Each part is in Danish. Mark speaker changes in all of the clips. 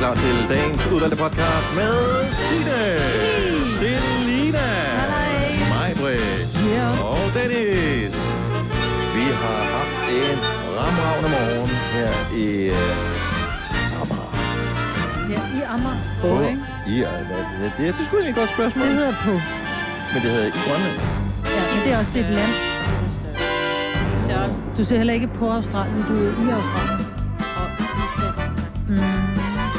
Speaker 1: klar til dagens udvalgte podcast med Signe, Selina,
Speaker 2: Hej.
Speaker 1: Majbrit
Speaker 2: Ja.
Speaker 1: og Dennis. Vi har haft en fremragende morgen her i øh, Amager.
Speaker 2: Ja, i Amager. På,
Speaker 1: På-
Speaker 2: ikke?
Speaker 1: i Amager. Ja, det er sgu egentlig et godt spørgsmål,
Speaker 2: Det hedder på.
Speaker 1: men det hedder i Grønland.
Speaker 2: Ja, men det er også det et land. Du ser heller ikke på Australien, du er i Australien. Mm.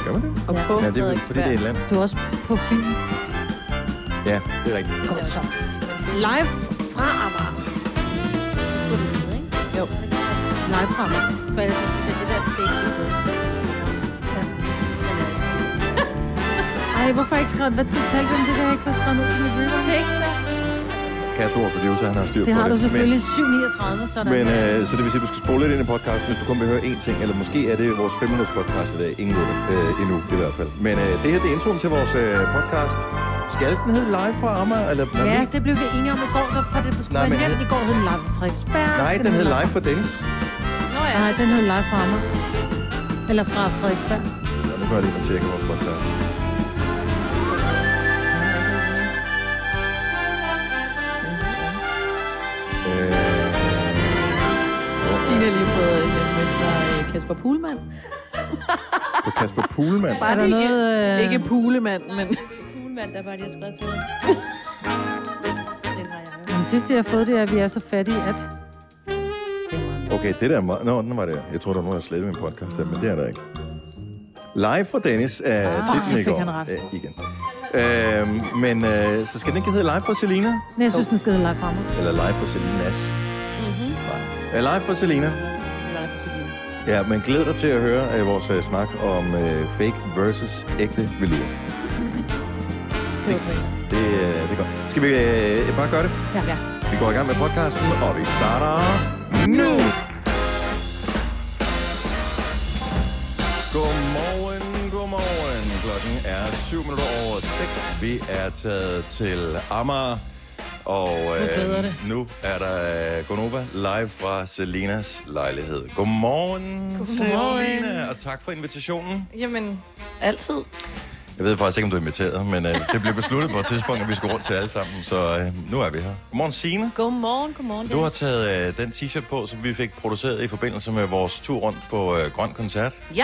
Speaker 1: Gør man det?
Speaker 3: Og
Speaker 2: Ja.
Speaker 3: på
Speaker 1: Ja, det er vel, fordi det er et land.
Speaker 2: Du er også på film.
Speaker 1: Ja, det er rigtigt.
Speaker 2: Godt så.
Speaker 3: Live fra Amager. Jo.
Speaker 2: Live fra mig.
Speaker 3: For ellers så synes jeg, det der fake det er godt.
Speaker 2: Ja. Ej, hvorfor har jeg ikke skrevet? Hvad tid talte vi om det der, jeg ikke får skrevet ud til mit reel?
Speaker 3: Tænk så.
Speaker 1: Kasper, vores producer, han har styr på
Speaker 2: Det har
Speaker 1: det.
Speaker 2: du
Speaker 1: Men-
Speaker 2: selvfølgelig. 7.39, så er der...
Speaker 1: Men øh, så det vil sige, at du skal spole lidt ind i podcasten, hvis du kun vil høre én ting, eller måske er det vores 5 minutters podcast i dag, ingen ved det, øh, endnu i hvert fald. Men øh, det her, det er introen til vores øh, podcast. Skal den hedde Live fra Amager, eller hvad
Speaker 2: Ja,
Speaker 1: ved-
Speaker 2: det blev vi enige om i går, der, for det skulle
Speaker 1: Nej,
Speaker 2: være
Speaker 1: men-
Speaker 2: nemt. I går hed den live fra Frederiksberg.
Speaker 1: Nej,
Speaker 2: skal
Speaker 1: den
Speaker 2: hedde
Speaker 1: hedder Live for Dennis.
Speaker 3: Nå ja.
Speaker 2: Nej, den hed live fra mig. Eller fra Frederiksberg.
Speaker 1: Ja, nu gør jeg lige for at tjekke vores podcast. Øh,
Speaker 3: Signe har lige fået en sms fra øh, Kasper Poulmann.
Speaker 1: for Kasper Poulmann.
Speaker 2: Er der noget... Øh...
Speaker 3: Ikke Poulemand, men...
Speaker 4: Kuglemand, der bare lige har skrevet til mig. Den har jeg jo.
Speaker 2: Den sidste, jeg har fået, det er, at vi er så fattige, at...
Speaker 1: Okay, det der er meget... Nå, den var der. Jeg tror, der var nogen, der slettede min podcast der, men det er der ikke. Live for Dennis er ah,
Speaker 2: så
Speaker 1: titlen i
Speaker 2: fik
Speaker 1: går.
Speaker 2: han ret.
Speaker 1: Æ, igen. Øhm, men øh, så skal den ikke hedde Live for Selina?
Speaker 2: Men jeg synes, den skal hedde live fra mig.
Speaker 1: Eller Live for Selinas? Mm-hmm. Live for Selina. Ja, men glæder dig til at høre øh, vores øh, snak om øh, fake versus ægte velur. Det, det, øh, det er godt. Skal vi øh, bare gøre det?
Speaker 2: Ja. ja.
Speaker 1: Vi går i gang med podcasten, og vi starter nu. Godmorgen, godmorgen. Klokken er 7 minutter over 6. Vi er taget til Amager. Og øh, nu er der øh, Gonova live fra Selinas lejlighed. Godmorgen,
Speaker 5: Godmorgen.
Speaker 1: Selina, og tak for invitationen.
Speaker 5: Jamen, altid.
Speaker 1: Jeg ved faktisk ikke, om du er inviteret, men øh, det blev besluttet på et tidspunkt, at vi skulle rundt til alle sammen, så øh, nu er vi her. Godmorgen, Signe.
Speaker 4: Godmorgen, godmorgen.
Speaker 1: Du har
Speaker 4: Dennis.
Speaker 1: taget øh, den t-shirt på, som vi fik produceret i forbindelse med vores tur rundt på øh, Grøn Koncert.
Speaker 4: Ja. Jeg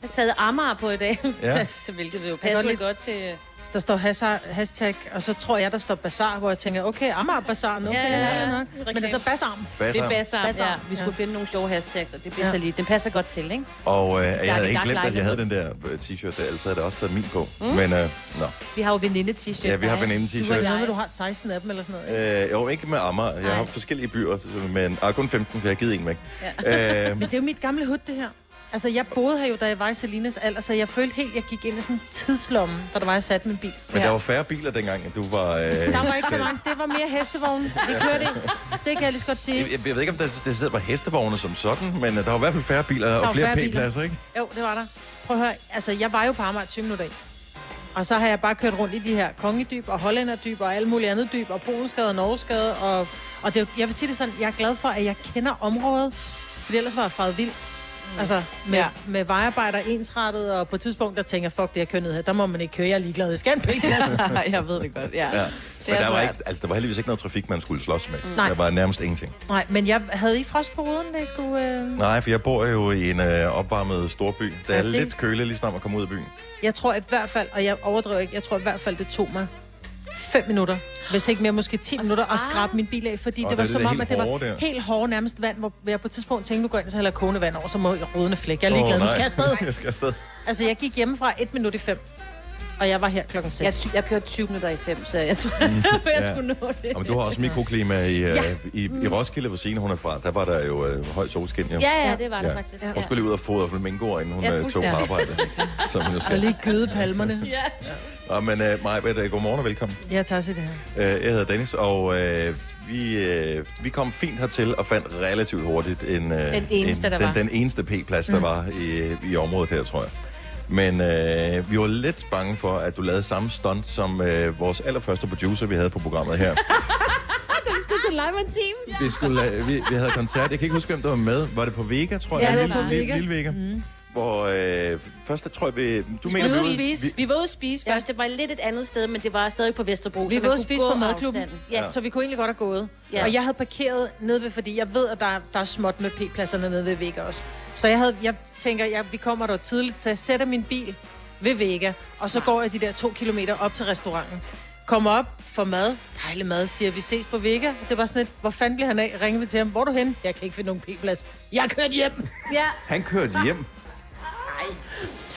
Speaker 4: har taget Amager på i dag,
Speaker 1: Ja.
Speaker 4: ja. hvilket vil jo
Speaker 5: Jeg kan
Speaker 4: passe
Speaker 5: godt
Speaker 4: lidt godt til... øh,
Speaker 5: Der står hasar- hashtag, og så tror jeg, der står bazar, hvor jeg tænker, okay, Amager Bazar nu.
Speaker 4: Ja, ja, ja.
Speaker 5: nok. Men der så bazar.
Speaker 4: Det er
Speaker 1: Basser.
Speaker 4: Bassam,
Speaker 5: Bassam,
Speaker 4: ja. Vi skulle finde nogle sjove hashtags, og det passer
Speaker 5: Ja.
Speaker 4: lige. Den passer godt til, ikke?
Speaker 1: Og øh, jeg havde
Speaker 4: det
Speaker 1: ikke
Speaker 4: gak
Speaker 1: glemt, at jeg havde
Speaker 4: lejlighed.
Speaker 1: den der øh, t-shirt der, ellers havde jeg da også taget min på. Mm. Men øh, nå,
Speaker 4: Vi har jo veninde-t-shirt.
Speaker 1: ja, vi har
Speaker 4: der, ikke?
Speaker 1: veninde
Speaker 5: Du har
Speaker 1: t-shirt.
Speaker 5: ikke noget, med, du har 16 af dem eller sådan noget. ikke?
Speaker 1: Øh, jo, ikke med Amager. Jeg har
Speaker 4: Nej.
Speaker 1: forskellige byer, så- men ah, kun 15, for jeg har givet en væk. Ja. Øh,
Speaker 5: Men det er jo mit gamle hud, det her. Altså, jeg boede her jo, da jeg var i Salinas alder, så jeg følte helt, jeg gik ind i sådan en tidslomme, da der var, jeg satte min bil.
Speaker 1: men der var færre biler dengang, at du var... Øh,
Speaker 5: Der var ikke så mange. Det var mere hestevogn. Vi kørte ikke. Det kan jeg lige så godt sige.
Speaker 1: jeg, jeg ved ikke, om der, det sidder på hestevogne som sådan, men øh, der var i hvert fald færre biler
Speaker 5: var
Speaker 1: og flere
Speaker 5: færre biler.
Speaker 1: p-pladser, ikke?
Speaker 5: Jo, det var der. Prøv at høre, altså jeg var jo på Amager i 20 minutter i. Og så har jeg bare kørt rundt i de her kongedyb og hollænderdyb og alle mulige andre dyb og Polensgade og Norgesgade. Og, og det, er jo- jeg vil sige det sådan, jeg er glad for, at jeg kender området, for ellers var jeg faret vild.
Speaker 3: Mm.
Speaker 5: Altså med, ja. med vejarbejder ensrettet, og på et tidspunkt, der tænker jeg, fuck det, jeg kører ned her, der må man ikke køre, jeg er ligeglad, jeg skal have en penge.
Speaker 3: jeg ved det godt, ja.
Speaker 1: Ja. Men
Speaker 3: er
Speaker 1: der var,
Speaker 3: svært.
Speaker 1: ikke, altså, der var heldigvis ikke noget trafik, man skulle slås med.
Speaker 5: Nej.
Speaker 1: Der var nærmest ingenting.
Speaker 5: Nej, men jeg havde I frost på ruden, da jeg skulle... Øh...
Speaker 1: Nej, for jeg bor jo i en øh, opvarmet storby. Der er
Speaker 5: Ja,
Speaker 1: ja,
Speaker 5: det-
Speaker 1: lidt køle, lige snart man kommer ud af byen.
Speaker 5: Jeg tror i hvert fald, og jeg overdriver ikke, jeg tror i hvert fald, det tog mig 5 minutter, hvis ikke mere, måske 10 minutter, at skrabe min bil af, fordi
Speaker 1: Og
Speaker 5: det var
Speaker 1: der er det
Speaker 5: som
Speaker 1: der
Speaker 5: om,
Speaker 1: helt
Speaker 5: at det var
Speaker 1: hårde der.
Speaker 5: helt hårdt nærmest vand, hvor jeg på et tidspunkt tænkte, nu går jeg ind, så hælder jeg kogende vand over, så må jeg ruden flække. Jeg er ligeglad, oh, nu skal jeg afsted.
Speaker 1: jeg skal afsted.
Speaker 5: Altså, jeg gik hjemmefra 1 minut i 5, og jeg var her klokken
Speaker 4: Jeg,
Speaker 5: 6.
Speaker 4: jeg kørte 20 minutter i 5, så jeg tror, at jeg
Speaker 1: Mm. Ja.
Speaker 4: skulle nå det.
Speaker 1: Og men du har også mikroklima i, øh, ja. i, i Roskilde, hvor Signe hun er fra. Der var der jo øh, høj solskin. Jo.
Speaker 4: Ja, ja, det var det
Speaker 1: Ja.
Speaker 4: faktisk. Ja.
Speaker 1: Hun skulle lige ud og fodre flamingoer, inden hun
Speaker 4: Ja,
Speaker 1: ja, tog på
Speaker 4: fuldstændig.
Speaker 1: arbejde. som hun jo
Speaker 5: Og
Speaker 1: skal.
Speaker 5: lige gøde palmerne.
Speaker 4: Ja.
Speaker 1: Og, men øh, Maja, øh, godmorgen og velkommen.
Speaker 5: Jeg tager sig det her.
Speaker 1: Øh, jeg hedder Dennis, og øh, vi, øh, vi kom fint hertil og fandt relativt hurtigt en, øh,
Speaker 4: Den eneste,
Speaker 1: en,
Speaker 4: der
Speaker 1: den,
Speaker 4: var.
Speaker 1: den eneste p-plads, der mm. var i, i området her, tror jeg. Men øh, vi var lidt bange for, at du lavede samme stunt som øh, vores allerførste producer, vi havde på programmet her. vi, skulle, øh, vi, vi havde koncert. Jeg kan ikke huske, hvem der var med. Var det på Vega, tror jeg?
Speaker 5: Ja, det var
Speaker 1: Lille-
Speaker 5: på
Speaker 1: Lille-
Speaker 5: Vega.
Speaker 1: Lille Vega. Mm. hvor... Øh, først, der tror jeg, vi, du
Speaker 4: Vi
Speaker 1: mener...
Speaker 4: var ude at
Speaker 1: vi-
Speaker 4: spise,
Speaker 1: vi-
Speaker 4: vi var ude at spise
Speaker 5: Ja.
Speaker 4: først. Det var lidt et andet sted, men det var stadig på Vesterbro. så
Speaker 5: Vi
Speaker 4: man
Speaker 5: var ude
Speaker 4: kunne
Speaker 5: at spise
Speaker 4: gå
Speaker 5: på madklubben.
Speaker 4: afstanden. Ja.
Speaker 1: Ja.
Speaker 5: Ja. Så vi kunne egentlig godt have gået.
Speaker 4: Ja.
Speaker 5: Ja. Og jeg havde parkeret nede ved, fordi jeg ved, at der, der er småt med P-pladserne nede ved Vega også. Så jeg, havde, jeg tænker, jeg, vi kommer der tidligt, så jeg sætter min bil ved Vega, og så
Speaker 4: Smart.
Speaker 5: går jeg de der to kilometer op til restauranten. Kommer op for mad. Dejlig mad, siger vi ses på Vega. Det var sådan et, hvor fanden bliver han af? Ringer vi til ham, hvor er du henne? Jeg kan ikke finde nogen P-plads. Jeg er kørt hjem.
Speaker 4: ja.
Speaker 1: Han kørte hjem.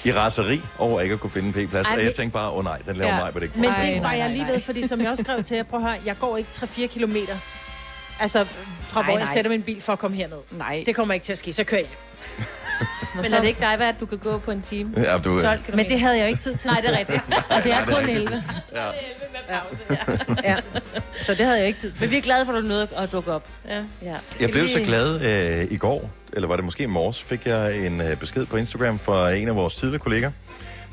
Speaker 1: I raseri over ikke at kunne finde en p-plads.
Speaker 4: Ej,
Speaker 1: Og jeg
Speaker 4: men-
Speaker 1: tænkte bare, åh oh, nej, den laver
Speaker 4: Ja.
Speaker 1: ja. mig, men det ikke
Speaker 5: Men
Speaker 1: mig.
Speaker 5: det var
Speaker 4: nej,
Speaker 5: jeg
Speaker 4: nej,
Speaker 5: lige
Speaker 4: nej.
Speaker 5: ved, fordi som jeg også skrev til jer, prøv at høre, jeg går ikke 3-4 kilometer. Altså, fra
Speaker 3: Nej,
Speaker 5: hvor
Speaker 3: nej.
Speaker 5: jeg sætter min bil for at komme herned.
Speaker 3: Nej.
Speaker 5: Det kommer ikke til at ske, så kører jeg.
Speaker 4: Men er det ikke dig, hvad, at du kan gå på en time?
Speaker 1: Ja, du,
Speaker 4: 12 km.
Speaker 5: Men det havde jeg jo ikke tid til.
Speaker 4: Nej, det er rigtigt.
Speaker 5: og det er
Speaker 1: det er
Speaker 5: kun
Speaker 1: rigtigt.
Speaker 5: 11.
Speaker 1: ja.
Speaker 5: Ja. Så det havde jeg ikke tid til.
Speaker 4: Men vi er glade for, at du nåede at dukke op.
Speaker 5: Ja.
Speaker 4: Ja.
Speaker 1: Jeg blev så
Speaker 5: lige-
Speaker 1: glad øh, i går, eller var det måske i morges, fik jeg en øh, besked på Instagram fra en af vores tidligere kolleger,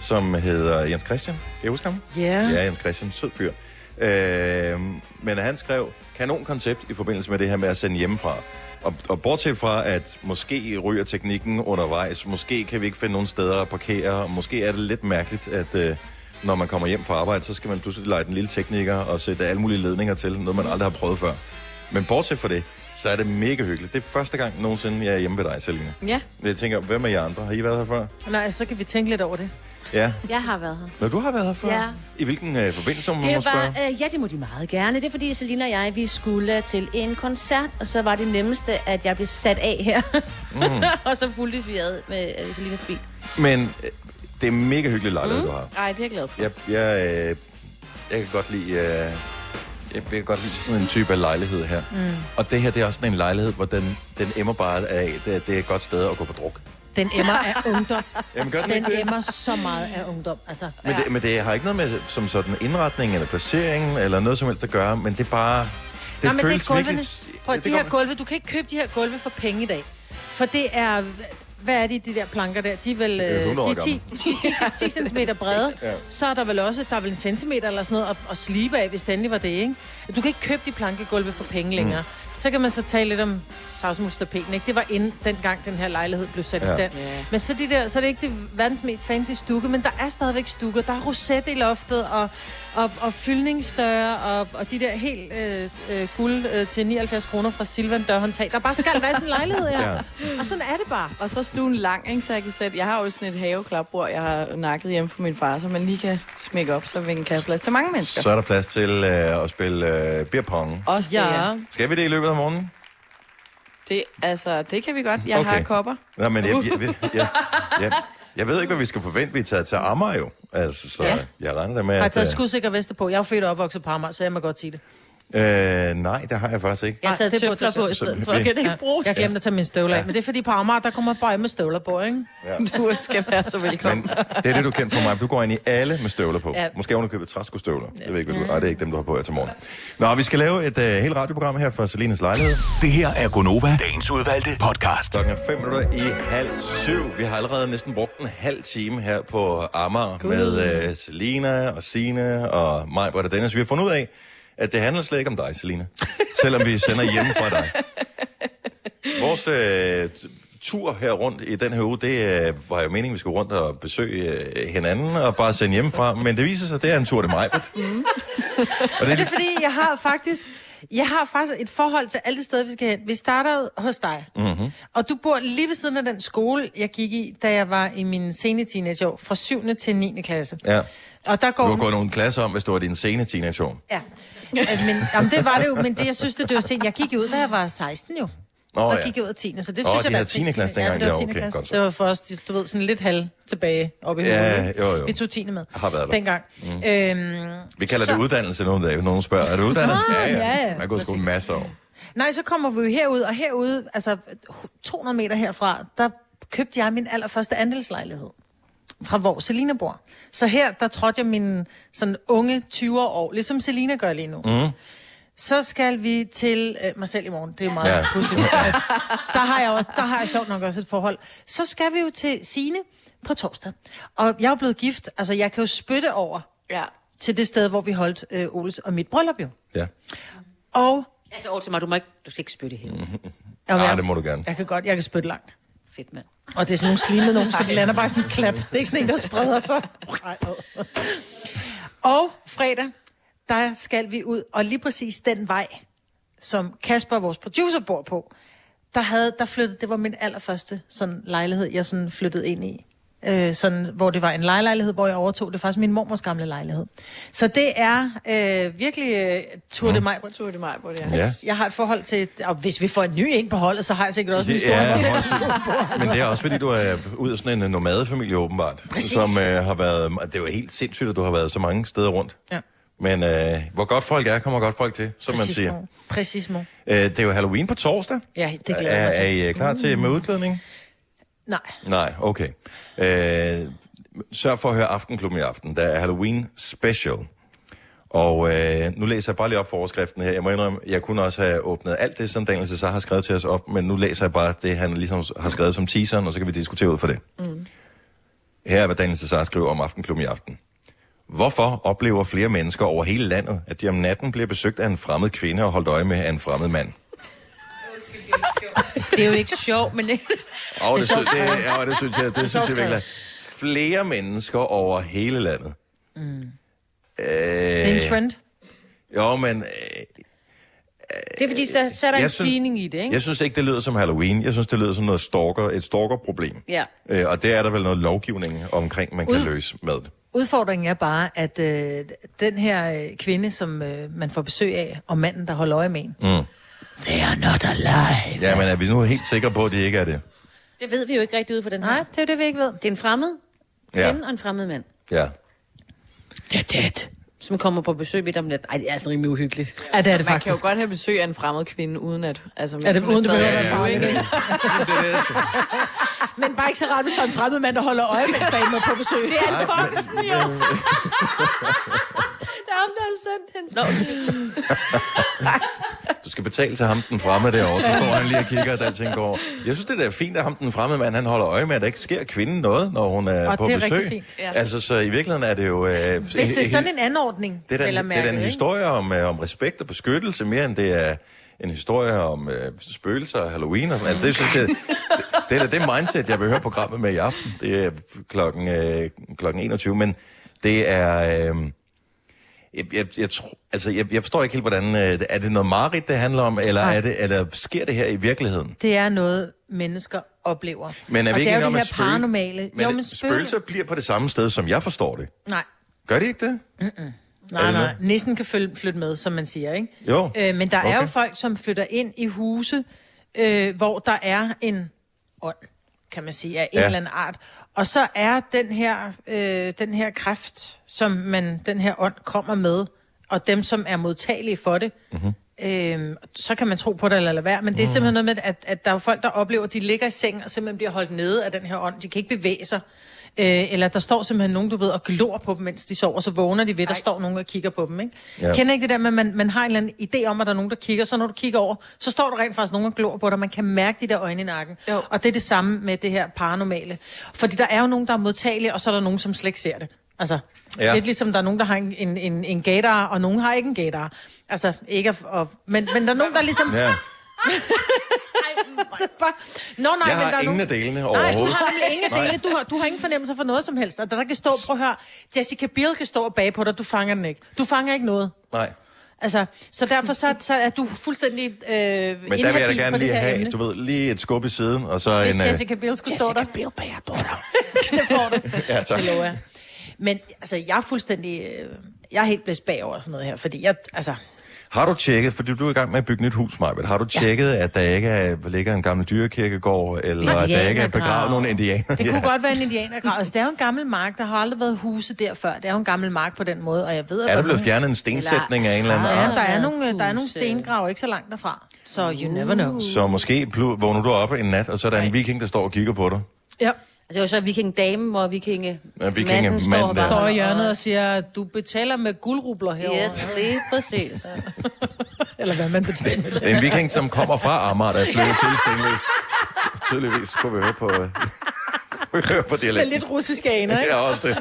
Speaker 1: som hedder Jens Christian. Kan I huske ham?
Speaker 5: Yeah.
Speaker 1: Ja, Jens Christian, sød fyr. Øh, men han skrev, kanon koncept i forbindelse med det her med at sende hjemmefra. Og, og bortset fra, at måske ryger teknikken undervejs, måske kan vi ikke finde nogen steder at parkere, og måske er det lidt mærkeligt, at øh, når man kommer hjem fra arbejde, så skal man pludselig lege den lille tekniker og sætte alle mulige ledninger til, noget man aldrig har prøvet før. Men bortset fra det, så er det mega hyggeligt. Det er første gang nogensinde, jeg er hjemme ved dig, Selina.
Speaker 3: Ja.
Speaker 1: Jeg tænker, hvem er I andre? Har I været her før?
Speaker 5: Nej, så kan vi tænke lidt over det.
Speaker 1: Ja.
Speaker 4: Jeg har været her.
Speaker 1: Når du har været her før?
Speaker 4: Ja.
Speaker 1: I hvilken øh, forbindelse, om man må
Speaker 4: Det
Speaker 1: spørge?
Speaker 4: var, øh, ja, det må de meget gerne. Det er fordi, Selina og jeg, vi skulle øh, til en koncert, og så var det nemmeste, at jeg blev sat af her. Mm. og så fulgtes vi ad med øh, Selinas bil.
Speaker 1: Men øh, det er mega hyggelig lejlighed, mm. du har.
Speaker 3: Nej, det er jeg glad for.
Speaker 1: Jeg, jeg, øh, jeg kan godt lide... Øh, jeg, jeg kan godt lide sådan en type af lejlighed her. Mm. Og det her, det er også sådan en lejlighed, hvor den, den emmer bare af, det, det er et godt sted at gå på druk.
Speaker 5: Den emmer af ungdom.
Speaker 1: Jamen, gør den
Speaker 5: Den
Speaker 1: ikke det?
Speaker 5: emmer så meget af ungdom. Altså,
Speaker 1: Men, det, men det har ikke noget med som sådan indretning eller placering eller noget som helst at gøre, men det er bare... Det
Speaker 5: Nej, men
Speaker 1: føles
Speaker 5: det er gulvene.
Speaker 1: virkelig...
Speaker 5: Prøv,
Speaker 1: Ja,
Speaker 5: ja,
Speaker 1: det
Speaker 5: de
Speaker 1: går-
Speaker 5: her gulve, du kan ikke købe de her gulve for penge i dag. For det er, hvad er de, de der planker der? De er vel
Speaker 1: Det er
Speaker 5: øh,
Speaker 1: 100 år
Speaker 5: de er 10, de, de er 10, 10 cm brede.
Speaker 1: Ja.
Speaker 5: ja. Så er der vel også, der er vel en centimeter eller sådan noget at, at slibe af, hvis det endelig var det, ikke? Du kan ikke købe de plankegulve for penge længere.
Speaker 1: Mm.
Speaker 5: Så kan man så tale lidt om savsmustapeten, ikke? Det var inden dengang den her lejlighed blev sat ja.
Speaker 1: Ja.
Speaker 5: i stand.
Speaker 3: Ja.
Speaker 5: Men så, de der, så er det ikke det verdens mest fancy stukke, men der er stadigvæk stukker. Der er roset i loftet, og, og, og fyldningsdøre, og, og de der helt øh, øh, guld øh, til 79 kroner fra Silvan dørhåndtag. Der bare skal være sådan en lejlighed her.
Speaker 1: Ja.
Speaker 5: Ja. Og sådan er det bare.
Speaker 3: Og så er stuen lang, ikke? så jeg kan sætte... Jeg har jo sådan et haveklapbord, jeg har nakket hjemme fra min far, så man lige kan smække op, så vi kan have plads til mange mennesker.
Speaker 1: Så er der plads til øh, at spille øh, beer pong.
Speaker 3: Også det, ja.
Speaker 5: Ja.
Speaker 1: Skal vi det i løbet af morgenen?
Speaker 3: det, altså, det kan vi godt. Jeg
Speaker 1: Okay.
Speaker 3: har kopper.
Speaker 1: Nå, men jeg, jeg, jeg, jeg, jeg, jeg ved ikke, hvad vi skal forvente. Vi er taget til Amager jo. Altså, så ja.
Speaker 3: Ja.
Speaker 1: jeg regner da med,
Speaker 5: Jeg har
Speaker 1: at...
Speaker 5: taget skudsikker veste på. Jeg er jo født og opvokset på Amager, så jeg må godt sige det.
Speaker 1: øh, nej, det har jeg faktisk ikke.
Speaker 4: Jeg har
Speaker 5: Nej,
Speaker 4: taget
Speaker 5: det burde
Speaker 4: tøfler
Speaker 5: du
Speaker 4: på
Speaker 5: så.
Speaker 4: i stedet
Speaker 1: Så-
Speaker 4: for. Jeg kan det ikke bruges.
Speaker 5: Jeg glemte at tage min støvler af, men det er fordi på Amager, der kommer bare med støvler på, ikke?
Speaker 1: Ja.
Speaker 3: Du skal være så velkommen.
Speaker 1: Men det er det, du kender for mig. Du går ind i alle med støvler på. Ja.
Speaker 5: Ja.
Speaker 1: Måske oven købet træskostøvler. Ja. Jeg ved ikke, hvad du... Nej, det er ikke dem, du har på her til morgen. Nå, vi skal lave et øh, helt radioprogram her for Selinas lejlighed.
Speaker 6: Det her er Gonova, dagens udvalgte podcast.
Speaker 1: Klokken er fem minutter i halv syv. Vi har allerede næsten brugt en halv time her på Amager God. med øh, Selina og Sine og mig, Britt og Dennis. Vi har fundet ud af, at det handler slet ikke om dig, Selina. selvom vi sender hjemme fra dig. Vores øh, t- tur her rundt i den her uge, det øh, var jo meningen, vi skulle rundt og besøge øh, hinanden og bare sende hjemmefra. Men det viser sig, at det er en tur til mig. Mm. og det,
Speaker 5: Det er fordi, jeg har faktisk... Jeg har faktisk et forhold til alle de steder, vi skal hen. Vi startede hos dig.
Speaker 1: Mhm.
Speaker 5: Mm-hmm. Og du bor lige ved siden af den skole, jeg gik i, da jeg var i mine sene teenageår, fra 7. til 9. klasse.
Speaker 1: ja.
Speaker 5: Og der
Speaker 1: Du
Speaker 5: går...
Speaker 1: har gået nogle klasser om, hvis du var din sene teenageår.
Speaker 5: Ja. Øh, Men, jamen, det var det jo, men det, jeg synes, det, det var sent. Jeg gik ud, da jeg var 16 jo.
Speaker 1: Nå,
Speaker 5: Oh, der
Speaker 1: ja.
Speaker 5: gik jeg ud af 10. Så det synes
Speaker 1: Åh, de
Speaker 5: jeg, der
Speaker 1: havde
Speaker 5: er
Speaker 1: 10. klasse dengang.
Speaker 5: Ja, det
Speaker 1: Ja,
Speaker 5: var 10.
Speaker 1: okay,
Speaker 5: klasse.
Speaker 1: godt så.
Speaker 5: Det var for os, de- du ved, sådan lidt halv tilbage op i
Speaker 1: Ja,
Speaker 5: hovedet, ikke?
Speaker 1: jo, jo.
Speaker 5: Vi tog 10. med.
Speaker 1: Har været der.
Speaker 5: Dengang. Mm. Øhm,
Speaker 1: Vi kalder så... det uddannelse nogle dage, hvis nogen spørger. Er du uddannet?
Speaker 5: Nå, Ah, ja, ja.
Speaker 1: Man har gået i skole masser af år.
Speaker 5: Nej, så kommer vi jo herud, og herude, altså 200 meter herfra, der købte jeg min allerførste andelslejlighed fra hvor Selina bor. Så her, der trådte jeg min sådan unge 20 år, ligesom Selina gør lige nu. Mm. Så skal vi til øh, mig selv i morgen. Det er jo meget
Speaker 1: Ja.
Speaker 5: ja. pudsigt. Der har jeg også, der har jeg sjovt nok også et forhold. Så skal vi jo til Sine på torsdag. Og jeg er jo blevet gift, altså jeg kan jo spytte over
Speaker 3: Ja.
Speaker 5: til det sted, hvor vi holdt øh, Oles og mit bryllup jo.
Speaker 1: Ja. Ah,
Speaker 5: Og
Speaker 4: Altså over til mig, du, må ikke, du skal ikke spytte hende.
Speaker 5: Ja, men
Speaker 1: Ej,
Speaker 5: jeg-
Speaker 1: det må du gerne.
Speaker 5: Jeg kan godt, jeg kan spytte langt.
Speaker 4: Fedt, mand.
Speaker 5: Og det er sådan nogle slimede nogen, så det lander bare sådan en klap. Det er ikke sådan en, der spreder sig. Ej, ad. Og fredag, der skal vi ud, og lige præcis den vej, som Kasper, vores producer, bor på, der, havde, der flyttede, det var min allerførste sådan lejlighed, jeg sådan flyttede ind i. Øh, sådan, hvor det var en lejlighed, hvor jeg overtog det er faktisk min mormors gamle lejlighed. Så det er øh, virkelig øh, Tour de Maj.
Speaker 3: Tur det mig på det her.
Speaker 1: Ja.
Speaker 5: Jeg har et forhold til, og hvis vi får en ny ind på holdet, så har jeg sikkert også en stor
Speaker 1: Ja,
Speaker 5: ja.
Speaker 1: hold-
Speaker 5: Altså-
Speaker 1: men det er også fordi, du er ud af sådan en øh, nomadefamilie åbenbart.
Speaker 5: Præcis.
Speaker 1: Som øh, har været, det er jo helt sindssygt, at du har været så mange steder rundt.
Speaker 5: Ja.
Speaker 1: Men øh, hvor godt folk er, kommer godt folk til, som man
Speaker 5: Præcis,
Speaker 1: siger.
Speaker 5: mor. Præcis, mor.
Speaker 1: Øh, det er jo Halloween på torsdag.
Speaker 5: Ja, det glæder
Speaker 1: er,
Speaker 5: jeg mig
Speaker 1: er
Speaker 5: til. Mm.
Speaker 1: I øh, klar til med udklædning?
Speaker 5: Nej.
Speaker 1: Nej, okay. Øh, sørg for at høre Aftenklubben i aften. Der er Halloween special. Og øh, nu læser jeg bare lige op for overskriften her. Jeg må indrømme, jeg kunne også have åbnet alt det, som Daniel Cesar har skrevet til os op, men nu læser jeg bare det, han ligesom har skrevet som teaseren, og så kan vi diskutere ud for det. Mm. Her er, hvad Daniel Cesar skriver om Aftenklubben i aften. Hvorfor oplever flere mennesker over hele landet, at de om natten bliver besøgt af en fremmed kvinde og holdt øje med af en fremmed mand?
Speaker 4: Det er jo ikke sjovt, men det,
Speaker 1: Og det, synes, det, ja, og det synes jeg, det synes jeg
Speaker 5: sjovt
Speaker 1: virkelig. er. Flere mennesker over hele landet. Mm. Øh,
Speaker 5: Det er en trend.
Speaker 1: Jo, men øh,
Speaker 4: det er fordi, så, så er der
Speaker 1: Jeg
Speaker 4: en
Speaker 1: synes-
Speaker 4: stigning i det, ikke?
Speaker 1: jeg synes ikke, det lyder som Halloween. Jeg synes, det lyder som noget stalker, et stalkerproblem.
Speaker 4: Ja.
Speaker 1: Øh, og det er der vel noget lovgivning omkring, man kan løse med det.
Speaker 5: Udfordringen er bare, at øh, den her øh, kvinde, som øh, man får besøg af, og manden, der holder øje med en, mm. they are not alive.
Speaker 1: Ja, men er vi nu helt sikre på, at det ikke er det?
Speaker 4: Det ved vi jo ikke rigtig ud fra den her.
Speaker 5: Nej, det er jo det, vi ikke ved.
Speaker 4: Det er en fremmed
Speaker 1: Ja.
Speaker 4: kvinde og en fremmed mand,
Speaker 1: Ja.
Speaker 5: They're dead.
Speaker 4: som kommer på besøg midt om natten. Ej, det er altså rimelig uhyggeligt.
Speaker 5: Ja, det er
Speaker 3: Man kan
Speaker 5: det
Speaker 3: jo
Speaker 5: faktisk.
Speaker 3: godt have besøg af en fremmed kvinde, uden at... Altså,
Speaker 5: Ja, det, uden det behøver
Speaker 1: Ja,
Speaker 5: at
Speaker 1: ja.
Speaker 5: være farligt. ikke? Ah, Men bare ikke så rart, hvis der er en fremmed mand, der holder øje med damen er på besøg. Det er
Speaker 4: Ej, Foxen, jo. det er ham, der har sendt hende. Nå,
Speaker 1: Du skal betale til ham, den fremme derovre, så står han lige og kigger, og alting går. Jeg synes, det er da fint, at ham, den fremme mand, han holder øje med, at der ikke sker kvinden noget, når hun er
Speaker 5: Og
Speaker 1: på
Speaker 5: det er
Speaker 1: besøg.
Speaker 5: rigtig fint,
Speaker 3: ja.
Speaker 1: Altså, så i virkeligheden er det jo... Øh, Hvis
Speaker 5: Hvis det er sådan en anordning,
Speaker 1: det er da
Speaker 5: vel at
Speaker 1: en, det er da en
Speaker 5: mærke, ikke?
Speaker 1: historie om, øh, om respekt og beskyttelse, mere end det er en historie om øh, spøgelser og Halloween og sådan altså, det, synes jeg, det, det er da det mindset, jeg vil høre programmet med i aften. Det er klokken, øh, klokken 21, men det er... Øh, jeg, jeg, jeg, tror, altså, jeg, jeg forstår ikke helt, hvordan... Øh, er det noget mareridt, det handler om, eller, er det, eller sker det her i virkeligheden?
Speaker 5: Det er noget, mennesker oplever.
Speaker 1: Men er
Speaker 5: og
Speaker 1: vi ikke
Speaker 5: det er
Speaker 1: enige
Speaker 5: jo
Speaker 1: om,
Speaker 5: de
Speaker 1: at
Speaker 5: her
Speaker 1: spøge-
Speaker 5: paranormale...
Speaker 1: Men, jo, men spøgelser bliver på det samme sted, som jeg forstår det.
Speaker 5: Nej,
Speaker 1: Gør det ikke det?
Speaker 5: nej,
Speaker 1: Eller-
Speaker 5: nej. Nissen kan følge, flytte med, som man siger, ikke?
Speaker 1: Altså. Jo.
Speaker 5: Øh, men der okay. er
Speaker 1: Okay.
Speaker 5: jo folk, som flytter ind i huse, øh, hvor der er en ånd, kan man sige, af en
Speaker 1: Ja.
Speaker 5: ja. eller anden art. Og så er den her, øh, den her kræft, som man, den her ånd kommer med, og dem, som er modtagelige for det,
Speaker 1: Mhm.
Speaker 5: mm-hmm. øh, så kan man tro på det eller lade være. Men
Speaker 1: Mm.
Speaker 5: det er simpelthen noget med, at, at der er folk, der oplever, at de ligger i seng og simpelthen bliver holdt nede af den her ånd. De kan ikke bevæge sig. Øh, eller der står simpelthen nogen, du ved, og glor på dem, mens de sover, så vågner de ved, der står nogen og kigger på dem, ikke?
Speaker 1: Ja.
Speaker 5: Ja. Kender ikke det der med, at man, man har en eller anden idé om, at der er nogen, der kigger, så når du kigger over, så står der rent faktisk nogen og glor på dig, man kan mærke de der øjne i nakken.
Speaker 3: Jo.
Speaker 5: Og det er det samme med det her paranormale. Fordi der er jo nogen, der er modtagelige, og så er der nogen, som slet ikke ser det. Altså,
Speaker 1: Ja.
Speaker 5: ja. lidt ligesom der er nogen, der har en, en, en, en gator, og nogen har ikke en gator. Altså, ikke at, og, men, men der er nogen, der ligesom...
Speaker 1: Ja.
Speaker 5: Bare, Nå, nej,
Speaker 1: Jeg
Speaker 5: men der
Speaker 1: har
Speaker 5: er
Speaker 1: ingen
Speaker 5: nogen...
Speaker 1: af delene
Speaker 5: Nej, du
Speaker 1: overhovedet.
Speaker 5: har nemlig ingen af delene. Du har, du har ingen fornemmelse for noget som helst. Og der, der kan stå, prøv at høre, Jessica Biel kan stå og bage på dig, du fanger den ikke. Du fanger ikke noget.
Speaker 1: Nej.
Speaker 5: Altså, så derfor så, så er du fuldstændig øh,
Speaker 1: Men der vil jeg da gerne lige have, du ved, lige et skub i siden, og så
Speaker 5: Hvis
Speaker 1: en... øh,
Speaker 5: Jessica Biel skulle stå der. Jessica Biel bager på dig. det får du.
Speaker 1: Ja, tak.
Speaker 5: Det lover jeg. Men altså, jeg er fuldstændig... Øh, jeg er helt blæst bagover og sådan noget her, fordi jeg... Altså,
Speaker 1: Har du tjekket, fordi du er i gang med at bygge nyt hus, Majbet, har du tjekket, at der ikke er, ligger en gammel dyrekirkegård, eller at der ikke er begravet
Speaker 4: Indianergrav.
Speaker 1: nogle indianer?
Speaker 5: det kunne godt være en indianergrav. Altså, det er jo en gammel mark. Der har aldrig været huse der før. Det er jo en gammel mark på den måde, og jeg ved... at
Speaker 1: Er der
Speaker 5: der
Speaker 1: blevet fjernet en stensætning af en eller anden
Speaker 5: Ja,
Speaker 1: art?
Speaker 5: der er nogle, øh, der er
Speaker 4: Huse.
Speaker 5: nogle stengrave ikke så langt derfra. Så you never know.
Speaker 1: Så måske plu- vågner du op en nat, og så er der en viking, der står og kigger på dig.
Speaker 5: Ja.
Speaker 4: Altså, det var så vikingdamen, hvor vikinge...
Speaker 1: Ja, vikinge-
Speaker 4: manden står
Speaker 1: manden
Speaker 4: og
Speaker 1: der.
Speaker 4: bare-
Speaker 5: Står i hjørnet og siger, du betaler med guldrubler herovre.
Speaker 4: Yes, lige præcis.
Speaker 5: Eller hvad man betaler.
Speaker 1: En viking, som kommer fra Amager, der er flyttet til Stenløs. Tydeligvis kunne vi høre på, øh, kunne vi høre på
Speaker 5: Det
Speaker 1: dialekten.
Speaker 5: er lidt russiske aner, ikke?
Speaker 1: Ja, også det.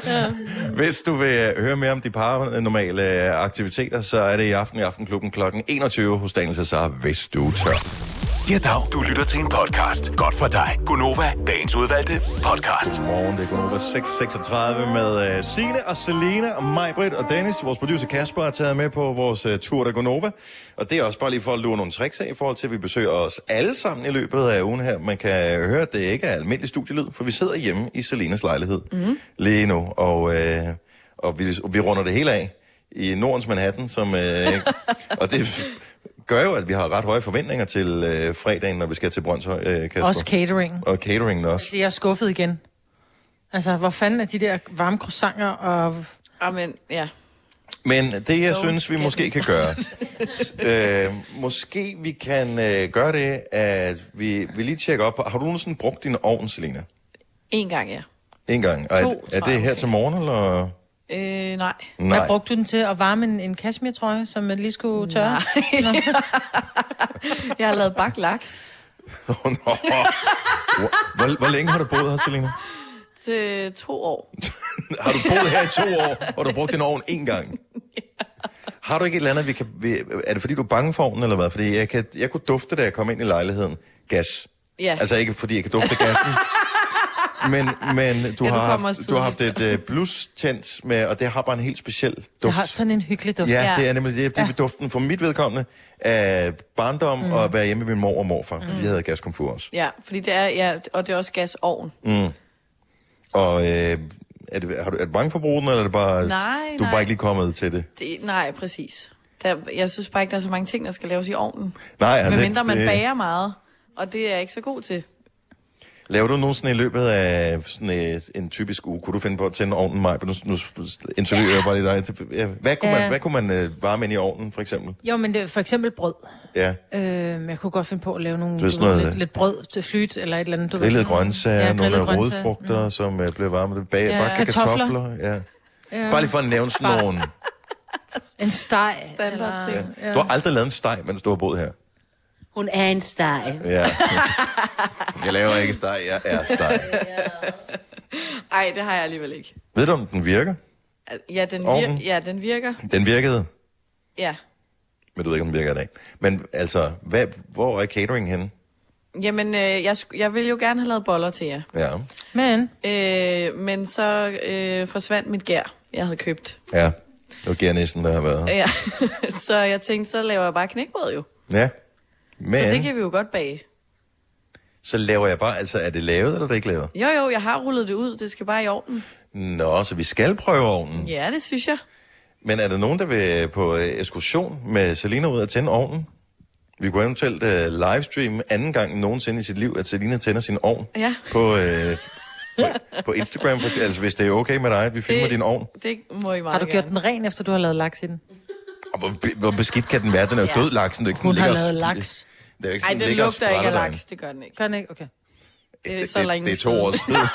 Speaker 1: Hvis du vil øh, høre mere om de paranormale øh, aktiviteter, så er det i aften i Aftenklubben kl. 21 hos Daniel Cesar, hvis du tør.
Speaker 6: Ja, dag. Du lytter til en podcast. Godt for dig. Gunova, dagens udvalgte podcast.
Speaker 1: Godmorgen, det er Gunova 636 med uh, Signe og Selina og mig, Britt og Dennis. Vores producer Kasper er taget med på vores uh, tur der Gunova. Og det er også bare lige for at lure nogle tricks af i forhold til, at vi besøger os alle sammen i løbet af ugen her. Man kan øh, høre, at det ikke er almindelig studielyd, for vi sidder hjemme i Selinas lejlighed
Speaker 3: Mm-hmm.
Speaker 1: mm. lige nu. Og, uh, og vi, vi runder det hele af i Nordens Manhattan, som... Uh, og det gør jo, at vi har ret høje forventninger til øh, fredagen, når vi skal til Brøndshøj, øh, Kasper.
Speaker 5: Også catering.
Speaker 1: Og cateringen også.
Speaker 5: Så jeg er skuffet igen. Altså, hvor fanden er de der varme croissanter og...
Speaker 3: Amen, ja.
Speaker 1: Men det, jeg synes, vi måske kan gøre, s- øh, måske vi kan øh, gøre det, at vi, vi lige tjekker op. på- Har du nogensinde brugt din ovn, Selina?
Speaker 3: En gang, ja.
Speaker 1: En gang. Og
Speaker 3: To,
Speaker 1: er, er
Speaker 3: tror
Speaker 1: det
Speaker 3: jeg
Speaker 1: her til morgen, eller?
Speaker 3: Øh, nej.
Speaker 5: Hvad
Speaker 1: Nej.
Speaker 5: brugte du den til? At varme en, en kashmir-trøje, som man lige skulle tørre? Nå.
Speaker 3: Jeg har lavet bagt laks.
Speaker 1: Nå. Hvor, hvor, hvor længe har du boet her, Selina?
Speaker 3: Det to år.
Speaker 1: Har du boet her i to år, og du har brugt din ovn én gang? Har du ikke et eller andet, vi kan... Vi, er det fordi, du er bange for ovnen, eller hvad? Fordi jeg, kan, jeg kunne dufte, da jeg kom ind i lejligheden. Gas.
Speaker 3: Ja.
Speaker 1: Altså ikke fordi, jeg kan dufte gassen. Men, men du,
Speaker 3: Ja,
Speaker 1: ja,
Speaker 3: du
Speaker 1: har
Speaker 3: kommer også
Speaker 1: haft, du har haft
Speaker 3: tidligt.
Speaker 1: et øh, blus tændt med, og det har bare en helt speciel
Speaker 5: Jeg
Speaker 1: duft.
Speaker 5: har sådan en hyggelig duft.
Speaker 1: Ja,
Speaker 3: Ja.
Speaker 1: det er nemlig det, det er duften for mit vedkommende af barndom mm. og at være hjemme med min mor og morfar,
Speaker 3: Mm.
Speaker 1: for de havde gaskomfur også. Mm.
Speaker 3: Ja, fordi det er, ja, og det er også gasovn.
Speaker 1: Og øh, er, det, har du, er du bange for at bruge den, eller er det bare,
Speaker 3: Nej,
Speaker 1: du er bare
Speaker 3: nej.
Speaker 1: ikke lige kommet til det?
Speaker 3: Det, nej, præcis. Der, jeg synes bare ikke, der er så mange ting, der skal laves i ovnen.
Speaker 1: Nej,
Speaker 3: Ja,
Speaker 1: det-
Speaker 3: Medmindre man
Speaker 1: det-
Speaker 3: bager meget, og det er jeg ikke så god til.
Speaker 1: Laver du nogensinde i løbet af sådan et, en typisk uge, kunne du finde på at tænde ovnen mig? Nu, nu interviewer jeg bare lige dig. Ja, Hvad kunne, man,
Speaker 5: Ja.
Speaker 1: hvad kunne man øh, varme ind i ovnen, for eksempel?
Speaker 5: Jo, men det, er for eksempel brød.
Speaker 1: Ja,
Speaker 5: Øh, jeg kunne godt finde på at lave nogle
Speaker 1: ved
Speaker 5: du
Speaker 1: sådan
Speaker 5: ved,
Speaker 1: noget-
Speaker 5: lidt, lidt, brød til flyt, eller et eller andet. Du ved.
Speaker 1: grillede grøntsager, ja, nogle
Speaker 5: grillede
Speaker 1: af
Speaker 5: grøntsager.
Speaker 1: rodfrugter, mm. som øh, bliver varmet. Bag, ja.
Speaker 3: Ja.
Speaker 1: Bagte kartofler.
Speaker 5: Kartofler.
Speaker 1: kartofler. Ja. Ja. Bare lige for at nævne sådan
Speaker 5: Bare-
Speaker 1: nogle.
Speaker 5: Mm. En steg.
Speaker 3: Standard ting.
Speaker 1: Ja. Du har aldrig lavet en steg, mens du har boet her.
Speaker 4: Hun er en steg.
Speaker 1: Ja. jeg laver ikke steg, jeg er steg.
Speaker 3: Ej, det har jeg alligevel ikke.
Speaker 1: Ved du, om den virker?
Speaker 3: Ja, den,
Speaker 1: Ovnen?
Speaker 3: vir- ja, den virker.
Speaker 1: Den virkede,
Speaker 3: Ja.
Speaker 1: men du ved ikke, om den virker i dag. Men altså, hvad, hvor er catering henne?
Speaker 3: Jamen, øh, jeg, sk- jeg ville jo gerne have lavet boller til jer.
Speaker 1: Ja.
Speaker 5: Men
Speaker 3: Øh, men så øh, forsvandt mit gær, jeg havde købt.
Speaker 1: Ja. Det var gærnissen, der har været.
Speaker 3: Ja. så jeg tænkte, så laver jeg bare knækbrød jo.
Speaker 1: Ja.
Speaker 3: Men.
Speaker 1: Men
Speaker 3: Så
Speaker 1: så,
Speaker 3: det kan vi jo godt bage.
Speaker 1: så laver jeg bare, altså er det lavet, eller er det ikke lavet?
Speaker 3: Jo, jo, jeg har rullet det ud. Det skal bare i ovnen.
Speaker 1: Nå, så vi skal prøve ovnen.
Speaker 3: Ja, det synes jeg.
Speaker 1: Men er der nogen, der vil på øh, ekskursion med Selina ud og tænde ovnen? Vi kunne eventuelt øh, livestreame anden gang nogensinde i sit liv, at Selina tænder sin ovn
Speaker 3: Ja.
Speaker 1: på, øh, på, på Instagram. For, altså hvis det er okay med dig, at vi filmer det...
Speaker 3: Det-
Speaker 1: din ovn.
Speaker 3: Det må I meget
Speaker 5: har du gjort
Speaker 3: gerne.
Speaker 5: den ren, efter du har lavet laks i den?
Speaker 1: Og hvor, be- hvor beskidt kan den være? Den er jo død laksen. Det er jo ikke, sådan,
Speaker 5: Hun
Speaker 1: den
Speaker 5: har
Speaker 1: ligger
Speaker 5: lavet
Speaker 1: og sp-
Speaker 5: laks.
Speaker 1: Det er jo ikke
Speaker 3: Ej,
Speaker 1: sådan,
Speaker 3: den
Speaker 1: ligger og
Speaker 3: lugter ikke af
Speaker 1: sprætter derinde.
Speaker 3: laks. Det gør den ikke.
Speaker 5: Gør den ikke? Okay.
Speaker 3: Det er så længe
Speaker 1: det, det er to
Speaker 3: siden.
Speaker 1: år siden.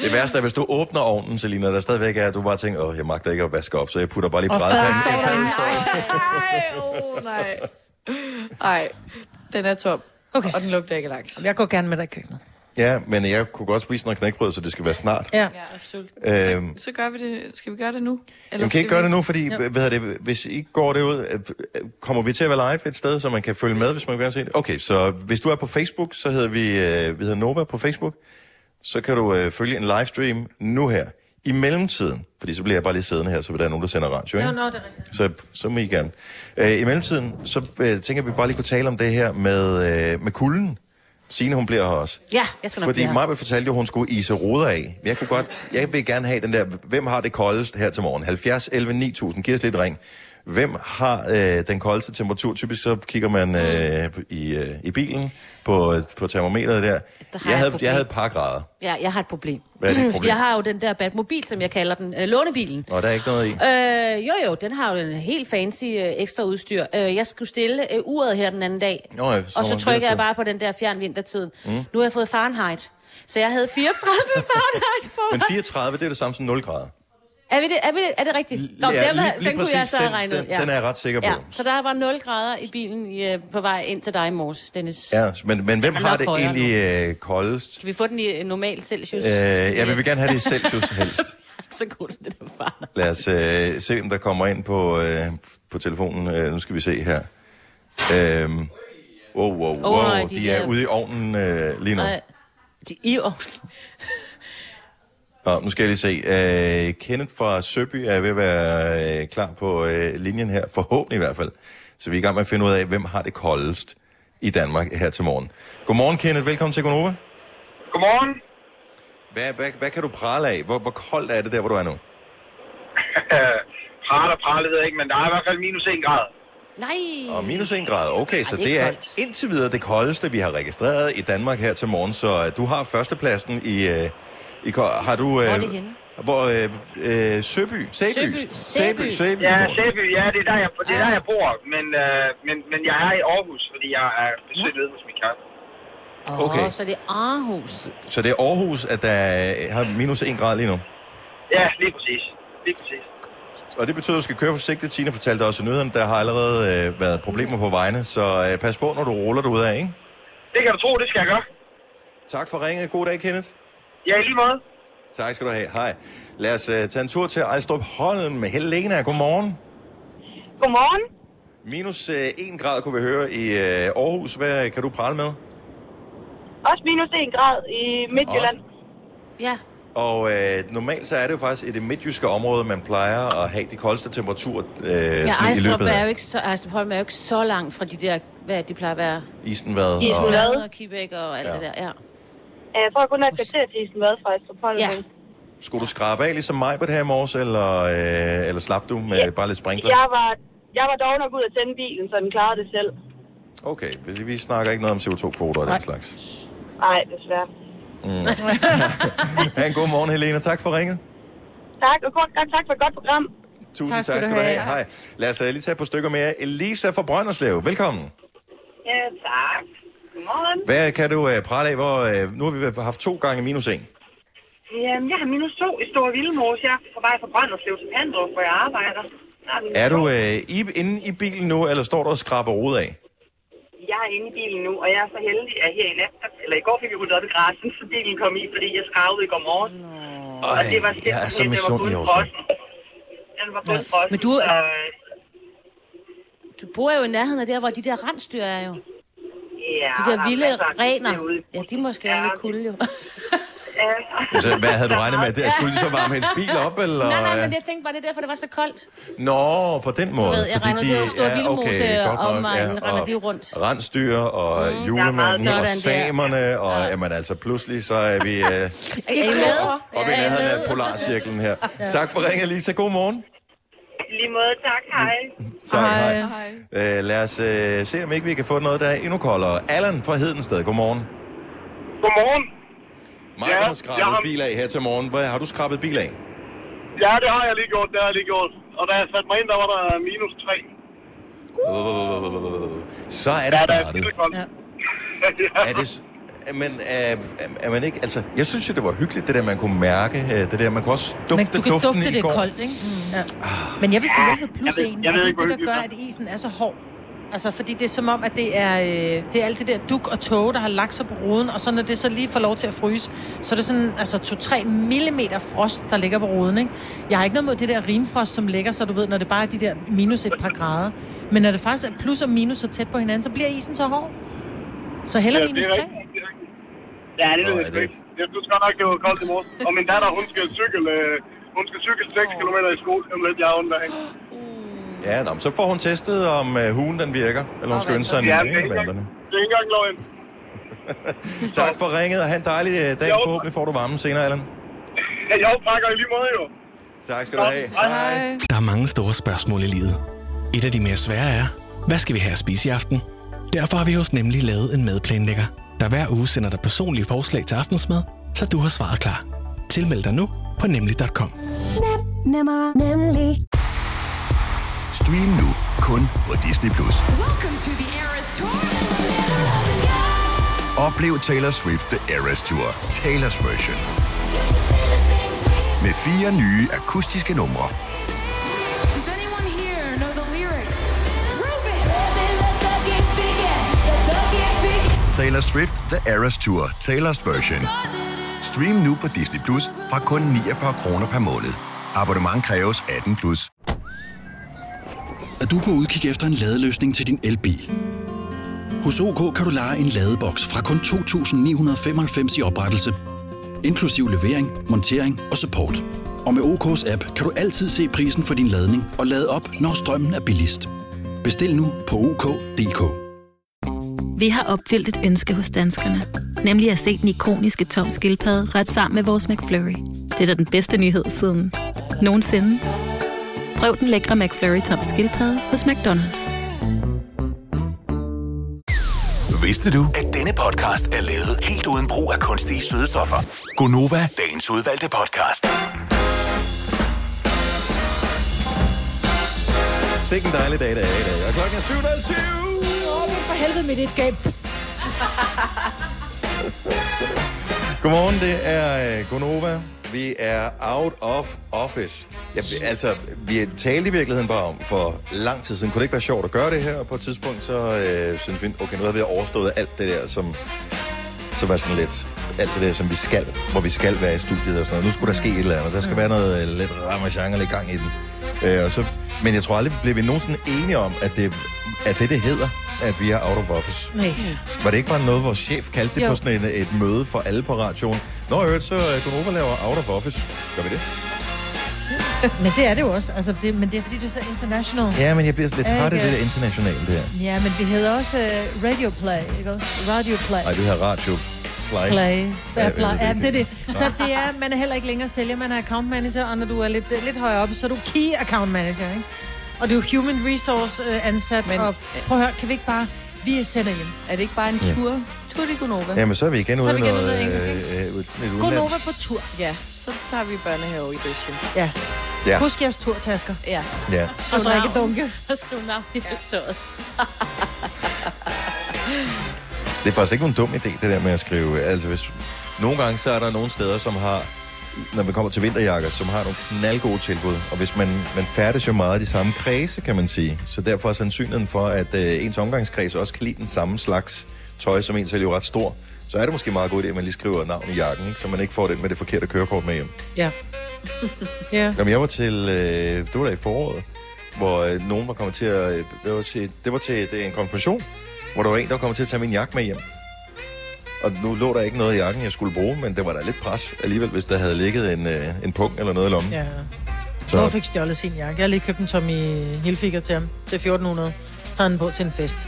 Speaker 1: det værste er, hvis du åbner ovnen, Selina, der stadigvæk er, at du bare tænker, åh, jeg magter ikke at vaske op, så jeg putter bare lige
Speaker 5: Og
Speaker 1: brædpanden.
Speaker 5: fadet står der.
Speaker 3: Nej, oh, nej. Ej, den er tom.
Speaker 5: Okay.
Speaker 3: Og den lugter ikke af laks.
Speaker 5: Jeg går gerne med dig i køkkenet.
Speaker 1: Ja, men jeg kunne godt spise noget knækbrød, så det skal være snart.
Speaker 5: Ja.
Speaker 3: Jeg er sulten.
Speaker 1: Øhm,
Speaker 3: Så gør vi det. Skal vi gøre det nu? Eller
Speaker 1: Jamen, kan I
Speaker 3: skal
Speaker 1: ikke gøre
Speaker 3: vi-
Speaker 1: det nu, fordi hvad hedder det, hvis I går det ud, øh, øh, kommer vi til at være live et sted, så man kan følge med, hvis man gerne vil se det? Okay, så hvis du er på Facebook, så hedder vi, øh, vi hedder Nova på Facebook, så kan du øh, følge en livestream nu her. I mellemtiden, fordi så bliver jeg bare lige siddende her, så der er nogen, der sender radio, ikke?
Speaker 5: Nå, det er rigtigt.
Speaker 1: Så, så må I gerne. Øh, I mellemtiden, så øh, tænker jeg, at vi bare lige kunne tale om det her med, øh, med kulden. Signe, hun bliver her også.
Speaker 4: Ja, jeg skal nok
Speaker 1: Fordi
Speaker 4: blive her.
Speaker 1: Maja fortalte jo, at hun skulle ise ruder af. Jeg, kunne godt, jeg vil gerne have den der, hvem har det koldest her til morgen? 70, 11, 9000. Giv os lidt ring. Hvem har øh, den koldeste temperatur? Typisk så kigger man øh, i, øh, i bilen på, øh, på termometeret der.
Speaker 4: et
Speaker 1: Jeg havde,
Speaker 4: problem.
Speaker 1: jeg havde et par grader.
Speaker 4: Ja, jeg har et problem.
Speaker 1: Hvad er dit
Speaker 4: Mm,
Speaker 1: problem?
Speaker 4: Jeg har jo den der Batmobil, som jeg kalder den, øh, lånebilen.
Speaker 1: Og der er ikke noget i.
Speaker 4: Øh, jo, jo, den har jo en helt fancy øh, ekstra udstyr. Øh, jeg skulle stille øh, uret her den anden dag,
Speaker 1: Nå ja, så
Speaker 4: og så
Speaker 1: var det
Speaker 4: trykker
Speaker 1: vintertid.
Speaker 4: jeg bare på den der fjern vintertiden. Mm. Nu har jeg fået Fahrenheit, så jeg havde 34 Fahrenheit på
Speaker 1: Men
Speaker 4: mig.
Speaker 1: 34, det er det samme som 0 grader.
Speaker 4: Er, vi det, er, vi det, er det rigtigt? Nå,
Speaker 1: Ja,
Speaker 4: den,
Speaker 1: lige-
Speaker 4: den
Speaker 1: lige
Speaker 4: kunne jeg
Speaker 1: præcis
Speaker 4: så have
Speaker 1: den-
Speaker 4: regnet.
Speaker 1: den- den er jeg ret sikker på.
Speaker 4: Ja, så der var 0 grader i bilen i, øh, på vej ind til dig i morges, Dennis. Ja.
Speaker 1: Ja, men, men hvem
Speaker 4: er
Speaker 1: har
Speaker 4: nok
Speaker 1: det
Speaker 4: højere
Speaker 1: egentlig øh, koldest?
Speaker 4: Kan vi få den i øh, normal Celsius?
Speaker 1: Øh, ja, vi vil gerne have det i Celsius helst.
Speaker 4: Så god som det der Fahrenheit.
Speaker 1: Lad os øh, se, om der kommer ind på, øh, på telefonen. Øh, nu skal vi se her. Øh, Wow, wow, wow.
Speaker 4: Åh, nej,
Speaker 1: de,
Speaker 4: de
Speaker 1: er
Speaker 4: der-
Speaker 1: ude i ovnen øh, lige nu.
Speaker 4: Nej. De i år.
Speaker 1: Nå, nu skal jeg lige se. Øh, Kenneth fra Søby er ved at være øh, klar på øh, linjen her, forhåbentlig i hvert fald. Så vi er i gang med at finde ud af, hvem har det koldest i Danmark her til morgen. Godmorgen, Kenneth. Velkommen til Gonova.
Speaker 7: Godmorgen.
Speaker 1: Hvad, hvad, hvad kan du prale af? Hvor, hvor koldt er det der, hvor du er nu?
Speaker 7: Øh, pral og pral, det ved jeg ikke, men der er i hvert fald minus 1 grad.
Speaker 4: Nej.
Speaker 1: Og minus 1 grad. Okay, så
Speaker 4: det er
Speaker 1: det er
Speaker 4: koldt.
Speaker 1: indtil videre det koldeste, vi har registreret i Danmark her til morgen. Så øh, du har førstepladsen i... Øh, i ko- har du...
Speaker 4: er det henne?
Speaker 1: Hvor øh, øh, Søby? Sæby?
Speaker 4: Søby.
Speaker 1: Sæby.
Speaker 4: Sæby.
Speaker 1: Sæby.
Speaker 7: Ja,
Speaker 1: Morten.
Speaker 7: Sæby, ja, det er der, jeg, det er der, jeg bor, men, øh, men, men jeg er i Aarhus, fordi jeg er besøgt nede hos min kæreste.
Speaker 1: Okay.
Speaker 4: Åh, så det er Aarhus.
Speaker 1: Så det er Aarhus, at der øh, har minus 1 grad lige nu.
Speaker 7: Ja, lige præcis. Lige præcis.
Speaker 1: Og det betyder, at du skal køre forsigtigt. Tina fortalte os i nyhederne, der har allerede øh, været problemer på vejene. Så øh, pas på, når du ruller dig ud af, ikke?
Speaker 7: Det kan du tro, det skal jeg gøre.
Speaker 1: Tak for ringet. God dag, Kenneth.
Speaker 7: Ja, i lige måde.
Speaker 1: Tak skal du have. Hej. Lad os øh, tage en tur til Ejstrup Holm med Helena. Godmorgen.
Speaker 8: Godmorgen.
Speaker 1: Minus øh, 1 grad kunne vi høre i øh, Aarhus. Hvad kan du prale med?
Speaker 8: Også minus 1 grad i Midtjylland.
Speaker 4: Ja.
Speaker 1: Og øh, normalt så er det jo faktisk i det midtjyske område, man plejer at have de koldeste temperaturer øh,
Speaker 4: Ja,
Speaker 1: ja, i
Speaker 4: Ejstrup
Speaker 1: løbet
Speaker 4: er jo
Speaker 1: af
Speaker 4: ikke så, Ejstrup Holm er jo ikke så langt fra de der, hvad de plejer at være.
Speaker 1: Isenvad. og-
Speaker 4: Island og Quebec og alt
Speaker 1: Ja.
Speaker 4: ja. det der, ja.
Speaker 8: Øh, Jeg tror kun, at kvarter til Isen Vade fra Estrup Holm.
Speaker 4: Ja.
Speaker 1: Skulle du skrabe af ligesom mig på det her i morges, eller, øh, eller slap du med ja. bare lidt sprinkler?
Speaker 8: Jeg var, jeg var dog nok ud at tænde bilen, så den klarede det selv.
Speaker 1: Okay, vi, vi snakker ikke noget om CO2-kvoter og den slags.
Speaker 8: Nej, desværre.
Speaker 1: Mm. Ha' en god morgen, Helena. Tak for ringet.
Speaker 8: Tak, og kort gang tak for et godt program.
Speaker 1: Tusind tak, tak skal du have. Hej. Lad os øh, lige tage på stykker mere. Elisa fra Brønderslev, velkommen.
Speaker 8: Ja, tak. Godmorgen.
Speaker 1: Hvad kan du øh, prale af? Hvor, øh, nu har vi haft to gange minus en.
Speaker 8: Jamen, Øhm, jeg har minus 2 i Store Vildmose. Jeg er på vej fra Brønderslev til Pandrup, hvor jeg arbejder.
Speaker 1: Er du øh, i, inde i bilen nu, eller står du og skraber rod af?
Speaker 8: Jeg er inde i bilen nu, og jeg er så heldig, at her i nat, eller i går fik vi ryddet op i græsset, så bilen kom i, fordi jeg skravede i går morges.
Speaker 1: Ej, jeg er så
Speaker 8: simpelthen-
Speaker 1: misundelig
Speaker 8: den var
Speaker 1: over
Speaker 8: bundfrossen. Den var Øh, bundfrossen.
Speaker 4: Men du-
Speaker 7: Øh,
Speaker 8: Så,
Speaker 4: Du bor jo i nærheden af der, hvor de der rensdyr er jo.
Speaker 8: ja,
Speaker 4: De der vilde
Speaker 8: masser af
Speaker 4: rener.
Speaker 8: aktivitet ude i
Speaker 4: Ja, de er
Speaker 8: bussen.
Speaker 4: måske
Speaker 8: Ja,
Speaker 4: lidt kulde jo.
Speaker 8: ja.
Speaker 1: Altså, hvad havde du regnet med? Det- Skulle de så varme hendes bil op, eller?
Speaker 4: nej, nej, men jeg tænkte bare, det er derfor, det var så koldt.
Speaker 1: Nå, på den måde.
Speaker 4: Du ved, jeg
Speaker 1: fordi
Speaker 4: regner ud,
Speaker 1: de
Speaker 4: det er jo stor
Speaker 1: ja,
Speaker 4: vildmose
Speaker 1: okay, godt
Speaker 4: og
Speaker 1: nok,
Speaker 4: omegn, render de rundt.
Speaker 1: Rensdyr og mm,
Speaker 8: meget
Speaker 1: julemanden og
Speaker 4: sådan der.
Speaker 1: samerne, og ja. jamen altså pludselig så er vi øh,
Speaker 4: Er
Speaker 1: oppe
Speaker 4: I med?
Speaker 1: i nærheden af polarcirklen her. Tak for ringen, Lisa. God morgen.
Speaker 8: I lige måde, tak. Hej.
Speaker 1: Tak, Mm. hej. hej. Øh, lad os øh, se, om ikke vi kan få noget, der er endnu koldere. Allan fra Hedensted, godmorgen.
Speaker 7: Godmorgen.
Speaker 1: Mig
Speaker 7: Ja,
Speaker 1: ja, har
Speaker 7: jeg
Speaker 1: skrabet
Speaker 7: har-
Speaker 1: bil af her til morgen. Hvad har du skrabet bil af?
Speaker 7: Ja, det har jeg lige gjort, det har jeg lige gjort. Og da jeg satte mig ind, der var der minus 3.
Speaker 1: Uh. Så er det
Speaker 7: Ja, der er
Speaker 1: startet.
Speaker 7: skide koldt.
Speaker 5: Ja.
Speaker 7: Ja.
Speaker 1: Er det... s- Men er, er man ikke... Altså, jeg synes jo, det var hyggeligt, det der, man kunne mærke. øh, Det der, man kunne også dufte
Speaker 5: Men du kan
Speaker 1: duften
Speaker 5: dufte,
Speaker 1: i
Speaker 5: det er
Speaker 1: går.
Speaker 5: koldt, ikke? Mm. Ja. Men jeg vil sige, at jeg havde plus
Speaker 7: jeg ved-
Speaker 5: en,
Speaker 7: jeg
Speaker 5: og
Speaker 7: ved
Speaker 5: det
Speaker 7: ikke,
Speaker 5: er det,
Speaker 7: hvor
Speaker 5: der gør, at isen er så hård. Altså, fordi det er som om, at det er, øh, det er alt det der duk og tåge, der har lagt sig på ruden, og så når det så lige får lov til at fryse, så er det sådan, altså 2-3 mm frost, der ligger på ruden, ikke? Jeg har ikke noget mod det der rimfrost, som ligger sig, du ved, når det bare er de der minus et par grader. Men når det faktisk er plus og minus så tæt på hinanden, så bliver isen så hård. Så heller
Speaker 7: Ja,
Speaker 5: minus
Speaker 7: det er
Speaker 5: 3.
Speaker 7: rigtigt, det er rigtigt. Ja, det
Speaker 1: Nå,
Speaker 7: er
Speaker 1: er
Speaker 7: lidt
Speaker 1: det-
Speaker 7: fedt. Jeg synes godt nok, det var koldt i morges. Og min datter, hun skal cykle, øh, hun skal cykle 6 km i skole, om lidt jeg er under hende.
Speaker 1: Ja, nå, men så får hun testet, om uh, hugen den virker. Eller hun skal ønske sig en
Speaker 7: Ja,
Speaker 1: ja,
Speaker 7: det er ikke engang,
Speaker 1: vanderne.
Speaker 7: det er ikke engang løgn.
Speaker 1: Tak for ringet, og have en dejlig øh, dag.
Speaker 7: Jo.
Speaker 1: Forhåbentlig får du varmen senere, Allan.
Speaker 7: Jeg pakker i lige måde, jo.
Speaker 1: Tak skal du have. Hej.
Speaker 9: Der er mange store spørgsmål i livet. Et af de mere svære er, hvad skal vi have at spise i aften? Derfor har vi hos Nemlig lavet en madplanlægger, der hver uge sender dig personlige forslag til aftensmad, så du har svaret klar. Tilmeld dig nu på nemlig.com.
Speaker 10: Nemmer, nemlig.
Speaker 6: Stream nu kun på Disney+. Plus. Oplev Taylor Swift The Eras Tour, Taylor's version. Med fire nye akustiske numre. Taylor Swift The Eras Tour, Taylor's version. Stream nu på Disney Plus fra kun 49 kroner per måned. Abonnement kræves 18 plus.
Speaker 9: Er du på udkig efter en ladeløsning til din elbil?
Speaker 11: Hos OK kan du lege en ladeboks fra kun 2.995 i oprettelse, inklusiv levering, montering og support. Og med OK's app kan du altid se prisen for din ladning og lade op, når strømmen er billigst. Bestil nu på OK.dk.
Speaker 12: Vi har opfyldt et ønske hos danskerne. Nemlig at se den ikoniske tom skildpadde ret sammen med vores McFlurry. Det er da den bedste nyhed siden nogensinde. Prøv den lækre McFlurry tom skildpadde hos McDonald's.
Speaker 13: Vidste du, at denne podcast er lavet helt uden brug af kunstige sødestoffer? Gonova, dagens udvalgte podcast.
Speaker 1: Sikke en dejlig dag, det er i dag. Og klokken er 7.07.
Speaker 14: Åh, det er for helvede mit et gab.
Speaker 1: Godmorgen, det er øh, Gonova. Vi er out of office. Ja, vi- altså, vi talte i virkeligheden bare om for lang tid siden. Kunne det ikke være sjovt at gøre det her? Og på et tidspunkt, så øh, synes vi, okay, nu har vi overstået alt det der, som, som er sådan lidt... Alt det der, som vi skal, hvor vi skal være i studiet og sådan noget. Nu skulle der ske et eller andet. Der skal være noget øh, lidt ramachan og lidt gang i den. Øh, og så, men jeg tror aldrig, blev vi nogensinde enige om, at det, at det, det hedder, at vi er out of office.
Speaker 5: Nej.
Speaker 1: Var det ikke bare noget, vores chef kaldte det
Speaker 5: Jo.
Speaker 1: jo. på sådan et, et møde for alle på radioen? Nå, i øvrigt, så øh, Gunova laver out of office. Gør vi det?
Speaker 5: Men det er det jo også. Altså, det, men det er fordi, du siger international.
Speaker 1: Ja, men jeg bliver lidt træt af
Speaker 5: Ikke?
Speaker 1: det der internationale der.
Speaker 5: Ja, men vi hedder også uh, Radio Play, ikke også? Radio Play.
Speaker 1: Nej, det her radio. Play.
Speaker 5: Play.
Speaker 1: Ja,
Speaker 5: Ja,
Speaker 1: jeg
Speaker 5: play.
Speaker 1: ved
Speaker 5: Ja,
Speaker 1: det
Speaker 5: det er det.
Speaker 1: ikke.
Speaker 5: Så det er, man er heller ikke længere sælger, man er account manager, og når du er lidt, lidt højere oppe, så er du key account manager, ikke? Og du er jo human resource øh, ansat, men, og prøv at høre, kan vi ikke bare, vi sender hjem.
Speaker 3: Er det ikke bare en
Speaker 1: Ja.
Speaker 3: tur? Tur til Gonova.
Speaker 1: Jamen, så er vi igen ude af
Speaker 3: igen
Speaker 1: noget...
Speaker 3: ude af
Speaker 1: Øh, øh, lidt udenlands.
Speaker 5: Gonova på tur.
Speaker 3: Ja, så tager vi børnehave i Døsjen.
Speaker 5: Ja.
Speaker 1: Ja.
Speaker 5: Husk jeres turtasker.
Speaker 3: Ja.
Speaker 1: Ja.
Speaker 5: Og drikke dunke.
Speaker 4: Og skriv navn i alt tøjet.
Speaker 1: Det er faktisk ikke nogen dum idé, det der med at skrive. Altså, hvis... Nogle gange, så er der nogle steder, som har når vi kommer til vinterjakker, som har nogle knaldgode tilbud. Og hvis man, man færdes jo meget i de samme kredse, kan man sige. Så derfor er sandsynligheden for, at øh, ens omgangskreds også kan lide den samme slags tøj, som en selv jo ret stor. Så er det måske en meget god idé, at man lige skriver navn i jakken, ikke? så man ikke får den med det forkerte kørekort med hjem.
Speaker 5: Ja. ja.
Speaker 1: Jamen, jeg var til, øh, det var da i foråret, hvor øh, nogen var kommet til at, øh, det var til, det var til det er en konfirmation, hvor der var en, der var kommet til at tage min jakke med hjem. Og nu lå der ikke noget i jakken, jeg skulle bruge, men det var da lidt pres alligevel, hvis der havde ligget en, øh, en pung eller noget i lommen. Ja.
Speaker 5: Ja.
Speaker 1: Så-
Speaker 5: Hvor fik stjålet sin jakke? Jeg har lige købt den som i Hilfiger til ham til 1400. Havde den på til en fest.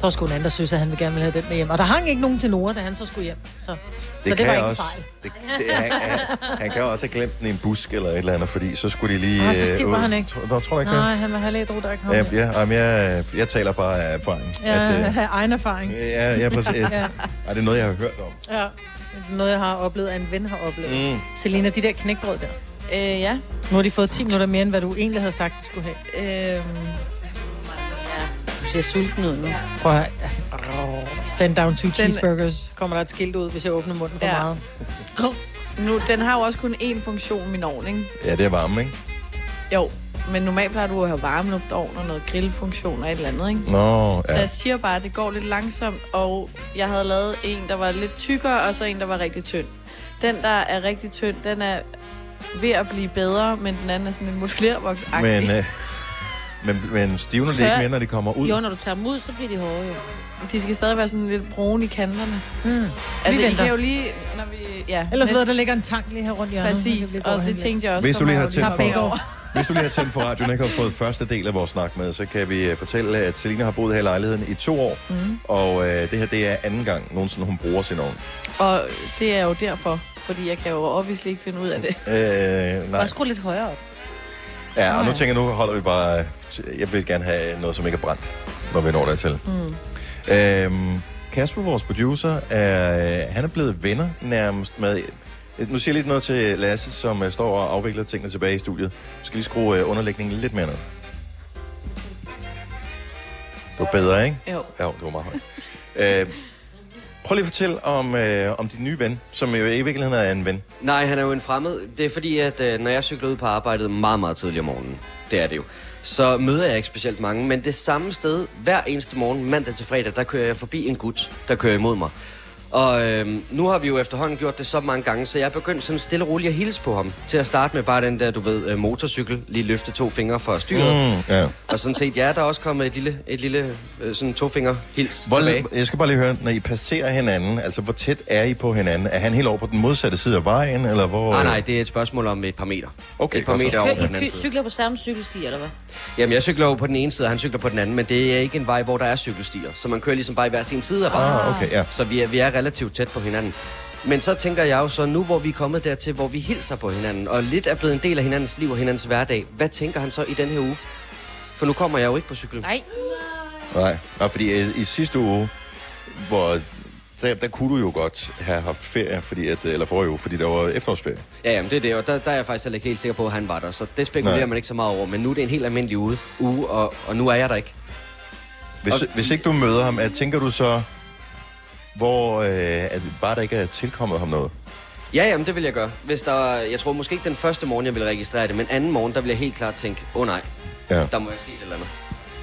Speaker 5: Der var sgu en anden, der synes, at han ville gerne ville have den med hjem. Og der hang ikke nogen til Nora, da han så skulle hjem. Så det, så det
Speaker 1: kan
Speaker 5: var
Speaker 1: jeg
Speaker 5: ikke
Speaker 1: også.
Speaker 5: også. fejl.
Speaker 1: Det, det, han, han, han kan jo også have glemt den i en busk eller et eller andet, fordi så skulle de lige... øh,
Speaker 5: Ah, så stiv var
Speaker 1: ud.
Speaker 5: han ikke.
Speaker 1: Tror, tror, tror du ikke
Speaker 5: Nej,
Speaker 1: det?
Speaker 5: han var halvlig der ikke ham.
Speaker 1: Ja, ja, jamen, jeg, jeg taler bare af erfaring.
Speaker 5: Ja,
Speaker 1: At,
Speaker 5: at,
Speaker 1: øh,
Speaker 5: øh... egen erfaring.
Speaker 1: ja, ja, præcis.
Speaker 5: ja.
Speaker 1: Ej, det er noget, jeg har hørt om.
Speaker 5: ja. Noget, jeg har oplevet, og en ven har oplevet.
Speaker 1: Mm.
Speaker 5: Mm. Selina, de der knækbrød der.
Speaker 3: Øh, ja.
Speaker 5: Nu har de fået 10 minutter mere, end hvad du egentlig havde sagt, de skulle have.
Speaker 3: Øhm,
Speaker 4: Du ser sulten ud nu.
Speaker 5: Prøv at høre. Send down two cheeseburgers. Kommer der et skilt ud, hvis jeg åbner munden for
Speaker 3: Ja.
Speaker 5: ja. meget.
Speaker 3: nu, den har jo også kun én funktion, min ovn, ikke?
Speaker 1: Ja, det er varme, ikke?
Speaker 3: Jo, men normalt plejer du at have varmeluftovn og noget grillfunktion og et eller andet, ikke?
Speaker 1: Nå,
Speaker 3: Så
Speaker 1: ja.
Speaker 3: jeg siger bare, at det går lidt langsomt, og jeg havde lavet en, der var lidt tykkere, og så en, der var rigtig tynd. Den, der er rigtig tynd, den er ved at blive bedre, men den anden er sådan lidt modellervoksagtig.
Speaker 1: Men, øh, men, men stivner det
Speaker 3: Så-
Speaker 1: ikke mere, når de kommer ud?
Speaker 3: Jo,
Speaker 4: når du tager dem ud, så bliver de hårde, jo. Hmm.
Speaker 3: De skal stadig være sådan lidt brune i kanterne.
Speaker 5: Mm.
Speaker 3: Altså, I
Speaker 5: venter.
Speaker 3: kan jo lige, når vi... Ja,
Speaker 5: Ellers ved jeg,
Speaker 3: næste-
Speaker 5: der ligger en tank lige her rundt i hjørnet.
Speaker 3: Præcis,
Speaker 5: Den kan blive
Speaker 3: og
Speaker 5: god
Speaker 3: det
Speaker 5: at
Speaker 3: tænkte jeg også.
Speaker 1: Hvis
Speaker 3: så
Speaker 1: du lige
Speaker 3: må
Speaker 1: har
Speaker 3: jeg jo
Speaker 1: tændt
Speaker 3: lige
Speaker 1: for,
Speaker 3: hoppe
Speaker 1: hvis du lige har tændt for radioen og ikke har fået første del af vores snak med, så kan vi øh, fortælle, at Selina har boet her i lejligheden i to år,
Speaker 3: Mhm.
Speaker 1: og øh, det her det er anden gang nogensinde, hun bruger sin ovn.
Speaker 3: Og det er jo derfor, fordi jeg kan jo obviously ikke finde ud af det.
Speaker 1: Øh, nej.
Speaker 4: skru lidt højere op.
Speaker 1: Ja, og nu tænker jeg, nu holder vi bare... øh, Jeg vil gerne have noget, som ikke er brændt, når vi når dertil.
Speaker 4: Mm.
Speaker 1: Øhm, Kasper, vores producer, er, øh, han er blevet venner nærmest med... øh, Nu siger jeg lidt noget til Lasse, som øh, står og afvikler tingene tilbage i studiet. Jeg skal lige skrue øh, underlægningen lidt mere ned. Det var bedre, ikke?
Speaker 3: Jo.
Speaker 1: Jo, det var meget højt. øh, prøv lige at fortælle om, øh, om din nye ven, som jo i virkeligheden er en ven.
Speaker 15: Nej, han er jo en fremmed. Det er fordi, at øh, når jeg cykler ud på arbejdet meget, meget tidligt om morgenen, det er det jo, så møder jeg ikke specielt mange, men det samme sted hver eneste morgen, mandag til fredag, der kører jeg forbi en gut, der kører imod mig. Og øhm, nu har vi jo efterhånden gjort det så mange gange, så jeg er begyndt sådan stille og roligt at hilse på ham. Til at starte med bare den der, du ved, øh, motorcykel, lige løfte to fingre fra styret.
Speaker 1: Mm, ja.
Speaker 15: Og sådan set, ja, der er også kommet et lille, et lille øh, sådan tofinger hils
Speaker 1: Hvor,
Speaker 15: tilbage.
Speaker 1: jeg skal bare lige høre, når I passerer hinanden, altså hvor tæt er I på hinanden? Er han helt over på den modsatte side af vejen, eller hvor... Oh,
Speaker 15: Nej, nej, det er et spørgsmål om et par meter.
Speaker 1: Okay,
Speaker 15: et par
Speaker 1: godt så.
Speaker 15: meter over på den
Speaker 4: Kø, I
Speaker 15: anden
Speaker 4: kø,
Speaker 15: side.
Speaker 4: cykler på samme cykelsti, eller hvad?
Speaker 15: Jamen, jeg cykler jo på den ene side, og han cykler på den anden, men det er ikke en vej, hvor der er cykelstier. Så man kører ligesom bare i hver sin side af vejen.
Speaker 1: Ah, okay, ja.
Speaker 15: Så vi er, vi er relativt tæt på hinanden. Men så tænker jeg jo så, nu hvor vi er kommet dertil, hvor vi hilser på hinanden, og lidt er blevet en del af hinandens liv og hinandens hverdag, hvad tænker han så i den her uge? For nu kommer jeg jo ikke på cyklen.
Speaker 4: Nej.
Speaker 1: Nej, nej fordi øh, i, i sidste uge, hvor der, der kunne du jo godt have haft ferie, fordi at, øh, eller forrige uge, fordi der var efterårsferie.
Speaker 15: Ja, jamen, det er det, og der, der er jeg faktisk heller ikke helt sikker på, at han var der, så det spekulerer
Speaker 1: Nej.
Speaker 15: Nej. man ikke så meget over. Men nu er det en helt almindelig uge, uge og, og nu er jeg der ikke.
Speaker 1: Hvis, og... hvis ikke du møder ham, er, tænker du så, hvor øh, at bare der ikke er tilkommet ham noget?
Speaker 15: Ja, jamen det vil jeg gøre. Hvis der, jeg tror måske ikke den første morgen, jeg vil registrere det, men anden morgen, der vil jeg helt klart tænke, åh oh, nej,
Speaker 1: ja.
Speaker 15: der må jeg ske et eller andet.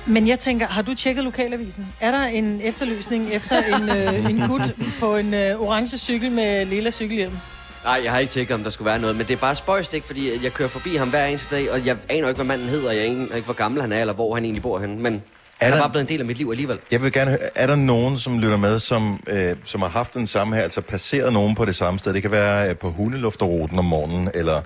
Speaker 5: Men jeg tænker, har du tjekket lokalavisen? Er der en efterløsning efter en, øh, en gut på en øh, orange cykel med lilla cykelhjelm?
Speaker 15: Nej, jeg har ikke tjekket, om der skulle være noget, men det er bare spøjst, ikke? Fordi jeg kører forbi ham hver eneste dag, og jeg aner ikke, hvad manden hedder, og jeg aner ikke, hvor gammel han er, eller hvor han egentlig bor henne. Men er han er
Speaker 1: der-
Speaker 15: bare blevet en del af mit liv alligevel.
Speaker 1: Jeg vil gerne høre, er der nogen, som lytter med, som, øh, som har haft den samme her, altså passeret nogen på det samme sted? Det kan være øh, på hundelufterruten om morgenen, eller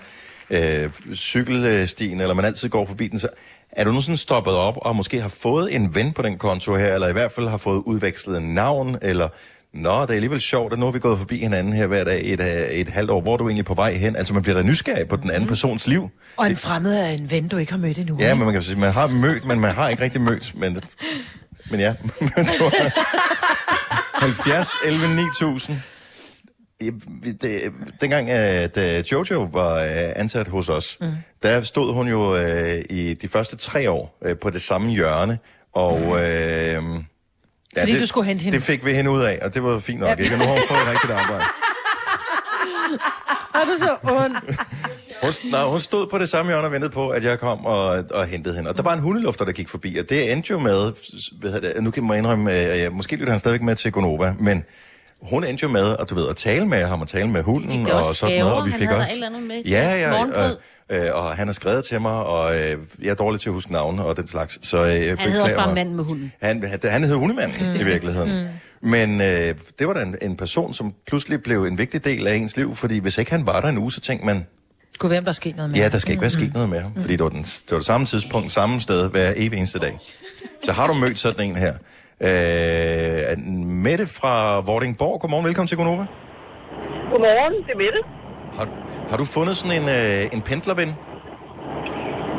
Speaker 1: øh, cykelstien, eller man altid går forbi den. Så er du nu sådan stoppet op, og måske har fået en ven på den konto her, eller i hvert fald har fået udvekslet en navn, eller Nå, det er alligevel sjovt, at nu har vi gået forbi hinanden her hver dag et, øh, et halvt år. Hvor er du egentlig på vej hen? Altså, man bliver da nysgerrig på den anden persons liv.
Speaker 5: Og en fremmed er en ven, du ikke har mødt endnu.
Speaker 1: Ja,
Speaker 5: ikke?
Speaker 1: men man kan sige, man har mødt, men man har ikke rigtig mødt. Men, men ja, Men du har- 70, 11, 9000. Ja, vi- Det, dengang, at øh, Jojo var øh, ansat hos os, mm. der stod hun jo øh, i de første tre år øh, på det samme hjørne, og... Øh, ja,
Speaker 5: Mm. Fordi du skulle hente hende.
Speaker 1: Det fik vi hende ud af, og det var fint nok,
Speaker 5: Ja.
Speaker 1: ja. ikke? Og nu har hun fået et rigtigt arbejde.
Speaker 5: Er du så ond?
Speaker 1: Hun, nej, hun stod på det samme hjørne og ventede på, at jeg kom og, og hentede hende. Og der var en hundelufter, der gik forbi, og det endte jo med, hvad hedder det, nu kan man indrømme, at jeg, måske lytter han stadigvæk med til Gonova, men hun endte jo med at, du ved, at tale med ham og tale med hunden
Speaker 4: da også
Speaker 1: og sådan noget.
Speaker 4: gaver.
Speaker 1: Og vi
Speaker 4: Han
Speaker 1: fik
Speaker 4: havde da
Speaker 1: også,
Speaker 4: et eller andet med til
Speaker 1: ja, ja,
Speaker 4: morgenbrød.
Speaker 1: og, øh, og han har skrevet til mig, og øh, jeg er dårlig til at huske navne og den slags, så øh, jeg
Speaker 4: Han hedder også
Speaker 1: beklager
Speaker 4: bare
Speaker 1: mig.
Speaker 4: manden med hunden.
Speaker 1: Han, han hed Hundemanden mm. i virkeligheden. Mm. Men øh, det var da en, en person, som pludselig blev en vigtig del af ens liv, fordi hvis ikke han var der en uge, så tænkte man,
Speaker 5: Kunne være, om der er sket noget med
Speaker 1: Ja,
Speaker 5: ham. Mm.
Speaker 1: der skal ikke være
Speaker 5: Mhm.
Speaker 1: sket noget med ham, fordi det var, den, det var det samme tidspunkt, samme sted hver evig eneste dag. Så har du mødt sådan en her. Øh, Mette fra Vordingborg, godmorgen, velkommen til Gonova.
Speaker 16: Godmorgen, det er Mette.
Speaker 1: Har, har du fundet sådan en, øh, en pendlerven?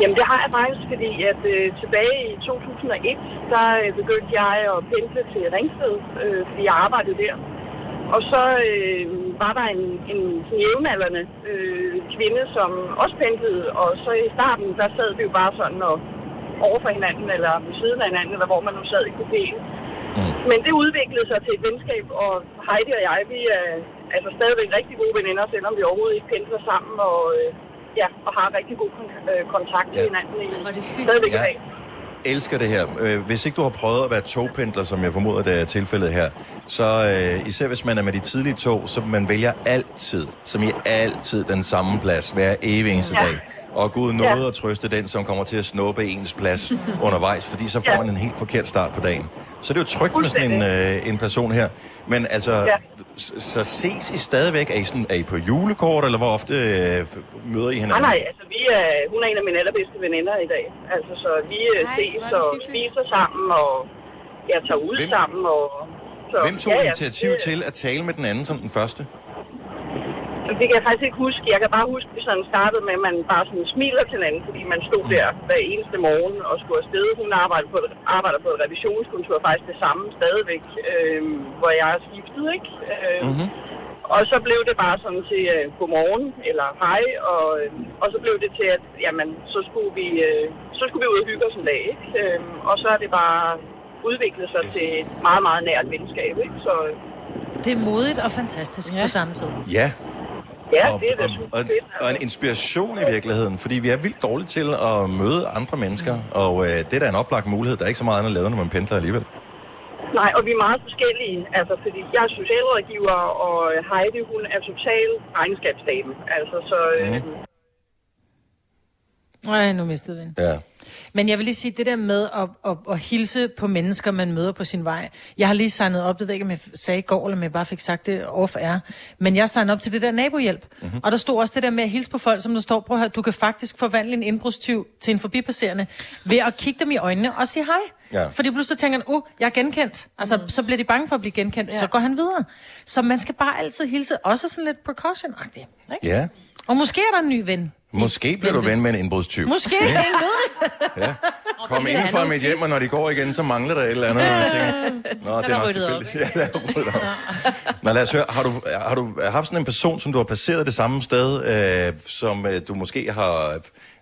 Speaker 16: Jamen, det har jeg faktisk, fordi at øh, tilbage i 2001, der øh, begyndte jeg at pendle til Ringsted, øh, fordi jeg arbejdede der. Og så øh, var der en, en sådan jævnaldrende øh, kvinde, som også pendlede, og så i starten, der sad vi jo bare sådan og over for hinanden, eller ved siden af hinanden, eller hvor man nu sad i kupéen. Mm. Men det udviklede sig til et venskab, og Heidi og jeg, vi er altså stadigvæk rigtig gode veninder, selvom vi overhovedet ikke pendler sammen, og, øh, ja, og har rigtig god kon- øh, kontakt til hinanden i, stadigvæk i dag.
Speaker 1: Elsker det her. Øh, Hvis ikke du har prøvet at være togpendler, som jeg formoder, det er tilfældet her, så øh, især hvis man er med de tidlige tog, så man vælger altid, som i altid, den samme plads hver evig eneste
Speaker 17: Ja.
Speaker 1: dag. Og Gud nåede
Speaker 17: Ja.
Speaker 1: at trøste den, som kommer til at snuppe ens plads undervejs, fordi så får
Speaker 17: Ja.
Speaker 1: man en helt forkert start på dagen. Så det er jo trygt med sådan en, øh, en person her. Men altså,
Speaker 17: Ja.
Speaker 1: s- så ses I stadigvæk? Er I, sådan, er I på julekort, eller hvor ofte øh, f- møder I
Speaker 16: Nej,
Speaker 1: hinanden?
Speaker 16: nej, altså vi er, hun er en af mine allerbedste veninder i dag. Altså, så vi øh, ses og spiser sammen, og jeg tager ud Hvem? sammen, og... Så,
Speaker 1: Hvem
Speaker 16: altså,
Speaker 1: tog
Speaker 16: ja, ja,
Speaker 1: initiativ
Speaker 16: det-
Speaker 1: til at tale med den anden som den første?
Speaker 16: Det kan jeg faktisk ikke huske. Jeg kan bare huske, at vi sådan startede med, at man bare sådan smiler til hinanden, fordi man stod
Speaker 1: Mm.
Speaker 16: der hver eneste morgen og skulle afsted. Hun arbejder på et, arbejder på et revisionskontor, faktisk det samme stadigvæk, øh, hvor jeg er skiftet, ikke? Øh,
Speaker 1: Mhm.
Speaker 16: Og så blev det bare sådan til øh, godmorgen eller hej, og, øh, og så blev det til, at jamen, så, skulle vi, øh, så skulle vi ud og hygge os en dag, ikke? Øh, og så er det bare udviklet sig til et meget, meget nært venskab, ikke? Så øh,
Speaker 5: Det er modigt og fantastisk ja. på samme tid.
Speaker 1: Ja.
Speaker 16: Ja,
Speaker 1: og,
Speaker 16: det er da altså.
Speaker 1: og, og, og en inspiration i virkeligheden, fordi vi er vildt dårlige til
Speaker 16: Mm.
Speaker 1: at møde andre mennesker, og øh, det er da en oplagt mulighed. Der er ikke så meget andet at lave, når man pendler alligevel.
Speaker 16: Nej, og vi er meget forskellige. Altså, fordi jeg er socialrådgiver, og øh, Heidi, hun er total regnskabsdame. Altså, så... Øh,
Speaker 1: Mhm.
Speaker 16: mm.
Speaker 5: Nej, nu mistede vi den.
Speaker 1: Ja.
Speaker 5: Men jeg vil lige sige, det der med at, at, at hilse på mennesker, man møder på sin vej. Jeg har lige signet op, det ved jeg ikke, om jeg sagde i går, eller om jeg bare fik sagt det off air. Men jeg signede op til det der nabohjælp.
Speaker 1: Mhm.
Speaker 5: Mm-hmm. Og der stod også det der med at hilse på folk, som der står, prøv at høre, du kan faktisk forvandle en indbrudstyv til en forbipasserende, ved at kigge dem i øjnene og sige hej.
Speaker 1: Ja.
Speaker 5: Fordi pludselig så tænker han, uh, jeg er genkendt. Altså, mm. så bliver de bange for at blive genkendt, ja. så går han videre. Så man skal bare altid hilse, også sådan lidt precaution-agtigt. Ikke?
Speaker 1: Ja.
Speaker 5: Og måske er der en ny ven.
Speaker 1: Måske bliver du ven med en indbrudstyv.
Speaker 5: Måske,
Speaker 1: Ikke?
Speaker 5: ingen ved det.
Speaker 1: Kom
Speaker 5: det
Speaker 1: ind
Speaker 5: er
Speaker 1: fra
Speaker 5: noget
Speaker 1: mit hjem, og når de går igen, så mangler der et eller andet. og jeg tænker, Nå,
Speaker 5: Der
Speaker 1: det er
Speaker 5: var
Speaker 1: nok
Speaker 5: ryddet op,
Speaker 1: tilfældigt. Ja, der er ryddet op. Nå, lad os høre. Har du, har du haft sådan en person, som du har passeret det samme sted, øh, som øh, du måske har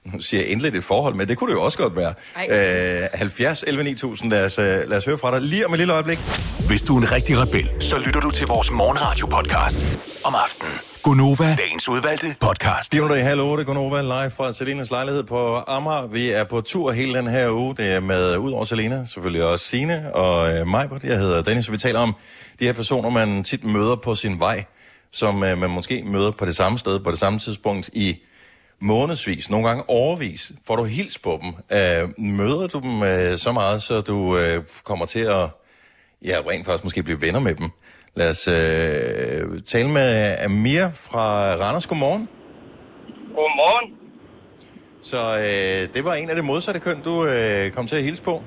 Speaker 1: nu siger jeg indledt et forhold med? Det kunne det jo også godt være. Øh, 70 11 9000, lad os, øh, lad os høre fra dig lige om et lille øjeblik.
Speaker 13: Hvis du er en rigtig rebel, så lytter du til vores morgenradio-podcast om aftenen. Gunova, dagens udvalgte podcast.
Speaker 1: Det er i halv otte, Gunova, live fra Selinas lejlighed på Amager. Vi er på tur hele den her uge. Det er med, øh, ud over Selina, selvfølgelig også Sine og øh, Majbert. Jeg hedder Dennis, og vi taler om de her personer, man tit møder på sin vej, som øh, man måske møder på det samme sted, på det samme tidspunkt i månedsvis, nogle gange overvis, får du hils på dem. Øh, møder du dem øh, så meget, så du øh, kommer til at ja, rent faktisk måske blive venner med dem. Lad os øh, tale med Amir fra Randers. Godmorgen.
Speaker 7: Godmorgen.
Speaker 1: Så øh, det var en af det modsatte køn, du øh, kom til at hilse på.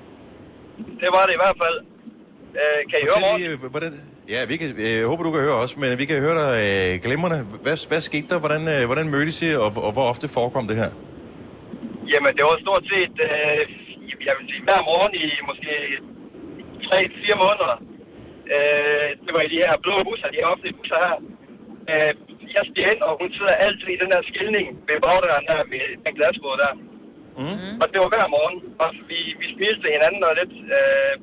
Speaker 7: Det var det i hvert fald. Øh, kan I høre mig?
Speaker 1: lige, øh, hvordan... Ja, vi kan, øh, håber, du kan høre os, men vi kan høre dig øh, glimrende. Hvad, hvad skete der? Hvordan, øh, hvordan mødtes I, og, og hvor ofte forekom det her?
Speaker 7: Jamen, det var stort set, øh, jeg vil sige, hver morgen i måske 3-4 måneder. Øh, det var i de her blå busser, de her offentlige busser her. Øh, jeg stiger ind, og hun sidder altid i den der skilning ved bagdøren der med den glasbåd der.
Speaker 1: Mm.
Speaker 7: Og det var hver morgen, og vi, vi smilte til hinanden og lidt. Øh,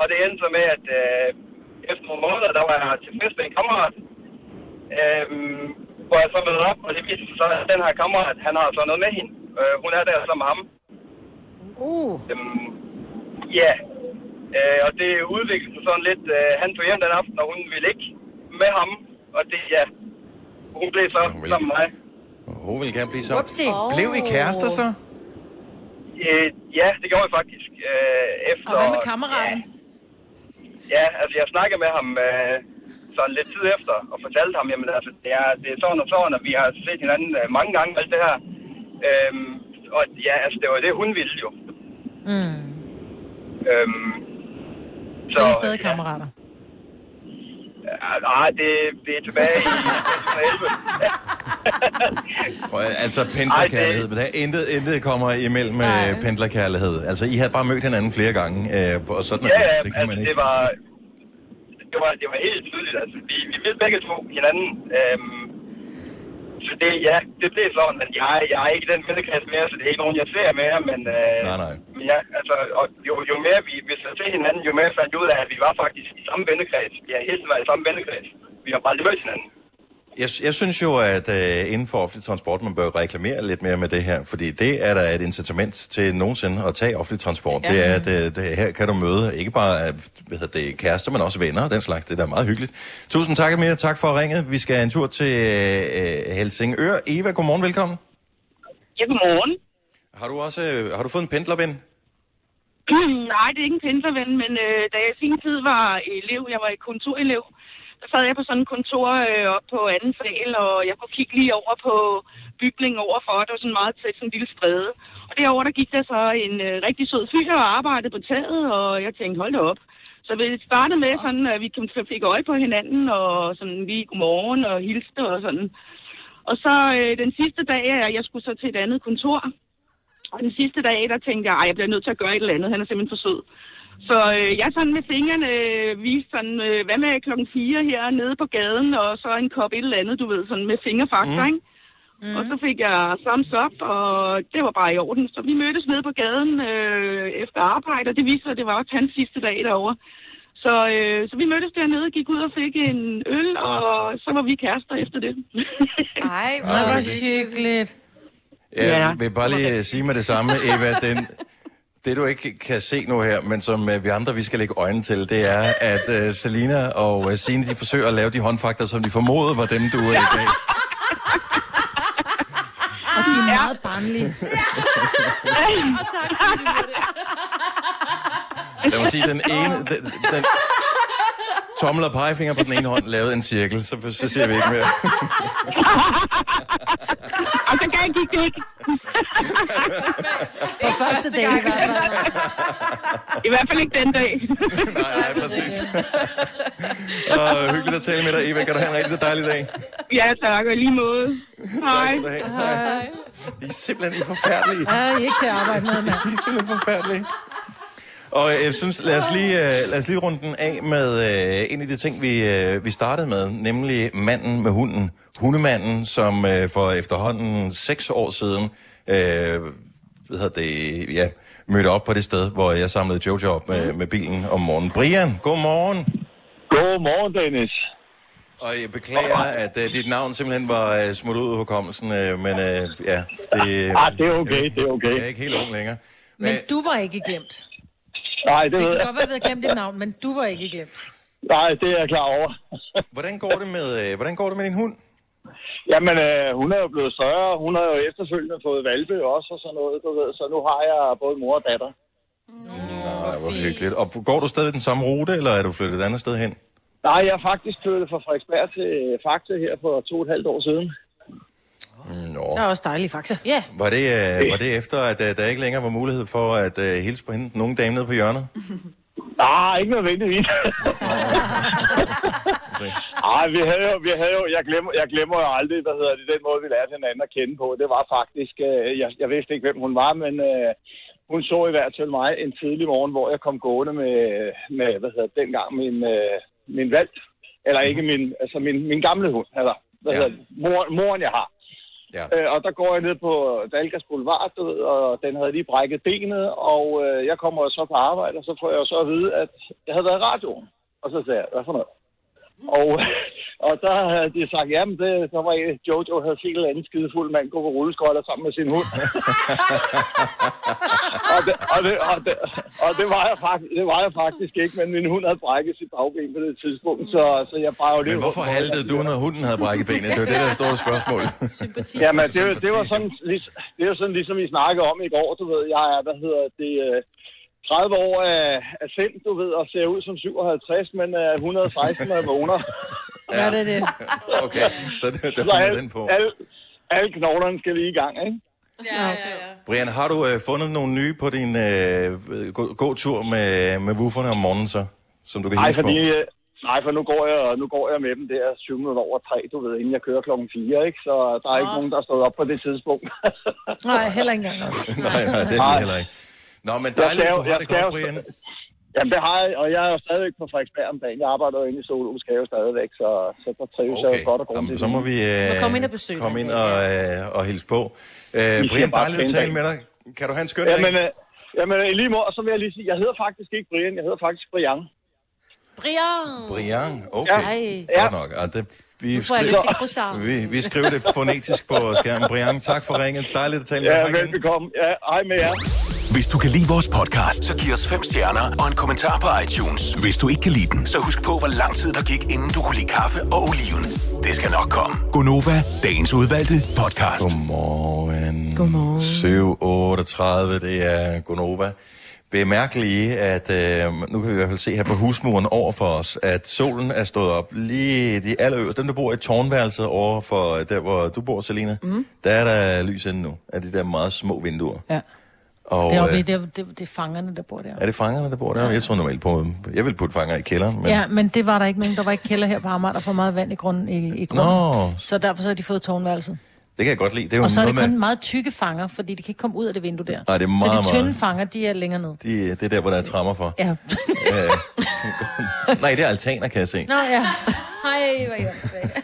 Speaker 7: og det endte så med, at øh, efter nogle måneder, der var jeg til fest med en kammerat. Øh, hvor jeg så mødte op, og det viste sig så, at den her kammerat, han har så noget med hende. Øh, hun er der sammen med ham.
Speaker 5: Uh.
Speaker 7: Øhm, ja, øh, og det udviklede sig sådan lidt. Øh, han tog hjem den aften, og hun ville ikke med ham. Og det, ja, hun blev så sammen med mig.
Speaker 1: Hun ville gerne blive så.
Speaker 7: Whoopsie.
Speaker 1: Blev I kærester så?
Speaker 7: Øh, ja, det gjorde jeg faktisk. Øh, efter,
Speaker 5: Og hvad med kammeraten?
Speaker 7: Ja, altså jeg snakkede med ham øh, sådan lidt tid efter og fortalte ham, jamen altså, det er, det er sådan og sådan, og vi har set hinanden øh, mange gange og alt det her. Øhm, og ja, altså det var det, hun ville jo.
Speaker 5: Mm.
Speaker 7: Øhm,
Speaker 5: Så, så I er stadig kammerater.
Speaker 7: nej, ah, det, det er tilbage i 2011.
Speaker 1: Og, øh, altså pendlerkærlighed, men der er intet, intet kommer imellem øh, pendlerkærlighed. Altså, I havde bare mødt hinanden flere gange, øh, og sådan er
Speaker 7: ja,
Speaker 1: det.
Speaker 7: ja,
Speaker 1: det kan
Speaker 7: altså
Speaker 1: man
Speaker 7: det
Speaker 1: ikke.
Speaker 7: var, det var, det var helt tydeligt. Altså, vi, vi vidste begge to hinanden. Øhm, så det, ja, det blev sådan, at jeg, jeg er ikke i den vennekreds mere, så det er ikke nogen, jeg ser mere, men... Øh,
Speaker 1: nej, nej.
Speaker 7: Men ja, altså, og jo, jo mere vi, vi så til hinanden, jo mere fandt jeg ud af, at vi var faktisk i samme vennekreds. Vi har hele tiden været i samme vennekreds. Vi har bare aldrig mødt hinanden.
Speaker 1: Jeg, jeg synes jo, at øh, inden for offentlig transport, man bør reklamere lidt mere med det her, fordi det er da et incitament til nogensinde at tage offentlig transport. Ja.
Speaker 17: Ja.
Speaker 1: Det er, at øh, det, her kan du møde ikke bare øh, hvad hedder det, kærester, men også venner og den slags. Det er da meget hyggeligt. Tusind tak, Amir. Tak for ringet. Vi skal en tur til øh, Helsingør. Eva, godmorgen. Velkommen.
Speaker 18: Ja, godmorgen.
Speaker 1: Har du også øh, har du fået en pendlerven?
Speaker 18: Nej, det er ikke en pendlerven, men øh, da jeg i sin tid var elev, jeg var i kontorelev, der sad jeg på sådan et kontor øh, op på anden sal, og jeg kunne kigge lige over på bygningen overfor, der var sådan meget tæt, sådan en lille stræde. Og derovre, der gik der så en øh, rigtig sød fyr og arbejdede på taget, og jeg tænkte, hold da op. Så vi startede med sådan, at vi kom- fik øje på hinanden, og sådan lige godmorgen og hilste og sådan. Og så øh, den sidste dag, jeg, jeg skulle så til et andet kontor, og den sidste dag, der tænkte jeg, at jeg bliver nødt til at gøre et eller andet. Han er simpelthen for sød. Så øh, jeg sådan med fingrene øh, viste sådan, øh, hvad med klokken 4 her nede på gaden, og så en kop et eller andet, du ved, sådan med fingerfaktor,
Speaker 19: Mm.
Speaker 18: mm. ikke? Mm. Og så fik jeg thumbs up, og det var bare i orden. Så vi mødtes nede på gaden øh, efter arbejde, og det viste sig, at det var også hans sidste dag derovre. Så, øh, så vi mødtes dernede, gik ud og fik en øl, og så var vi kærester efter det.
Speaker 3: Ej,
Speaker 1: hvor Ej, hvor
Speaker 5: hyggeligt.
Speaker 1: Jeg vil bare lige sige med det samme, Eva, den, Det du ikke kan se nu her, men som øh, vi andre vi skal lægge øjne til, det er, at øh, Selina og øh, Signe, de forsøger at lave de håndfakter, som de formodede var dem, du øh, gav.
Speaker 5: Og de er meget barnlige.
Speaker 3: Og tak, fordi du gjorde det.
Speaker 1: Jeg må sige, den ene... Den, den, tommel og pegefinger på den ene hånd lavede en cirkel, så, så ser vi ikke mere.
Speaker 18: Og så kan jeg gik det ikke.
Speaker 4: På første dag i hvert fald.
Speaker 18: I hvert fald ikke den dag.
Speaker 1: nej, nej, præcis. Og hyggeligt at tale med dig, Eva. Kan du have en rigtig dejlig dag?
Speaker 18: Ja, tak. Og i lige måde. Hej.
Speaker 1: Hej. I er simpelthen I er forfærdelige.
Speaker 5: Ja, I er ikke til at arbejde med, mand.
Speaker 1: I er simpelthen forfærdelige. Og jeg synes, lad os lige, øh, lad os lige runde den af med øh, en af de ting, vi, øh, vi startede med, nemlig manden med hunden. Hundemanden, som øh, for efterhånden seks år siden øh, hvad hedder det, ja, mødte op på det sted, hvor jeg samlede Jojo op med, med bilen om morgenen. Brian, godmorgen.
Speaker 17: Godmorgen, Dennis.
Speaker 1: Og jeg beklager, at øh, dit navn simpelthen var øh, smuttet ud af hukommelsen, øh, men øh, ja, det...
Speaker 17: Ah, det er okay, det er okay.
Speaker 1: Jeg er ikke helt ung længere.
Speaker 5: Men du var ikke glemt.
Speaker 17: Nej, det,
Speaker 5: Det
Speaker 17: ved
Speaker 5: kan
Speaker 17: jeg.
Speaker 5: godt være, at vi havde glemt dit navn, men du var ikke glemt.
Speaker 17: Nej, det er jeg klar over.
Speaker 1: hvordan, går det med, øh, hvordan går det med din hund?
Speaker 17: Jamen, øh, hun er jo blevet større. Hun har jo efterfølgende fået valpe også og sådan noget, du ved. Så nu har jeg både mor og datter.
Speaker 1: Nej, hvor hyggeligt. Og går du stadig den samme rute, eller er du flyttet et andet sted hen?
Speaker 17: Nej, jeg er faktisk flyttet fra Frederiksberg til Fakta her for to og et halvt år siden.
Speaker 1: Nå.
Speaker 5: Det er også dejligt, faktisk. Ja.
Speaker 1: Var det, øh, var det efter, at øh, der ikke længere var mulighed for at øh, hilse på hende? Nogen dame nede på hjørnet?
Speaker 17: Nej, ikke nødvendigvis. Nej, vi havde jo, vi havde jo jeg, glemmer, jeg glemmer jo aldrig, hvad hedder det, den måde, vi lærte hinanden at kende på. Det var faktisk, øh, jeg, jeg vidste ikke, hvem hun var, men øh, hun så i hvert fald mig en tidlig morgen, hvor jeg kom gående med, med hvad hedder det, dengang min, øh, min valg, eller ikke min, altså min, min gamle hund, eller hvad ja. hedder det, mor, moren, jeg har.
Speaker 1: Ja.
Speaker 17: Øh, og der går jeg ned på Dalgas Boulevard, du ved, og den havde lige brækket benet, og øh, jeg kommer jo så på arbejde, og så får jeg jo så at vide, at jeg havde været i radioen. Og så sagde jeg, hvad for noget? Og, og der havde de sagt, jamen det, så var jeg, Jojo havde set en eller anden skidefuld mand gå på rulleskøjler sammen med sin hund. og, det, og, det, og, det, og det, var jeg faktisk, det var jeg faktisk ikke, men min hund havde brækket sit bagben på det tidspunkt, så, så jeg bare jo det.
Speaker 1: Men hvorfor haltede du, når hunden havde brækket benet? Det er jo det, der er store spørgsmål.
Speaker 17: Jamen, det, var- det, var sådan, lig- det var sådan ligesom vi snakkede om i går, du ved, jeg er, hvad hedder det, øh, 30 år af, af sind, du ved, og ser ud som 57, men øh, er 116 når jeg vågner.
Speaker 5: Ja. Er det det?
Speaker 1: Okay, så det, der
Speaker 17: Så
Speaker 1: var
Speaker 17: alle,
Speaker 1: den på.
Speaker 17: alle, alle knoglerne skal lige i gang, ikke?
Speaker 3: Ja, ja, ja.
Speaker 1: Brian, har du øh, fundet nogle nye på din øh, gå- gåtur med, med wooferne om morgenen så? Som du kan
Speaker 17: Nej,
Speaker 1: hilse
Speaker 17: fordi,
Speaker 1: på?
Speaker 17: øh, nej, for nu går, jeg, nu går jeg med dem der 7 minutter over 3, du ved, inden jeg kører klokken 4, ikke? Så der er ikke
Speaker 5: Nå.
Speaker 17: nogen, der er stået op på det tidspunkt.
Speaker 5: Nej, heller ikke engang.
Speaker 1: nej, nej, det er
Speaker 17: Nej.
Speaker 1: vi heller ikke. Nå, men
Speaker 17: Jeg
Speaker 1: dejligt,
Speaker 17: skal
Speaker 1: at
Speaker 17: jo-
Speaker 1: du har
Speaker 17: jeg
Speaker 1: det
Speaker 17: skal
Speaker 1: godt,
Speaker 17: jo-
Speaker 1: Brian.
Speaker 17: Jamen, det har jeg, og jeg er jo stadigvæk på Frederiksberg om dagen. Jeg arbejder jo inde i Zoologisk Have stadigvæk, så, så der trives okay. jeg jo godt og
Speaker 1: Jamen,
Speaker 17: grundigt.
Speaker 1: så må vi øh,
Speaker 4: komme ind og besøge
Speaker 1: komme
Speaker 4: dig.
Speaker 1: ind og, øh, og hilse på. Øh,
Speaker 17: siger
Speaker 1: Brian,
Speaker 17: bare
Speaker 1: dejligt at
Speaker 17: pænt
Speaker 1: tale
Speaker 17: dag.
Speaker 1: med dig. Kan du have en skøn
Speaker 17: Jamen,
Speaker 1: dag?
Speaker 17: øh, jamen, i lige måde, og så vil jeg lige sige, jeg hedder faktisk ikke Brian, jeg hedder faktisk Brian.
Speaker 4: Brian.
Speaker 1: Brian,
Speaker 17: Ja.
Speaker 1: okay.
Speaker 4: Ej.
Speaker 1: Ja. Godt nok. Ja, det, vi,
Speaker 4: Nu får jeg lyst til
Speaker 1: skriver,
Speaker 4: croissant.
Speaker 1: vi, vi skriver det fonetisk på skærmen. Brian, tak for ringet. Dejligt at tale med
Speaker 17: Ja,
Speaker 1: dig igen.
Speaker 17: velbekomme. Ja, hej med jer.
Speaker 13: Hvis du kan lide vores podcast, så giv os fem stjerner og en kommentar på iTunes. Hvis du ikke kan lide den, så husk på, hvor lang tid der gik, inden du kunne lide kaffe og oliven. Det skal nok komme.
Speaker 6: Gonova, dagens udvalgte
Speaker 13: Podcast.
Speaker 1: Godmorgen. Godmorgen. 7.38, det er Gonova. Bemærk lige, at øh, nu kan vi i hvert fald se her på husmuren over for os, at solen er stået op lige i de allerøverste. Dem, der bor i tårnværelset over for øh, der, hvor du bor, Selina, mm. der er der lys inde nu, af de der meget små vinduer.
Speaker 5: Ja.
Speaker 1: Og,
Speaker 5: Det er, oppe i,
Speaker 1: øh,
Speaker 5: det, er- det, det er fangerne, der bor der.
Speaker 1: er det fangerne, der bor der? Jeg tror normalt på, jeg vil putte fanger i kælderen. Men...
Speaker 5: Ja, men det var der ikke nogen. Der var ikke kælder her på Amager, der får meget vand i grunden. I, i grunden.
Speaker 1: Nå.
Speaker 5: Så derfor så har de fået tårnværelset.
Speaker 1: Det kan jeg godt lide. Det er jo
Speaker 5: Og så er det
Speaker 1: noget
Speaker 5: kun
Speaker 1: med,
Speaker 5: meget tykke fanger, fordi de kan ikke komme ud af det vindue der.
Speaker 1: Nej, det er
Speaker 5: så
Speaker 1: meget,
Speaker 5: de tynde
Speaker 1: meget-
Speaker 5: fanger, de er længere ned.
Speaker 1: de, det er der, hvor der er trammer for.
Speaker 5: Ja.
Speaker 1: Øh, Nej, det er altaner, kan jeg se.
Speaker 5: Nå ja. Hej, hvor er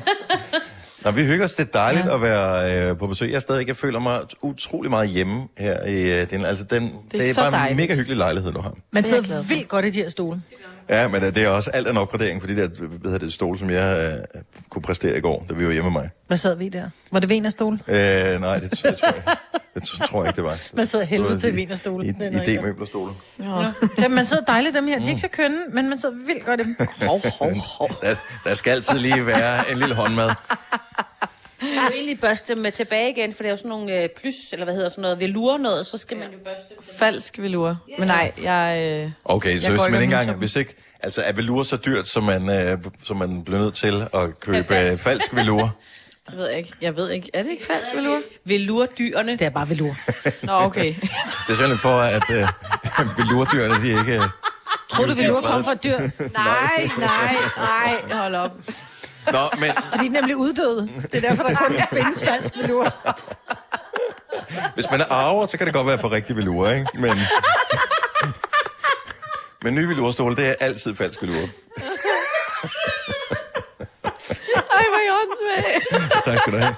Speaker 1: Nå, vi hygger os. Det er dejligt ja. at være øh, på besøg. Jeg, er stadigvæk, jeg føler mig utrolig meget hjemme her i øh, den. Altså, den, det er, det er
Speaker 5: så
Speaker 1: bare en
Speaker 5: dejligt.
Speaker 1: mega hyggelig lejlighed, du har.
Speaker 5: Man sidder vildt godt i de her stole.
Speaker 1: Ja, men øh, det er også alt en opgradering for de der hvad hedder det, stole, som jeg øh, kunne præstere i går, da vi var hjemme med mig.
Speaker 5: Hvad sad vi der? Var det Veners stol?
Speaker 1: Øh, nej, det tror jeg, tror jeg. Jeg t- tror ikke, det var.
Speaker 5: Man sidder helvede til
Speaker 1: i-
Speaker 5: vinerstole.
Speaker 1: I,
Speaker 5: Det er noget,
Speaker 1: i, i D-møblerstole.
Speaker 5: Nå. Dem, man sidder dejligt dem her. De er ikke så kønne, men man sidder vildt godt i dem. Hov, hov, hov.
Speaker 1: Der, der skal altid lige være en lille håndmad.
Speaker 4: Man kan jo egentlig børste dem tilbage igen, for det er jo sådan nogle øh, plys, eller hvad hedder sådan noget, velure noget, så skal man jo børste dem.
Speaker 3: Falsk velure. Yeah. Men nej, jeg... Øh,
Speaker 1: Okay,
Speaker 3: jeg
Speaker 1: så
Speaker 3: går
Speaker 1: hvis man
Speaker 3: og nusser
Speaker 1: ikke engang,
Speaker 3: dem.
Speaker 1: hvis ikke, altså er velure så dyrt, som man, øh, som man bliver nødt til at købe øh, falsk velure?
Speaker 3: Det ved jeg ikke. Jeg ved ikke. Er det ikke falsk velure?
Speaker 4: Velure dyrene. Det
Speaker 5: er bare velure.
Speaker 3: Nå, okay.
Speaker 1: Det er simpelthen for, at øh, velurdyrene, de ikke... øh,
Speaker 5: Tror du,
Speaker 1: de er
Speaker 5: velure kom
Speaker 1: fredet.
Speaker 5: fra et dyr?
Speaker 3: nej, nej, nej. Hold op.
Speaker 1: Nå, men
Speaker 5: For de er nemlig uddøde. Det er derfor, der kun findes falsk velure.
Speaker 1: hvis man er arver, så kan det godt være for rigtig velure, ikke? Men, men nye velurestole, det er altid falsk velure.
Speaker 3: Ej, hvor er I åndssvage.
Speaker 1: Tak skal du have.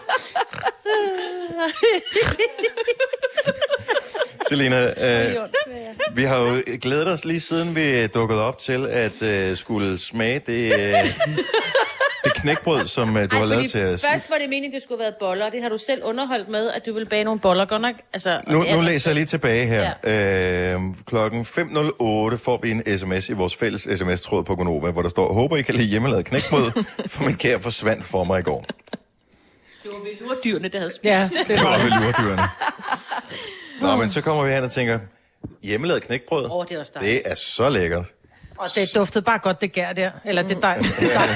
Speaker 1: Selina, øh, Vi har jo glædet os lige siden vi dukkede op til at øh, skulle smage det, øh, det knækbrød, som øh, du Ej, har lavet til os.
Speaker 4: Først var det meningen, det skulle have været boller, og det har du selv underholdt med, at du ville bage nogle boller. Godt nok, altså... og
Speaker 1: Nu,
Speaker 4: det er-
Speaker 1: nu læser jeg lige tilbage her. Ja. Øh, klokken 5.08 får vi en sms i vores fælles sms-tråd på Gonova, hvor der står, håber I kan lide hjemmelavet knækbrød, for min kære forsvandt for mig i går.
Speaker 4: Det var velurdyrene, der havde spist.
Speaker 5: Ja,
Speaker 1: Det var vel lurdyrene. Nå, men så kommer vi hen og tænker, hjemmelavet knækbrød,
Speaker 5: Åh, det er også dejligt.
Speaker 1: det er så lækkert.
Speaker 5: Og det duftede bare godt, det gær der. Eller det dej. Det dej.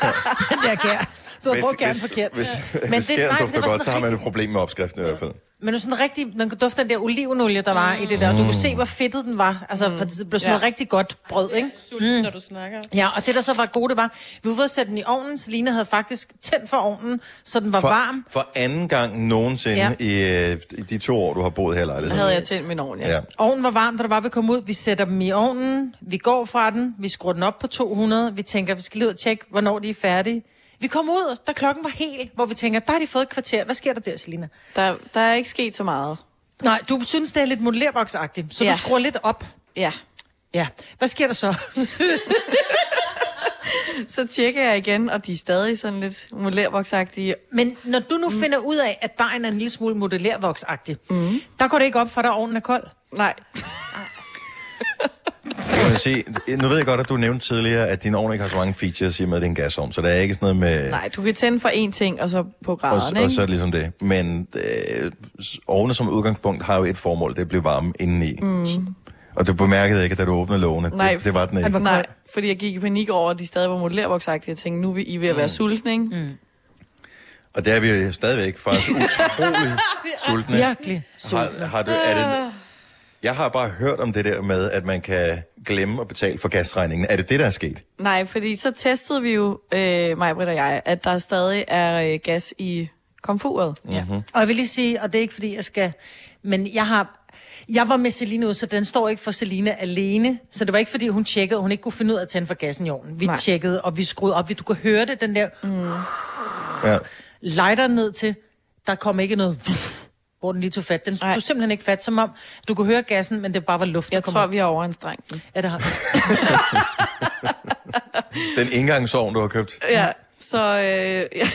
Speaker 5: det der gær. Du har
Speaker 1: Hvis-
Speaker 5: brugt gæren
Speaker 1: hvis-
Speaker 5: forkert.
Speaker 1: Hvis,
Speaker 5: Ja.
Speaker 1: hvis
Speaker 5: det-
Speaker 1: gæren
Speaker 5: nej, for det
Speaker 1: dufter
Speaker 5: var
Speaker 1: godt,
Speaker 5: sådan
Speaker 1: så har man et problem med opskriften i hvert fald.
Speaker 5: Men du sådan rigtig, man kunne dufte den der olivenolie, der var i det der, og du
Speaker 1: Mm.
Speaker 5: kunne se, hvor fedtet den var. Altså, for det blev sådan noget
Speaker 3: Mm. Ja.
Speaker 5: rigtig godt brød, ikke?
Speaker 1: Mm.
Speaker 4: Mm.
Speaker 3: Sulten, når du snakker.
Speaker 5: Ja, og det der så var gode, det var, vi var ude at sætte den i ovnen, så Lina havde faktisk tændt for ovnen, så den var
Speaker 1: for,
Speaker 5: varm.
Speaker 1: For anden gang nogensinde ja. i, øh, i de to år, du har boet her i
Speaker 5: Der
Speaker 1: lejligheden.
Speaker 5: havde jeg tændt min ovn,
Speaker 1: ja. ja.
Speaker 5: Ovnen var varm, da der var vi kom ud. Vi sætter dem i ovnen, vi går fra den, vi skruer den op på 200, vi tænker, vi skal lige ud og tjekke, hvornår de er færdige. Vi kom ud, da klokken var helt, hvor vi tænker, der har de fået et kvarter. Hvad sker der der, Selina?
Speaker 3: Der, der er ikke sket så meget.
Speaker 5: Nej, du synes, det er lidt modellerboksagtigt, så ja.
Speaker 3: Ja.
Speaker 5: du skruer lidt op.
Speaker 3: Ja.
Speaker 5: Ja. Hvad sker der så?
Speaker 3: Så tjekker jeg igen, og de er stadig sådan lidt modellervoksagtige.
Speaker 5: Men når du nu mm. finder ud af, at dejen er en lille smule modellervoksagtig, mm. der går det ikke op for dig, at ovnen er kold.
Speaker 3: Nej.
Speaker 1: Nu vil jeg sige, nu ved jeg godt, at du nævnte tidligere, at din ovn ikke har så mange features i og med, at det er en gasovn, så der er ikke sådan noget med...
Speaker 3: Nej, du kan tænde for én ting, og så på
Speaker 1: og,
Speaker 3: graden,
Speaker 1: og
Speaker 3: ikke?
Speaker 1: så er det ligesom det. Men øh, s- ovne som udgangspunkt har jo et formål, det bliver varme indeni. Mm. Og du bemærkede ikke, at da du åbnede lågene,
Speaker 3: Nej,
Speaker 1: det, det var den ikke.
Speaker 3: Nej, fordi jeg gik i panik over, at de stadig var modellervoksagtige. Jeg tænkte, nu er I ved at være
Speaker 1: Mm.
Speaker 3: sultne, ikke? Mm.
Speaker 1: Og der er vi jo stadigvæk faktisk utrolig sultne.
Speaker 5: Virkelig
Speaker 1: Har, har du, er
Speaker 3: Ah.
Speaker 1: det, jeg har bare hørt om det der med, at man kan glemme at betale for gasregningen. Er det det, der er sket?
Speaker 3: Nej, fordi så testede vi jo, øh, mig, Britt og jeg, at der stadig er øh, gas i komfuret.
Speaker 5: Ja. Og jeg vil lige sige, og det er ikke fordi, jeg skal... Men jeg har... Jeg var med Selina ud, så den står ikke for Selina alene. Så det var ikke fordi, hun tjekkede, og hun ikke kunne finde ud af at tænde for gassen i ovnen. Vi Nej.
Speaker 3: Nej.
Speaker 5: tjekkede, og vi skruede op. Vi- Du kunne høre det, den der mm.
Speaker 1: Ja.
Speaker 5: lighter ned til. Der kom ikke noget... vuff, Hvor den lige tog fat. Den tog simpelthen ikke fat, som om du kunne høre gassen, men det bare var luft, Jeg
Speaker 3: tror, vi har overanstrengt den.
Speaker 5: Ja, det har vi.
Speaker 1: Den engangsovn, du har købt.
Speaker 3: Ja, så øh, jeg,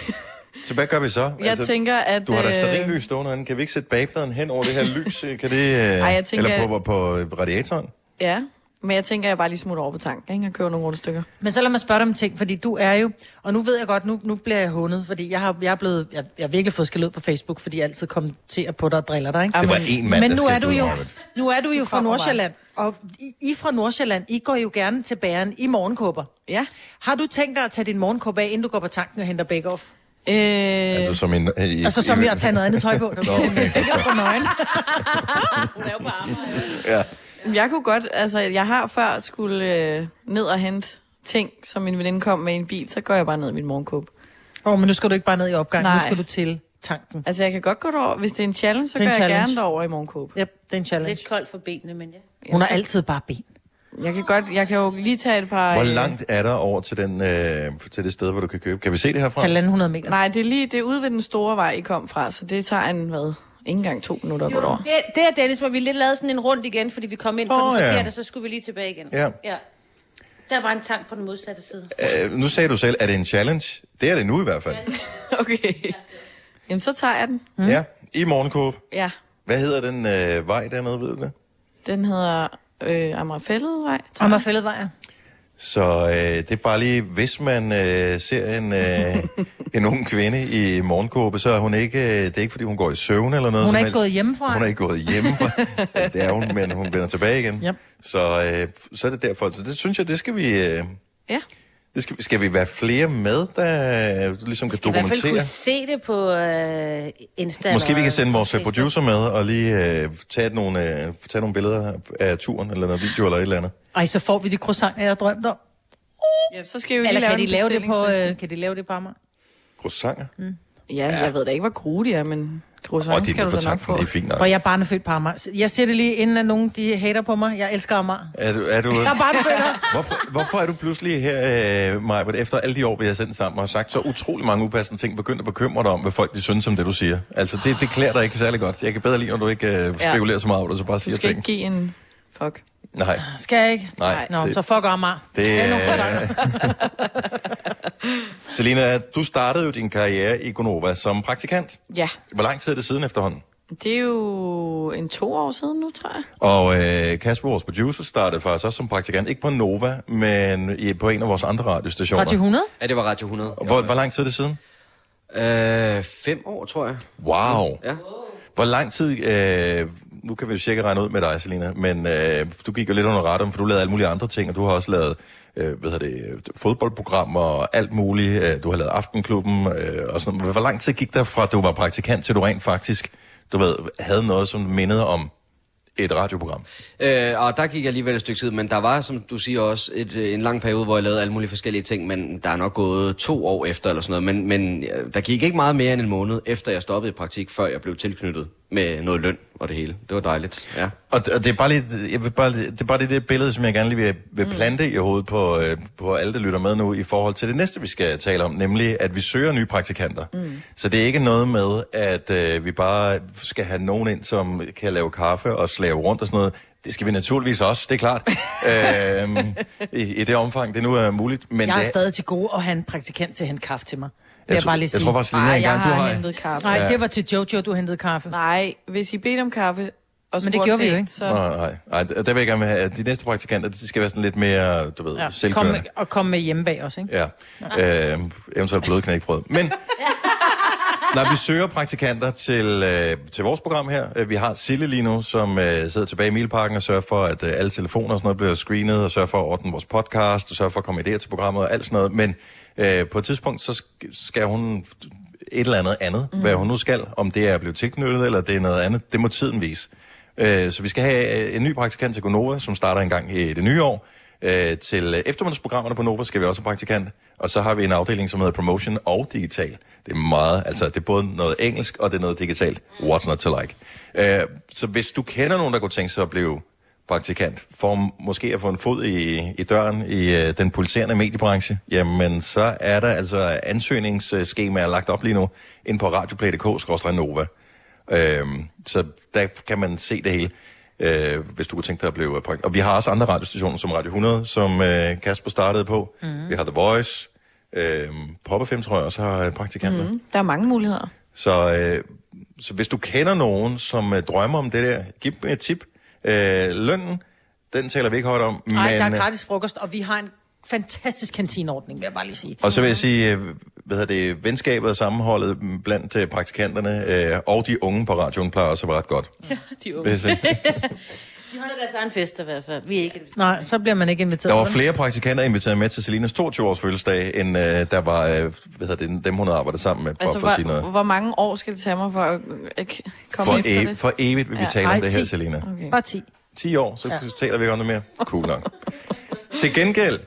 Speaker 1: Så hvad gør vi så? Altså,
Speaker 3: jeg tænker, at...
Speaker 1: Du har da
Speaker 3: øh,
Speaker 1: sterillys stående herinde. Kan vi ikke sætte bagepladen hen over det her lys? Øh, Kan det, øh,
Speaker 3: Ej, jeg tænker-
Speaker 1: Eller på, på, på radiatoren?
Speaker 3: Ja, men jeg tænker, at jeg bare lige smutter over på tanken, ikke? Og køber nogle rundstykker.
Speaker 5: Men så lad mig spørge dig om ting, fordi du er jo, og nu ved jeg godt, nu, nu bliver jeg hundet, fordi jeg har, jeg er blevet, jeg, jeg har virkelig fået skæld ud på Facebook, fordi jeg altid kommenterer på dig og driller dig, ikke?
Speaker 1: Det var én mand,
Speaker 5: Men
Speaker 1: der
Speaker 5: nu er
Speaker 1: skældte
Speaker 5: du
Speaker 1: ud
Speaker 5: jo,
Speaker 1: over det.
Speaker 5: nu er du jo fra
Speaker 3: kommer bare.
Speaker 5: Nordsjælland, og I, I fra Nordsjælland, I går jo gerne til bæren i morgenkåber.
Speaker 3: Ja.
Speaker 5: Har du tænkt dig at tage din morgenkåbe af, inden du går på tanken og henter bake off?
Speaker 3: Øh,
Speaker 1: Altså som en... Øh,
Speaker 5: altså som jeg at tage noget andet tøj på.
Speaker 1: Nå, okay. altså.
Speaker 5: på nøgen.
Speaker 1: Ja.
Speaker 3: Jeg kunne godt, altså jeg har før skulle øh, ned og hente ting, som min veninde kom med i en bil, så går jeg bare ned i min morgenkåb.
Speaker 5: Åh, oh, men nu skal du ikke bare ned i opgangen, nu
Speaker 3: Nej.
Speaker 5: skal du til tanken.
Speaker 3: Altså jeg kan godt gå derover, hvis det er en challenge, så
Speaker 5: Det
Speaker 3: går
Speaker 5: er en
Speaker 3: jeg
Speaker 5: challenge.
Speaker 3: gerne derover i morgenkåb.
Speaker 5: Yep, det er en challenge.
Speaker 4: Lidt koldt for benene, men ja.
Speaker 5: Hun har altid bare ben.
Speaker 3: Jeg kan godt, jeg kan jo lige tage et par...
Speaker 1: Hvor
Speaker 3: øh,
Speaker 1: langt er der over til, den, øh, til det sted, hvor du kan købe? Kan vi se det herfra?
Speaker 5: Halvanden hundrede meter.
Speaker 3: Nej, det er lige, det er ude ved den store vej, I kom fra, så det tager en, hvad, ikke engang to minutter at gå derover.
Speaker 4: Det, det er Dennis, hvor vi lidt lavede sådan en rund igen, fordi vi kom ind fra
Speaker 1: Åh,
Speaker 4: oh, den
Speaker 1: ja.
Speaker 4: forkerte, så skulle vi lige tilbage igen.
Speaker 1: Ja.
Speaker 4: ja. Der var en tank på den modsatte side.
Speaker 1: Øh, nu sagde du selv, at det er en challenge. Det er det nu i hvert fald.
Speaker 3: Okay. Jamen, så tager jeg den.
Speaker 1: Ja, i morgenkåb.
Speaker 3: Ja.
Speaker 1: Hvad hedder den øh, vej dernede, ved du det?
Speaker 3: Den hedder øh, Amagerfælledvej.
Speaker 5: Amagerfælledvej, ja.
Speaker 1: Så øh, det er bare lige, hvis man øh, ser en, øh, en ung kvinde i morgenkåbe, så er hun ikke, øh, det er ikke fordi hun går i søvn eller noget
Speaker 5: Hun er ikke
Speaker 1: som helst.
Speaker 5: gået hjemmefra.
Speaker 1: Hun er ikke gået hjemmefra. Ja, det er hun, men hun vender tilbage igen. Yep. Så, øh, så er det derfor. Så det synes jeg, det skal vi... Øh,
Speaker 3: Ja.
Speaker 1: det skal, skal vi være flere med, der øh, ligesom kan
Speaker 4: I hvert fald
Speaker 1: dokumentere?
Speaker 4: kunne se det på øh, Insta.
Speaker 1: Måske vi kan sende vores øh,
Speaker 4: Facebook.
Speaker 1: producer med og lige øh, tage, nogle, øh, tage nogle billeder af turen, eller noget video eller et eller andet.
Speaker 5: Ej, så får vi de croissanter, jeg drømte om.
Speaker 3: Ja, så skal vi jo
Speaker 5: Eller
Speaker 3: lige
Speaker 5: kan
Speaker 3: lave
Speaker 5: de
Speaker 3: en
Speaker 5: lave det på, øh,
Speaker 3: bestillingsliste.
Speaker 5: kan de lave det på mig?
Speaker 1: Croissanter? Mm.
Speaker 3: Ja, jeg ved da ikke, hvor gode de er, men
Speaker 1: Og
Speaker 3: croissant
Speaker 1: de
Speaker 3: skal
Speaker 1: er
Speaker 3: du da nok
Speaker 1: fortabt,
Speaker 3: få.
Speaker 1: men det er fint nok.
Speaker 5: Og jeg er barnefødt på Amager. Så Jeg siger det lige, inden at nogen de hater på mig. Jeg elsker Amager.
Speaker 1: Er du, er du,
Speaker 5: Jeg er barnefødt.
Speaker 1: hvorfor, hvorfor er du pludselig her, øh, Maja, efter alle de år, vi har sendt sammen og har sagt så utrolig mange upassende ting, begyndt at bekymre dig om, hvad folk de synes om det, du siger? Altså, det, det klæder dig ikke særlig godt. Jeg kan bedre lide, når du ikke øh, spekulerer så meget over det, så bare
Speaker 3: Du
Speaker 1: siger
Speaker 3: skal
Speaker 1: ting.
Speaker 3: ikke give en fuck.
Speaker 1: Nej,
Speaker 5: Skal jeg ikke?
Speaker 1: Nej,
Speaker 5: Nå,
Speaker 1: det-
Speaker 5: så fuck Amager.
Speaker 1: det
Speaker 5: Ja, nu
Speaker 1: er... Øh... Selina, du startede jo din karriere i Gonova som praktikant.
Speaker 3: Ja,
Speaker 1: Hvor lang tid er det siden efterhånden?
Speaker 3: det er jo en to år siden nu, tror jeg.
Speaker 1: Og øh, Kasper, vores producer, startede faktisk også som praktikant. Ikke på Nova, men i, på en af vores andre radiostationer.
Speaker 5: Radio 100?
Speaker 15: Ja, det var Radio 100.
Speaker 1: Hvor, hvor lang tid er det siden?
Speaker 15: Øh, fem år, tror jeg.
Speaker 1: Wow.
Speaker 15: Ja.
Speaker 1: Hvor lang tid... Øh, nu kan vi jo sikkert regne ud med dig, Selina, men øh, du gik jo lidt under radaren, for du lavede alle mulige andre ting, og du har også lavet øh, hvad hedder det, fodboldprogrammer og alt muligt. Øh, Du har lavet Aftenklubben øh, og sådan noget. Hvor lang tid gik der fra, at du var praktikant, til du rent faktisk du ved, havde noget, som mindede om et radioprogram?
Speaker 15: Øh, og der gik jeg alligevel et stykke tid, men der var, som du siger også, et, øh, en lang periode, hvor jeg lavede alle mulige forskellige ting, men der er nok gået to år efter eller sådan noget. Men, men øh, der gik ikke meget mere end en måned, efter jeg stoppede i praktik, før jeg blev tilknyttet med noget løn og det hele. Det var dejligt, ja.
Speaker 1: Og, og det er bare lige, jeg vil bare, lige- det er bare lige det billede, som jeg gerne lige vil, vil plante i hovedet på, øh, på alle, der lytter med nu, i forhold til det næste, vi skal tale om, nemlig at vi søger nye praktikanter. Mm. Så det er ikke noget med, at øh, vi bare skal have nogen ind, som kan lave kaffe og slave rundt og sådan noget. Det skal vi naturligvis også, det er klart. øhm, i, I det omfang, det nu er muligt. Men
Speaker 5: jeg er
Speaker 1: det,
Speaker 5: stadig til gode at have en praktikant til at hente kaffe til mig.
Speaker 1: Jeg tror- jeg tror faktisk, Lina,
Speaker 5: Ej,
Speaker 1: engang,
Speaker 5: jeg
Speaker 1: du
Speaker 5: har
Speaker 1: har-
Speaker 5: hentet kaffe.
Speaker 1: Ja.
Speaker 5: Nej, det var til Jojo, du hentede kaffe.
Speaker 3: Nej, hvis I bedte om kaffe, og
Speaker 5: Men det
Speaker 3: spurgte
Speaker 5: gjorde vi jo
Speaker 3: pænt,
Speaker 5: ikke.
Speaker 3: Så...
Speaker 1: Nej, nej, nej. Der der vil jeg gerne have, at de næste praktikanter, de skal være sådan lidt mere, du ved, ja,
Speaker 5: Ja, kom med, og kom med hjemme bag os, ikke?
Speaker 1: Ja, øh, eventuelt blødknækbrød. Men når vi søger praktikanter til, øh, til vores program her, øh, vi har Sille lige nu, som øh, sidder tilbage i Milparken og sørger for, at øh, alle telefoner og sådan noget bliver screenet, og sørger for at ordne vores podcast, og sørger for at komme idéer til programmet og alt sådan noget. Men øh, på et tidspunkt, så sk- skal hun et eller andet andet, mm. hvad hun nu skal, om det er at blive tilknyttet, eller det er noget andet, det må tiden vise. Øh, så vi skal have øh, en ny praktikant til Gonova, som starter en gang i det nye år. Øh, til øh, eftermiddagsprogrammerne på Nova skal vi også have praktikant, og så har vi en afdeling, som hedder Promotion og Digital. Det er meget, altså det er både noget engelsk, og det er noget digitalt. What's not to like? Øh, så hvis du kender nogen, der kunne tænke sig at blive praktikant, for måske at få en fod i, i døren i øh, den pulserende mediebranche, jamen så er der altså ansøgningsskemaer lagt op lige nu ind på radioplay.dk-nova. Øhm, så der kan man se det hele, øh, hvis du kunne tænke dig at blive praktikant. Og vi har også andre radiostationer, som Radio 100, som øh, Kasper startede på. Mm. Vi har The Voice, øh, Pop FM, tror jeg også har øh, praktikanter. Mm.
Speaker 3: Mm, der er mange muligheder.
Speaker 1: Så, øh, så hvis du kender nogen, som øh, drømmer om det der, giv dem et tip. Øh, lønnen, den taler vi ikke højt om.
Speaker 5: Nej,
Speaker 1: men,
Speaker 5: der
Speaker 1: øh,
Speaker 5: er gratis frokost, og vi har en fantastisk kantineordning, vil jeg bare lige sige.
Speaker 1: Og så vil jeg sige, øh, hvad hedder det, venskabet og sammenholdet blandt øh, praktikanterne øh, og de unge på radioen plejer også at være ret godt.
Speaker 4: De
Speaker 1: Vil jeg sige.
Speaker 4: De holder deres egen fest i hvert fald. Vi er ikke...
Speaker 5: Nej, så bliver man ikke inviteret.
Speaker 1: Der var
Speaker 5: vel?
Speaker 1: flere praktikanter inviteret med til Selinas 22-års fødselsdag, end øh, der var øh, hvad hedder det, dem, hun havde arbejdet sammen med, bare
Speaker 3: Altså,
Speaker 1: altså, for at sige
Speaker 3: hvor,
Speaker 1: noget.
Speaker 3: hvor mange år skal det tage mig for at, at k- komme
Speaker 1: For,
Speaker 3: efter
Speaker 1: ev-
Speaker 3: det?
Speaker 1: for evigt vil vi
Speaker 3: Ja.
Speaker 1: tale
Speaker 3: Ej,
Speaker 1: om det her,
Speaker 3: 10.
Speaker 1: Selina. Okay.
Speaker 5: Bare 10.
Speaker 1: 10 år, så
Speaker 5: Ja.
Speaker 1: ja. taler vi ikke om det mere. Cool nok. til gengæld,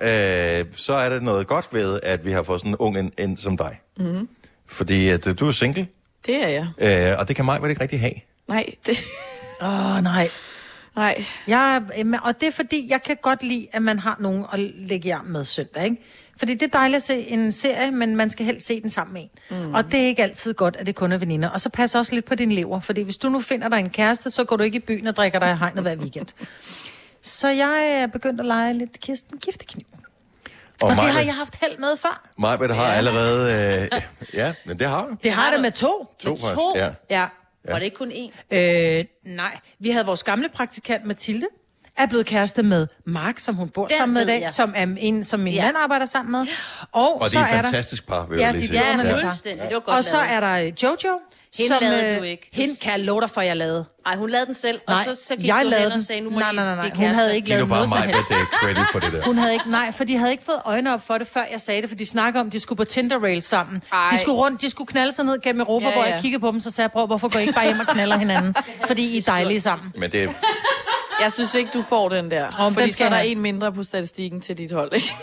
Speaker 1: øh, så er der noget godt ved, at vi har fået sådan en ung ind, ind som dig.
Speaker 3: Mm,
Speaker 1: Fordi at, øh, du er single,
Speaker 3: det er jeg.
Speaker 1: øh, og det kan mig vel ikke rigtig have.
Speaker 3: Nej, det...
Speaker 5: Åh, oh, nej.
Speaker 3: Nej.
Speaker 5: Jeg, er- øhm, og det er fordi, jeg kan godt lide, at man har nogen at lægge jern med søndag, ikke? Fordi det er dejligt at se en serie, men man skal helst se den sammen med en. Mm. Og det er ikke altid godt, at det kun er veninder. Og så pas også lidt på din lever, fordi hvis du nu finder dig en kæreste, så går du ikke i byen og drikker dig i hegnet hver weekend. Så jeg er begyndt at lege lidt kisten giftekniv. Og, og det
Speaker 1: Majbrit-
Speaker 5: har jeg haft held med før.
Speaker 1: Majbrit har allerede... Øh, ja, men det har du.
Speaker 5: Det har det med to.
Speaker 1: To
Speaker 5: med
Speaker 1: faktisk, ja.
Speaker 5: ja.
Speaker 4: Ja. Var det ikke kun én?
Speaker 5: Øh, nej, vi havde vores gamle praktikant Mathilde, er blevet kæreste med Mark, som hun bor
Speaker 4: Den
Speaker 5: sammen med i
Speaker 4: ved
Speaker 5: dag,
Speaker 4: jeg.
Speaker 5: som er en, som min ja. mand arbejder sammen med. Og,
Speaker 1: Og det
Speaker 5: så
Speaker 1: er et
Speaker 5: der-
Speaker 1: fantastisk par, vil jeg
Speaker 5: ja,
Speaker 1: lige
Speaker 5: de
Speaker 1: sige.
Speaker 5: er
Speaker 1: Ja.
Speaker 5: vidunderlige par.
Speaker 4: Fuldstændig, det var godt
Speaker 5: Og så
Speaker 4: lavet.
Speaker 5: er der øh, Jojo,
Speaker 4: Hende
Speaker 5: som...
Speaker 4: lavede du
Speaker 5: øh,
Speaker 4: ikke.
Speaker 5: Hende kan jeg love dig for, jeg lavede.
Speaker 4: Nej, hun lavede den selv,
Speaker 5: Nej,
Speaker 4: og så, så gik
Speaker 5: jeg
Speaker 4: du
Speaker 5: lavede
Speaker 4: hen og
Speaker 5: den.
Speaker 4: sagde, nu må
Speaker 5: Nej,
Speaker 4: de
Speaker 5: nej, nej, nej,
Speaker 4: blive
Speaker 5: hun havde
Speaker 4: kærester.
Speaker 5: ikke
Speaker 1: Giv nu
Speaker 5: noget
Speaker 1: bare
Speaker 5: som
Speaker 1: mig, hvad det er credit for det der.
Speaker 5: Hun havde ikke, nej, for de havde ikke fået øjnene op for det, før jeg sagde det, for de snakker om, de skulle på Tinder Rail sammen. Ej. De skulle rundt, de skulle knalde sig ned gennem Europa,
Speaker 2: Ja,
Speaker 5: ja, hvor
Speaker 2: ja.
Speaker 5: jeg kiggede på dem, så sagde jeg, prøv, hvorfor går I ikke bare hjem og knaller hinanden? Fordi I er dejlige sammen.
Speaker 1: Men det er
Speaker 3: Jeg synes ikke, du får den der.
Speaker 5: Om
Speaker 3: Om fordi
Speaker 5: den
Speaker 3: så
Speaker 5: skal
Speaker 3: er der
Speaker 5: jeg.
Speaker 3: en mindre på statistikken til dit hold, ikke?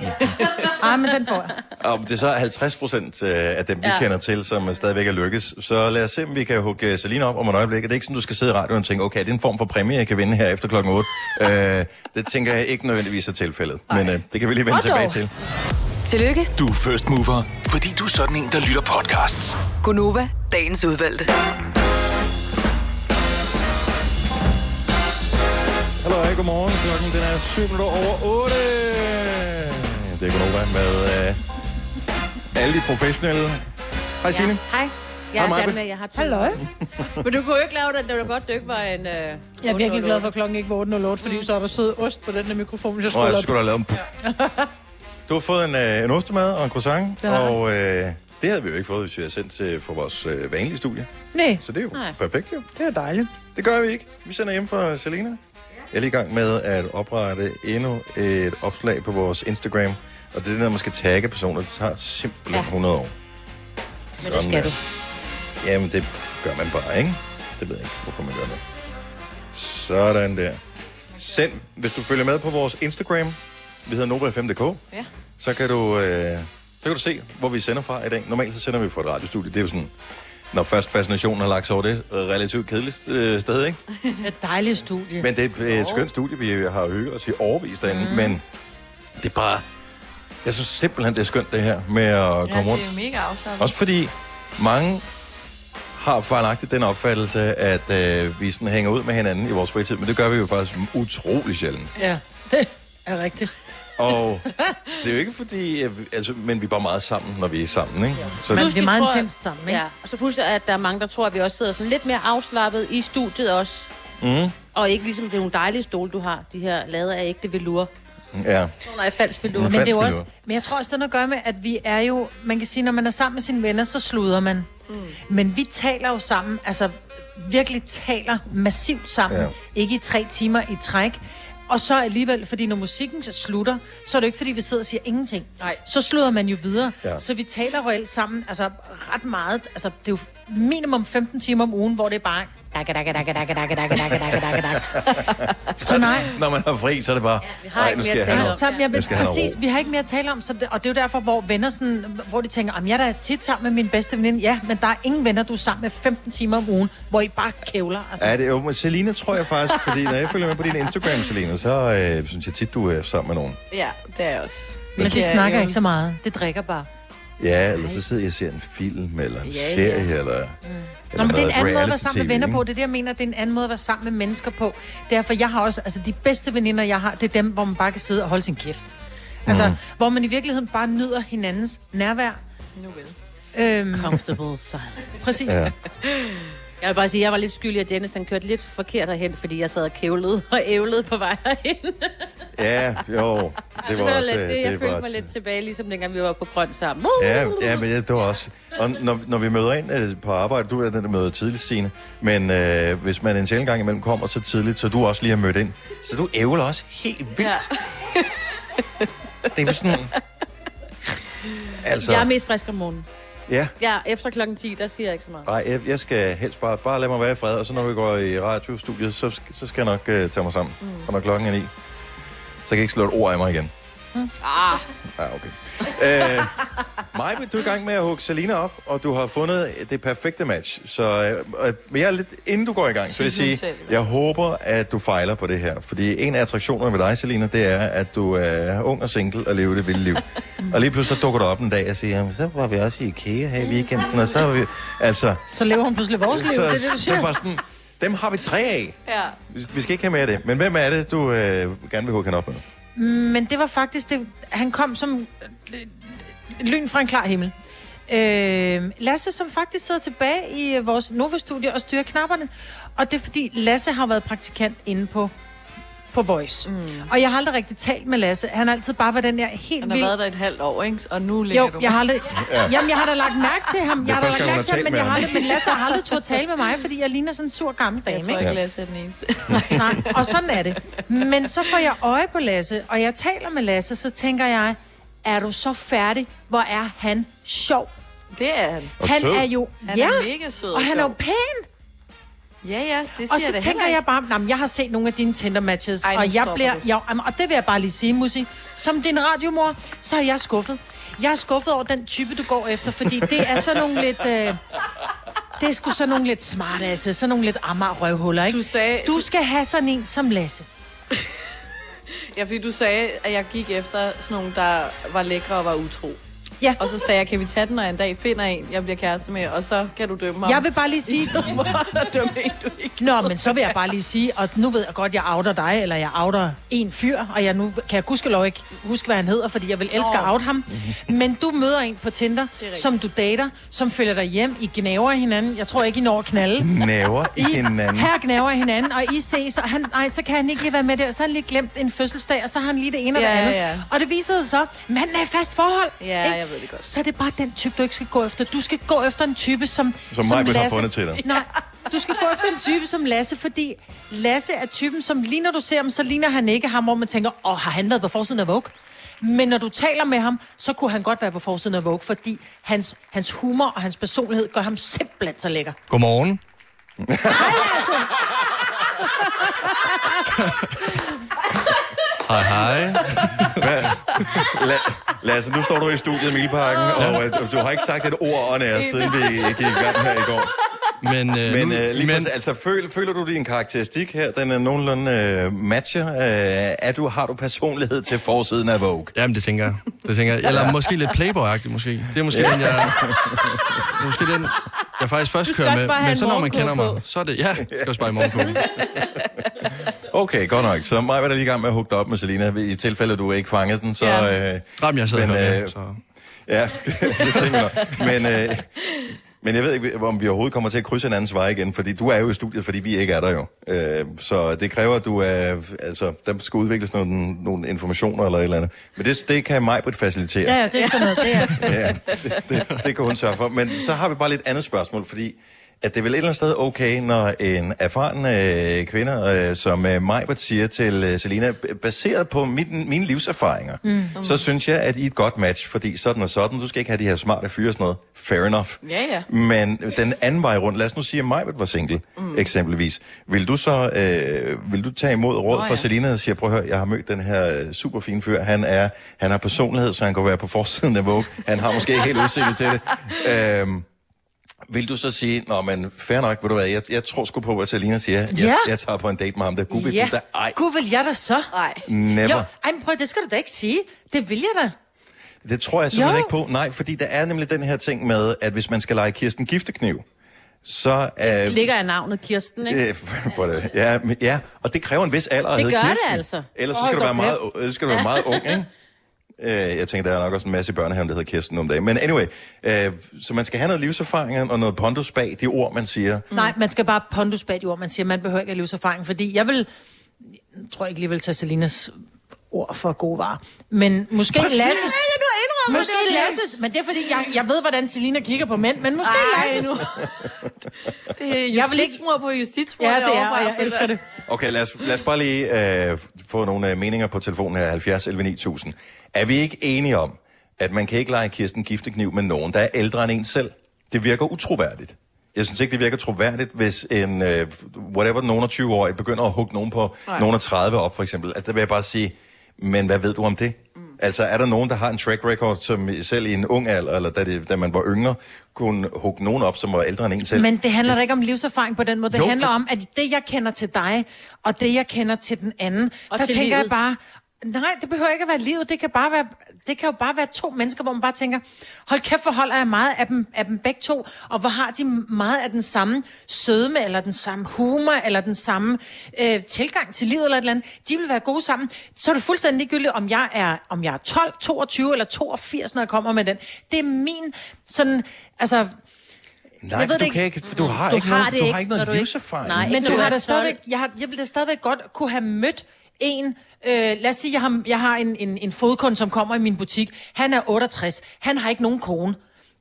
Speaker 5: Ej, men den får jeg.
Speaker 1: Om det så er 50 procent øh, af dem, vi
Speaker 3: Ja.
Speaker 1: ja. kender til, som øh, stadigvæk er lykkes, så lad os se, om vi kan hugge øh, Selina op om et øjeblik. Det er ikke sådan, du skal sidde i radioen og tænke, okay, det er en form for præmie, jeg kan vinde her efter klokken 8. øh, det tænker jeg ikke nødvendigvis er tilfældet, men øh, det kan vi lige vende
Speaker 13: Og
Speaker 1: tilbage
Speaker 13: dog.
Speaker 1: til.
Speaker 13: Tillykke. Du er first mover, fordi du er sådan en, der lytter podcasts.
Speaker 19: Gunova, dagens udvalgte.
Speaker 1: Hallo, hej, godmorgen. Klokken den er 7 minutter over 8. Det er Gunova med øh, alle de professionelle. Hej Signe. Ja.
Speaker 4: Hej.
Speaker 1: Hej,
Speaker 4: Jeg er
Speaker 1: Majbrit.
Speaker 4: færdig med, jeg har Halløj. Men du kunne jo ikke lave den, det var godt, du ikke var en... Øh, jeg
Speaker 5: Jeg er virkelig glad for, at klokken ikke var 8.08, fordi så er der sød ost på den der mikrofon, jeg
Speaker 1: Nå,
Speaker 5: skulle
Speaker 1: jeg skulle da have lavet en... Du har fået en, øh, en ostemad og en croissant,
Speaker 5: Det har jeg.
Speaker 1: og øh, det havde vi jo ikke fået, hvis vi havde sendt øh, fra vores øh, vanlige studie.
Speaker 5: Nej.
Speaker 1: Så det er jo
Speaker 5: Nej.
Speaker 1: perfekt jo.
Speaker 5: Det er dejligt.
Speaker 1: Det gør vi ikke. Vi sender hjem fra Selina. Jeg er lige i gang med at oprette endnu et opslag på vores Instagram. Og det er det, når man skal tagge personer. Det tager simpelthen ja. 100 år. Men det skal du. Jamen, det gør man bare, ikke? Det ved jeg ikke, hvorfor man gør det. Sådan der. Send, hvis du følger med på vores Instagram, vi hedder Nova5.dk,
Speaker 3: Ja.
Speaker 1: så kan du, øh, så kan du se, hvor vi sender fra i dag. Normalt så sender vi fra et radiostudie. Det er jo sådan, når først fascinationen har lagt sig over det, relativt kedeligt øh, sted, ikke?
Speaker 5: Det er et dejligt studie.
Speaker 1: Men det er et, et skønt studie, vi har hygget os i overvis derinde, mm. men det er bare... Jeg synes simpelthen, det er skønt det her med at komme rundt.
Speaker 3: det er mega afslappet.
Speaker 1: Også fordi mange har fejlagtigt den opfattelse, at øh, vi sådan hænger ud med hinanden i vores fritid, men det gør vi jo faktisk utrolig sjældent.
Speaker 5: Ja, det er rigtigt.
Speaker 1: Og det er jo ikke fordi, at vi- altså, men vi er bare meget sammen, når vi er sammen, ikke? Så
Speaker 4: Men
Speaker 1: det,
Speaker 5: meget intenst sammen,
Speaker 4: ikke? Ja, og så pludselig at der er mange, der tror, at vi også sidder sådan lidt mere afslappet i studiet også.
Speaker 1: mm,
Speaker 4: Og ikke ligesom, det er nogle dejlige stole, du har. De her lavet af ægte velour.
Speaker 1: ja.
Speaker 4: Sådan er falsk velour.
Speaker 1: Mm,
Speaker 5: Men det er jo
Speaker 1: falsk
Speaker 5: også, men jeg tror også, det har noget at gøre med, at vi er jo, man kan sige, når man er sammen med sine venner, så sluder man. Mm. Men vi taler jo sammen, altså virkelig taler massivt sammen. Ja.
Speaker 4: Ja.
Speaker 5: Ikke i tre timer i træk. Og så alligevel, fordi når musikken så slutter, så er det jo ikke, fordi vi sidder og siger ingenting. Nej. Så slutter man jo videre. Ja.
Speaker 4: Ja.
Speaker 5: Så vi taler reelt sammen, altså ret meget. Altså, det er jo minimum 15 timer om ugen, hvor det er bare... Dakke, dakke, dakke, dakke, dakke, dakke, dakke, dakke, dakke, dakke. Så nej.
Speaker 1: Når man har fri, så er det bare...
Speaker 5: Vi
Speaker 1: "Ej, nu skal jeg have noget-
Speaker 5: Så, ja,
Speaker 1: nu
Speaker 5: men
Speaker 1: skal jeg have noget ro."
Speaker 5: præcis, vi har ikke mere at tale om, så det, og det er jo derfor, hvor venner sådan, hvor de tænker, om jeg er da tit sammen med min bedste veninde, ja, men der er ingen venner, du er sammen med 15 timer om ugen, hvor I bare kævler. Altså.
Speaker 1: Ja, det er jo, men Selina tror jeg faktisk, fordi når jeg følger med på din Instagram, Selina, så øh, synes jeg tit, du er sammen med nogen.
Speaker 3: Ja, det er jeg også.
Speaker 5: Men de
Speaker 3: Det er
Speaker 5: snakker
Speaker 3: jo-
Speaker 5: ikke så meget, det drikker bare.
Speaker 1: Ja, eller så sidder jeg og ser en film, eller en
Speaker 5: Ja, ja.
Speaker 1: serie, eller...
Speaker 5: Nå, men det er en
Speaker 1: noget
Speaker 5: anden måde at være
Speaker 1: reality-tv,
Speaker 5: sammen med venner
Speaker 1: ikke?
Speaker 5: på. Det er det, jeg mener, det er en anden måde at være sammen med mennesker på. Derfor, jeg har også, altså de bedste veninder, jeg har, det er dem, hvor man bare kan sidde og holde sin kæft. Altså, mm.
Speaker 4: Mm.
Speaker 5: hvor man i virkeligheden bare nyder hinandens nærvær. Nu vel. Øhm. Comfortable silence. Præcis.
Speaker 4: Ja.
Speaker 5: Ja.
Speaker 4: Jeg vil bare sige, at jeg var lidt skyldig, at Dennis han kørte lidt forkert herhen, fordi jeg sad og kævlede og ævlede på vej herind.
Speaker 1: Ja, jo, det var også...
Speaker 4: lidt,
Speaker 1: øh,
Speaker 4: det, jeg
Speaker 1: Det
Speaker 4: følte
Speaker 1: var
Speaker 4: mig lidt tilbage, ligesom dengang vi var på grøn sammen. Uh!
Speaker 1: Ja, ja, men det var også... Og når, når vi møder ind øh, på arbejde, du er den, der møder tidligt, Signe, men øh, hvis man en sjældent gang imellem kommer så tidligt, så du også lige har mødt ind, så du ævler også helt vildt. Ja. Det er jo sådan...
Speaker 4: Altså.
Speaker 1: Altså,
Speaker 4: Jeg er mest frisk om morgenen.
Speaker 1: ja.
Speaker 4: Ja, efter klokken 10, der siger jeg ikke så meget.
Speaker 1: Nej, jeg, jeg skal helst bare, bare lade mig være i fred, og så når vi går i radiostudiet, så, sk- så skal jeg nok øh, tage mig sammen. Mm. Og når klokken er ni, så kan jeg ikke slå et ord af mig igen.
Speaker 3: Mm.
Speaker 4: Ah.
Speaker 1: Ja, okay. Øh, Maja, du er i gang med at hugge Selina op, og du har fundet det perfekte match. Så øh, øh, men jeg er lidt, inden du går i gang, så vil jeg
Speaker 13: Synes hun
Speaker 1: sige,
Speaker 13: selv,
Speaker 1: jeg håber, at du fejler på det her. Fordi en af attraktionerne ved dig, Selina, det er, at du er ung og single og lever det vilde liv. og lige pludselig så dukker du op en dag og siger, jamen, så var vi også i IKEA her i weekenden, og så var vi... Altså,
Speaker 5: Så lever hun pludselig vores liv.
Speaker 1: så,
Speaker 5: det er
Speaker 1: det,
Speaker 5: det, du
Speaker 1: det er bare
Speaker 5: siger.
Speaker 1: sådan, dem har vi tre af.
Speaker 5: Ja.
Speaker 1: Vi- Vi skal ikke have mere af det. Men hvem er det, du øh, gerne vil hugge hende op med?
Speaker 5: Men det var faktisk, det, han kom som øh, lyn fra en klar himmel. Øh, Lasse, som faktisk sidder tilbage i øh, vores Nova-studie og styrer knapperne. Og det er fordi, Lasse har været praktikant inde på på Voice. Mm. Og jeg har aldrig rigtig talt med Lasse. Han har altid bare været den der helt
Speaker 3: Han har
Speaker 5: vild...
Speaker 3: været der et halvt år, ikke? Og nu ligger
Speaker 5: Jo,
Speaker 3: du...
Speaker 5: jeg har aldrig...
Speaker 3: Ja.
Speaker 5: Jamen, jeg har da lagt mærke til ham.
Speaker 3: Det er
Speaker 5: Jeg har da
Speaker 3: første
Speaker 5: lagt
Speaker 3: gang,
Speaker 5: mærke til
Speaker 3: hun har
Speaker 5: ham, men,
Speaker 3: talt
Speaker 5: jeg
Speaker 3: med
Speaker 5: har
Speaker 3: ham.
Speaker 5: aldrig, men Lasse har aldrig turde tale med mig, fordi jeg ligner sådan en sur gammel dame.
Speaker 3: Jeg tror ikke,
Speaker 5: ikke?
Speaker 3: Lasse er den eneste.
Speaker 5: Nej, og sådan er det. Men så får jeg øje på Lasse, og jeg taler med Lasse, så tænker jeg, er du så færdig? Hvor er han sjov?
Speaker 3: Det er han.
Speaker 1: Og
Speaker 5: han
Speaker 1: sød.
Speaker 5: er jo...
Speaker 3: Han er
Speaker 5: ja,
Speaker 3: mega sød og
Speaker 5: og han er jo
Speaker 3: sjov.
Speaker 5: pæn.
Speaker 3: Ja, ja, det siger
Speaker 5: og så
Speaker 3: jeg da
Speaker 5: tænker
Speaker 3: heller
Speaker 5: jeg bare, nej, jeg har set nogle af dine Tinder-matches,
Speaker 3: Ej, nu
Speaker 5: og jeg
Speaker 3: stopper
Speaker 5: bliver...
Speaker 3: du.
Speaker 5: Ja, jamen, og det vil jeg bare lige sige, Musi. Som din radiomor, så er jeg skuffet. Jeg er skuffet over den type, du går efter, fordi det er sådan nogle lidt... Øh, det er sgu sådan nogle lidt smartasse, sådan nogle lidt amager-røvhuller, ikke? Du,
Speaker 3: sagde,
Speaker 5: du skal have sådan en som Lasse.
Speaker 3: Ja, fordi du sagde, at jeg gik efter sådan nogle, der var lækre og var utro.
Speaker 5: Ja.
Speaker 3: Og så sagde jeg, kan vi tage den, når jeg en dag finder en, jeg bliver kæreste med, og så kan du dømme ham.
Speaker 5: Jeg vil bare lige sige-
Speaker 3: I stedet for at dømme en, du ikke...
Speaker 5: Nå, men så vil jeg bare lige sige, og nu ved jeg godt, jeg outer dig, eller jeg outer en fyr, og jeg nu kan jeg gudskelov ikke huske, hvad han hedder, fordi jeg vil elske at
Speaker 3: Nå.
Speaker 5: out ham. Men du møder en på Tinder,
Speaker 3: rigtigt.
Speaker 5: som du dater, som følger dig hjem, I gnaver i hinanden. Jeg tror ikke, I når at knalde.
Speaker 1: Gnaver i hinanden.
Speaker 5: Her gnaver i hinanden, og I ses, og han, nej, så kan han ikke lige være med der, så har han lige glemt en fødselsdag, og så har han lige det ene og
Speaker 3: Ja,
Speaker 5: det andet.
Speaker 3: ja.
Speaker 5: Og det viser sig så, manden er i fast forhold.
Speaker 3: Ja,
Speaker 5: ikke?
Speaker 3: jeg ved det godt.
Speaker 5: Så er det bare den type, du ikke skal gå efter. Du skal gå efter en type, som...
Speaker 1: Som Maj-Brit har fundet til dig.
Speaker 5: Nej, du skal gå efter en type som Lasse, fordi Lasse er typen, som lige når du ser ham, så ligner han ikke ham, hvor man tænker, åh, har han været på forsiden af Vogue? Men når du taler med ham, så kunne han godt være på forsiden af Vogue, fordi hans, hans humor og hans personlighed gør ham simpelthen så lækker.
Speaker 1: Godmorgen.
Speaker 5: altså.
Speaker 20: Hej, hej.
Speaker 1: Hvad? La- Lasse, nu står du i studiet i Milparken, og øh, du har ikke sagt et ord on air, siden vi gik i gang her i går.
Speaker 20: Men, øh,
Speaker 1: men,
Speaker 20: nu-
Speaker 1: øh, lige men...
Speaker 20: men-
Speaker 1: Præcis, altså, føl, føler du din karakteristik her, den er nogenlunde øh, matcher? Øh, er du, har du personlighed til forsiden af Vogue?
Speaker 20: Jamen, det tænker jeg. Det tænker jeg. Eller måske lidt playboy-agtig, måske. Det er måske
Speaker 1: Ja.
Speaker 20: den, jeg... det er Måske den, jeg faktisk først
Speaker 1: Du skal
Speaker 20: kører
Speaker 1: også
Speaker 20: med.
Speaker 1: bare have
Speaker 20: Men
Speaker 1: en
Speaker 20: så når man
Speaker 1: morgenkåbe
Speaker 20: kender mig,
Speaker 1: på.
Speaker 20: så er det... Ja, jeg skal også bare i morgen på.
Speaker 1: Okay, godt nok. Så mig var der lige i gang med at hugge dig op med Selina. I tilfælde, du ikke fangede den, så...
Speaker 20: Ja.
Speaker 1: Øh,
Speaker 20: Jamen, jeg sad
Speaker 1: men,
Speaker 20: og hørte med,
Speaker 1: øh, Ja, det tænker jeg. nok. Men, øh, men jeg ved ikke, om vi overhovedet kommer til at krydse hinandens vej igen, fordi du er jo i studiet, fordi vi ikke er der jo. Øh, så det kræver, at du er... Altså, der skal udvikles nogle, nogle informationer eller et eller andet. Men det, det kan mig på et facilitere.
Speaker 5: Ja, ja, det er sådan noget, det er.
Speaker 1: Ja, det, det, det kan hun sørge for. Men så har vi bare lidt andet spørgsmål, fordi at det er vel et eller andet sted okay, når en erfaren øh, kvinde, øh, som øh, Majbert siger til øh, Selina, b- baseret på min, mine livserfaringer, mm.
Speaker 3: Mm.
Speaker 1: så synes jeg, at I er et godt match, fordi sådan og sådan, du skal ikke have de her smarte fyre og sådan noget. Fair enough.
Speaker 3: Ja, ja.
Speaker 1: Men den anden vej rundt, lad os nu sige, at Majbert var single, mm. eksempelvis. Vil du så øh, vil du tage imod råd
Speaker 3: Nå,
Speaker 1: fra
Speaker 3: ja.
Speaker 1: Selina og sige, prøv at høre, jeg har mødt den her øh, super fine fyr. Han, er, han har personlighed, så han kan være på forsiden af Vogue. Han har måske ikke helt udsigtet til det. Øhm, vil du så sige, nå, men fair nok, ved du hvad, jeg, jeg tror sgu på, hvad Selina siger. Jeg,
Speaker 5: Ja.
Speaker 1: jeg tager på en date med ham der. Gud, vil du da ej.
Speaker 5: Gud, vil jeg da så? Nej.
Speaker 1: Never.
Speaker 5: Jo, ej, men prøv, det skal du da ikke sige. Det vil jeg da.
Speaker 3: Mm.
Speaker 1: Det tror jeg
Speaker 5: Jo.
Speaker 1: simpelthen ikke på. Nej, fordi der er nemlig den her ting med, at hvis man skal lege Kirsten Giftekniv, så... Øh,
Speaker 4: Ligger jeg navnet Kirsten, ikke?
Speaker 1: Øh, for, for det. Ja, men, ja, og det kræver en vis alder at
Speaker 4: Det
Speaker 1: hedde
Speaker 4: gør det
Speaker 1: Kirsten.
Speaker 4: altså.
Speaker 1: Ellers så
Speaker 4: Hold
Speaker 1: skal, du være
Speaker 4: da
Speaker 1: meget,
Speaker 4: kæft.
Speaker 1: ellers skal du være meget ung, ikke? Øh, jeg tænker, der er nok også en masse børn her, der hedder Kirsten om dagen. Men anyway, øh, så man skal have noget livserfaring og noget pondus bag de ord, man siger.
Speaker 5: Mm. Nej, man skal bare pondus bag de ord, man siger, man behøver ikke at livserfaring, fordi jeg vil, jeg tror ikke lige vil tage Selinas ord for gode varer, men måske
Speaker 4: Præcis.
Speaker 5: Lasses...
Speaker 4: Ja, ja, du har indrømmet,
Speaker 5: måske
Speaker 4: det var Lasses.
Speaker 5: Lasses, men det er fordi, jeg, jeg ved, hvordan Selina kigger på mænd, men måske
Speaker 3: Ej,
Speaker 5: Lasses...
Speaker 3: nu- Det er
Speaker 5: Jeg vil ikke-
Speaker 3: justitsmor på justitsmor.
Speaker 5: Ja, det er,
Speaker 3: derovre,
Speaker 5: og jeg
Speaker 3: føler.
Speaker 5: elsker det.
Speaker 1: Okay, lad os, lad os bare lige øh, få nogle øh, meninger på telefonen her, 70 11 9000. Er vi ikke enige om, at man kan ikke lege Kirsten Giftekniv med nogen, der er ældre end en selv? Det virker utroværdigt. Jeg synes ikke, det virker troværdigt, hvis en, øh, whatever, nogen af 20 år begynder at hugge nogen på,
Speaker 20: Nej.
Speaker 1: Nej. nogen af 30 op, for eksempel. Altså, der vil jeg bare sige, men hvad ved du om det? Mm. Altså, er der nogen, der har en track record, som selv i en ung alder, eller da, det, da man var yngre, kunne hugge nogen op, som var ældre end en selv?
Speaker 5: Men det handler da ikke om livserfaring på den måde. Det
Speaker 1: Jo,
Speaker 5: handler
Speaker 1: for-
Speaker 5: om, at det, jeg kender til dig, og det, jeg kender til den anden,
Speaker 4: Og
Speaker 5: der
Speaker 4: til
Speaker 5: tænker
Speaker 4: livet.
Speaker 5: jeg bare, Nej, det behøver ikke at være livet. Det kan, bare være, det kan jo bare være to mennesker, hvor man bare tænker, hold kæft, hvor holder jeg meget af dem, af dem begge to, og hvor har de meget af den samme sødme, eller den samme humor, eller den samme øh, tilgang til livet, eller et eller andet. De vil være gode sammen. Så er det fuldstændig ligegyldigt, om jeg er, om jeg er 12, 22 eller 82, når jeg kommer med den. Det er min sådan, altså...
Speaker 1: Nej, for
Speaker 5: det
Speaker 1: du, kan ikke, for du har, ikke, noget,
Speaker 5: det
Speaker 1: du har ikke noget
Speaker 5: når du
Speaker 1: livserfaring.
Speaker 5: Nej, men du har da stadigvæk, jeg, har, jeg ville da stadigvæk godt kunne have mødt en, øh, lad os sige, jeg har, jeg har en, en, en fodkund, som kommer i min butik. Han er 68. Han har ikke nogen kone.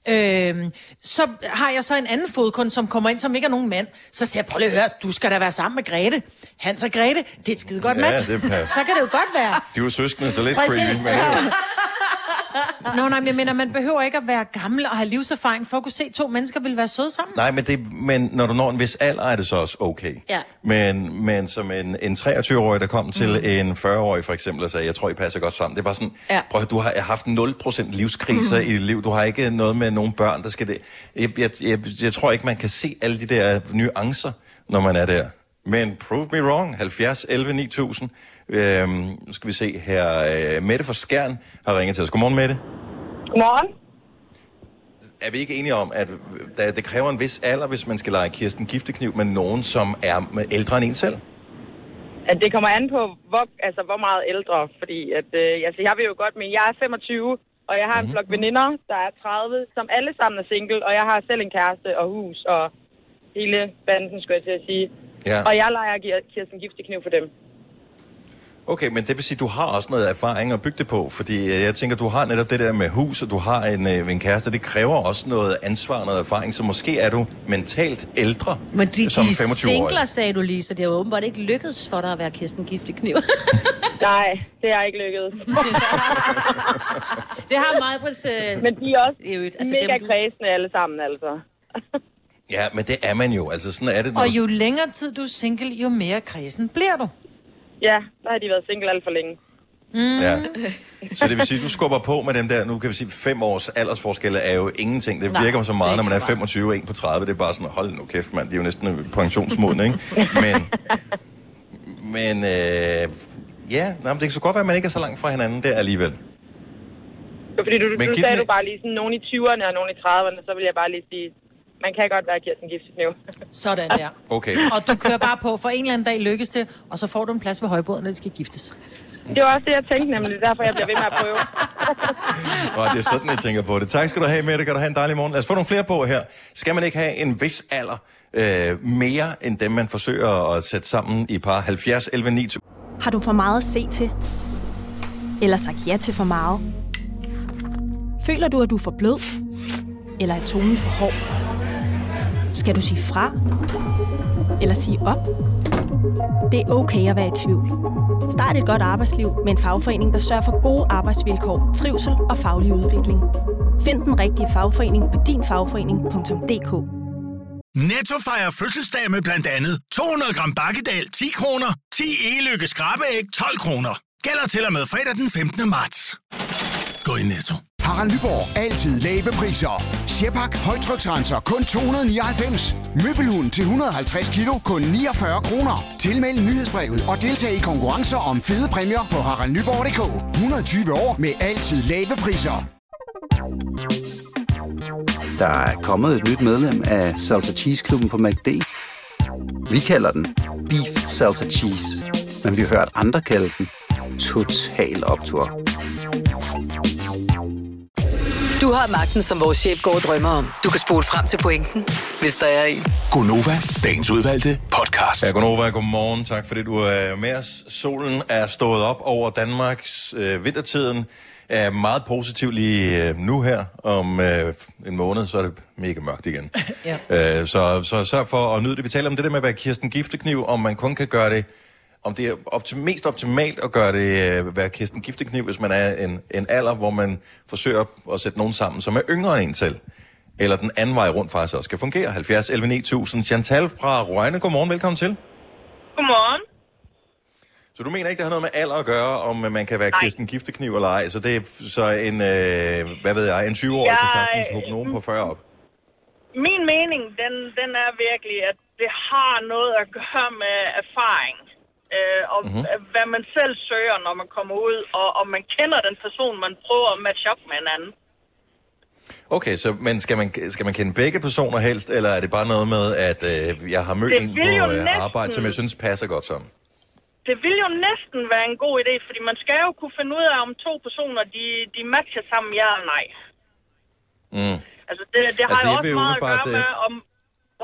Speaker 5: Øhm, så har jeg så en anden fodkund, som kommer ind, som ikke er nogen mand. Så siger jeg, prøv lige at høre, du skal da være sammen med Grete. Hans og Grete, det er et skide godt
Speaker 1: Ja,
Speaker 5: match.
Speaker 1: det passer.
Speaker 5: Så kan det jo godt være.
Speaker 1: De er jo søskende, så lidt
Speaker 5: Præcis.
Speaker 1: creepy. Men det
Speaker 5: Nå, nej, men jeg mener, man behøver ikke at være gammel og have livserfaring for at kunne se, at to mennesker vil være søde sammen.
Speaker 1: Nej, men, det, men når du når en vis alder, er det så også okay.
Speaker 5: Ja.
Speaker 1: Men, men som en, en 23-årig, der kom til mm. en 40-årig for eksempel og sagde, jeg tror, I passer godt sammen. Det var sådan,
Speaker 21: Ja.
Speaker 1: ja. prøv at høre, du har haft 0% livskriser mm. i dit liv. Du har ikke noget med nogen børn, der skal det. Jeg, jeg, jeg, jeg tror ikke, man kan se alle de der nuancer, når man er der. Men prove me wrong. 70, 11, 9000. Øhm, nu skal vi se her. Øh, Mette fra Skjern har ringet til os. Godmorgen, Mette.
Speaker 16: Godmorgen.
Speaker 1: Er vi ikke enige om, at der- det kræver en vis alder, hvis man skal lege Kirsten Giftekniv med nogen, som er med- ældre end en selv?
Speaker 16: At det kommer an på, hvor, altså, hvor meget ældre, fordi at, øh, altså, jeg vil jo godt, men jeg er 25, og jeg
Speaker 1: Mhm.
Speaker 16: har en flok veninder, der er 30, som alle sammen er single, og jeg har selv en kæreste og hus og hele banden, skulle jeg til at sige.
Speaker 1: Ja.
Speaker 16: Og jeg leger Gi- Kirsten Giftekniv for dem.
Speaker 1: Okay, men det vil sige, at du har også noget erfaring at bygge det på, fordi øh, jeg tænker, du har netop det der med hus, og du har en, øh, en kæreste, det kræver også noget ansvar og noget erfaring, så måske er du mentalt ældre
Speaker 4: Men de,
Speaker 1: som
Speaker 4: de
Speaker 1: 25 år.
Speaker 4: singler, sagde du lige, så det er jo åbenbart ikke lykkedes for dig at være Kirsten Giftekniv.
Speaker 16: Nej, det er ikke lykkedes.
Speaker 4: det har meget på øh,
Speaker 16: Men de er også
Speaker 4: altså
Speaker 16: altså,
Speaker 4: dem,
Speaker 16: mega
Speaker 4: du-
Speaker 16: kredsende alle sammen, altså.
Speaker 1: Ja, men det er man jo. Altså, sådan er det. når
Speaker 5: Og
Speaker 1: du-
Speaker 5: jo længere tid du er single, jo mere kredsen bliver du.
Speaker 16: Ja, der har de været single alt for længe.
Speaker 5: Mm.
Speaker 1: Ja. Så det vil sige, at du skubber på med dem der, nu kan vi sige, fem års aldersforskelle er jo ingenting. Det
Speaker 16: Nej,
Speaker 1: virker så
Speaker 16: det er
Speaker 1: meget, når
Speaker 16: ikke
Speaker 1: man er
Speaker 16: så meget.
Speaker 1: 25 og en på 30. Det er bare sådan, hold nu kæft, mand. De er jo næsten øh, pensionsmodne, ikke? Men, men øh, ja, nej, men det kan så godt være, at man ikke er så langt fra hinanden der alligevel.
Speaker 16: Det var Fordi du,
Speaker 1: Men
Speaker 16: du
Speaker 1: giv
Speaker 16: sagde
Speaker 1: den-
Speaker 16: du bare lige sådan nogen i 20'erne og nogen i 30'erne, så vil jeg bare lige sige, man kan godt være Kirsten Giftekniv.
Speaker 5: Sådan der.
Speaker 1: Okay.
Speaker 5: Og du kører bare på, for en eller anden dag lykkes det, og så får du en plads ved højbordet, når de skal giftes.
Speaker 16: Det var også det, jeg tænkte nemlig, derfor jeg bliver ved med at prøve.
Speaker 1: Og det er sådan, jeg tænker på det. Tak skal du have, Mette. Kan du have en dejlig morgen. Lad os få nogle flere på her. Skal man ikke have en vis alder øh, mere, end dem man forsøger at sætte sammen i par 70, 11, 9000?
Speaker 22: Har du for meget at se til? Eller sagt ja til for meget? Føler du, at du er for blød? Eller er tonen for hård? Skal du sige fra? Eller sige op? Det er okay at være i tvivl. Start et godt arbejdsliv med en fagforening, der sørger for gode arbejdsvilkår, trivsel og faglig udvikling. Find den rigtige fagforening på dinfagforening.dk
Speaker 23: Netto fejrer fødselsdag med blandt andet 200 gram bakkedal 10 kroner, 10 e-lykke skrabeæg 12 kroner. Gælder til og med fredag den 15. marts. Gå i Netto.
Speaker 24: Harald Nyborg. Altid lave priser. Sjehpak. Højtryksrenser. Kun 299. Møbelhund til 150 kilo. Kun 49 kroner. Tilmeld nyhedsbrevet og deltag i konkurrencer om fede præmier på haraldnyborg.dk. 120 år med altid lave priser.
Speaker 25: Der er kommet et nyt medlem af Salsa Cheese Klubben på MACD. Vi kalder den Beef Salsa Cheese, men vi har hørt andre kalde den Total Optor.
Speaker 19: Du har magten, som vores chef går og drømmer om. Du kan spole frem til pointen, hvis der er en.
Speaker 1: Gonova, dagens udvalgte podcast. Ja, Gonova, godmorgen. Tak fordi du er med os. Solen er stået op over Danmarks øh, vintertiden. Er meget positiv lige øh, nu her. Om øh, en måned, så er det mega mørkt igen.
Speaker 26: Ja.
Speaker 1: Øh, så, så sørg for at nyde det. Vi taler om det der med at være Kirsten Giftekniv, om man kun kan gøre det om det er optim- mest optimalt at gøre det, øh, være Kirsten Giftekniv, hvis man er en, en alder, hvor man forsøger at sætte nogen sammen, som er yngre end en selv. Eller den anden vej rundt faktisk også skal fungere. 70 11 9000. Chantal fra Rønne, godmorgen, velkommen til.
Speaker 27: Godmorgen.
Speaker 1: Så du mener ikke, det har noget med alder at gøre, om øh, man kan være
Speaker 27: Nej.
Speaker 1: Kirsten Giftekniv eller ej? Så det er f- så en, øh, hvad ved jeg, en 20-årig ja, kan
Speaker 27: Jeg-
Speaker 1: sagtens hugge nogen på 40 op.
Speaker 27: Min mening, den, den er virkelig, at det har noget at gøre med erfaring. øh, og mm-hmm. hvad man selv søger, når man kommer ud, og om man kender den person, man prøver at matche op med en anden.
Speaker 1: Okay, så, men skal man, skal man kende begge personer helst, eller er det bare noget med, at øh, jeg har mødt
Speaker 27: Det
Speaker 1: en
Speaker 27: vil jo
Speaker 1: på øh,
Speaker 27: næsten-
Speaker 1: arbejde, som jeg synes passer godt sammen?
Speaker 27: Det vil jo næsten være en god idé, fordi man skal jo kunne finde ud af, om to personer de, de matcher sammen, ja eller nej.
Speaker 1: Mm.
Speaker 27: Altså, det, det har
Speaker 1: Altså,
Speaker 27: jo
Speaker 1: jeg
Speaker 27: også
Speaker 1: vil
Speaker 27: meget at
Speaker 1: umiddelbart,
Speaker 27: gøre med,
Speaker 1: øh,
Speaker 27: om,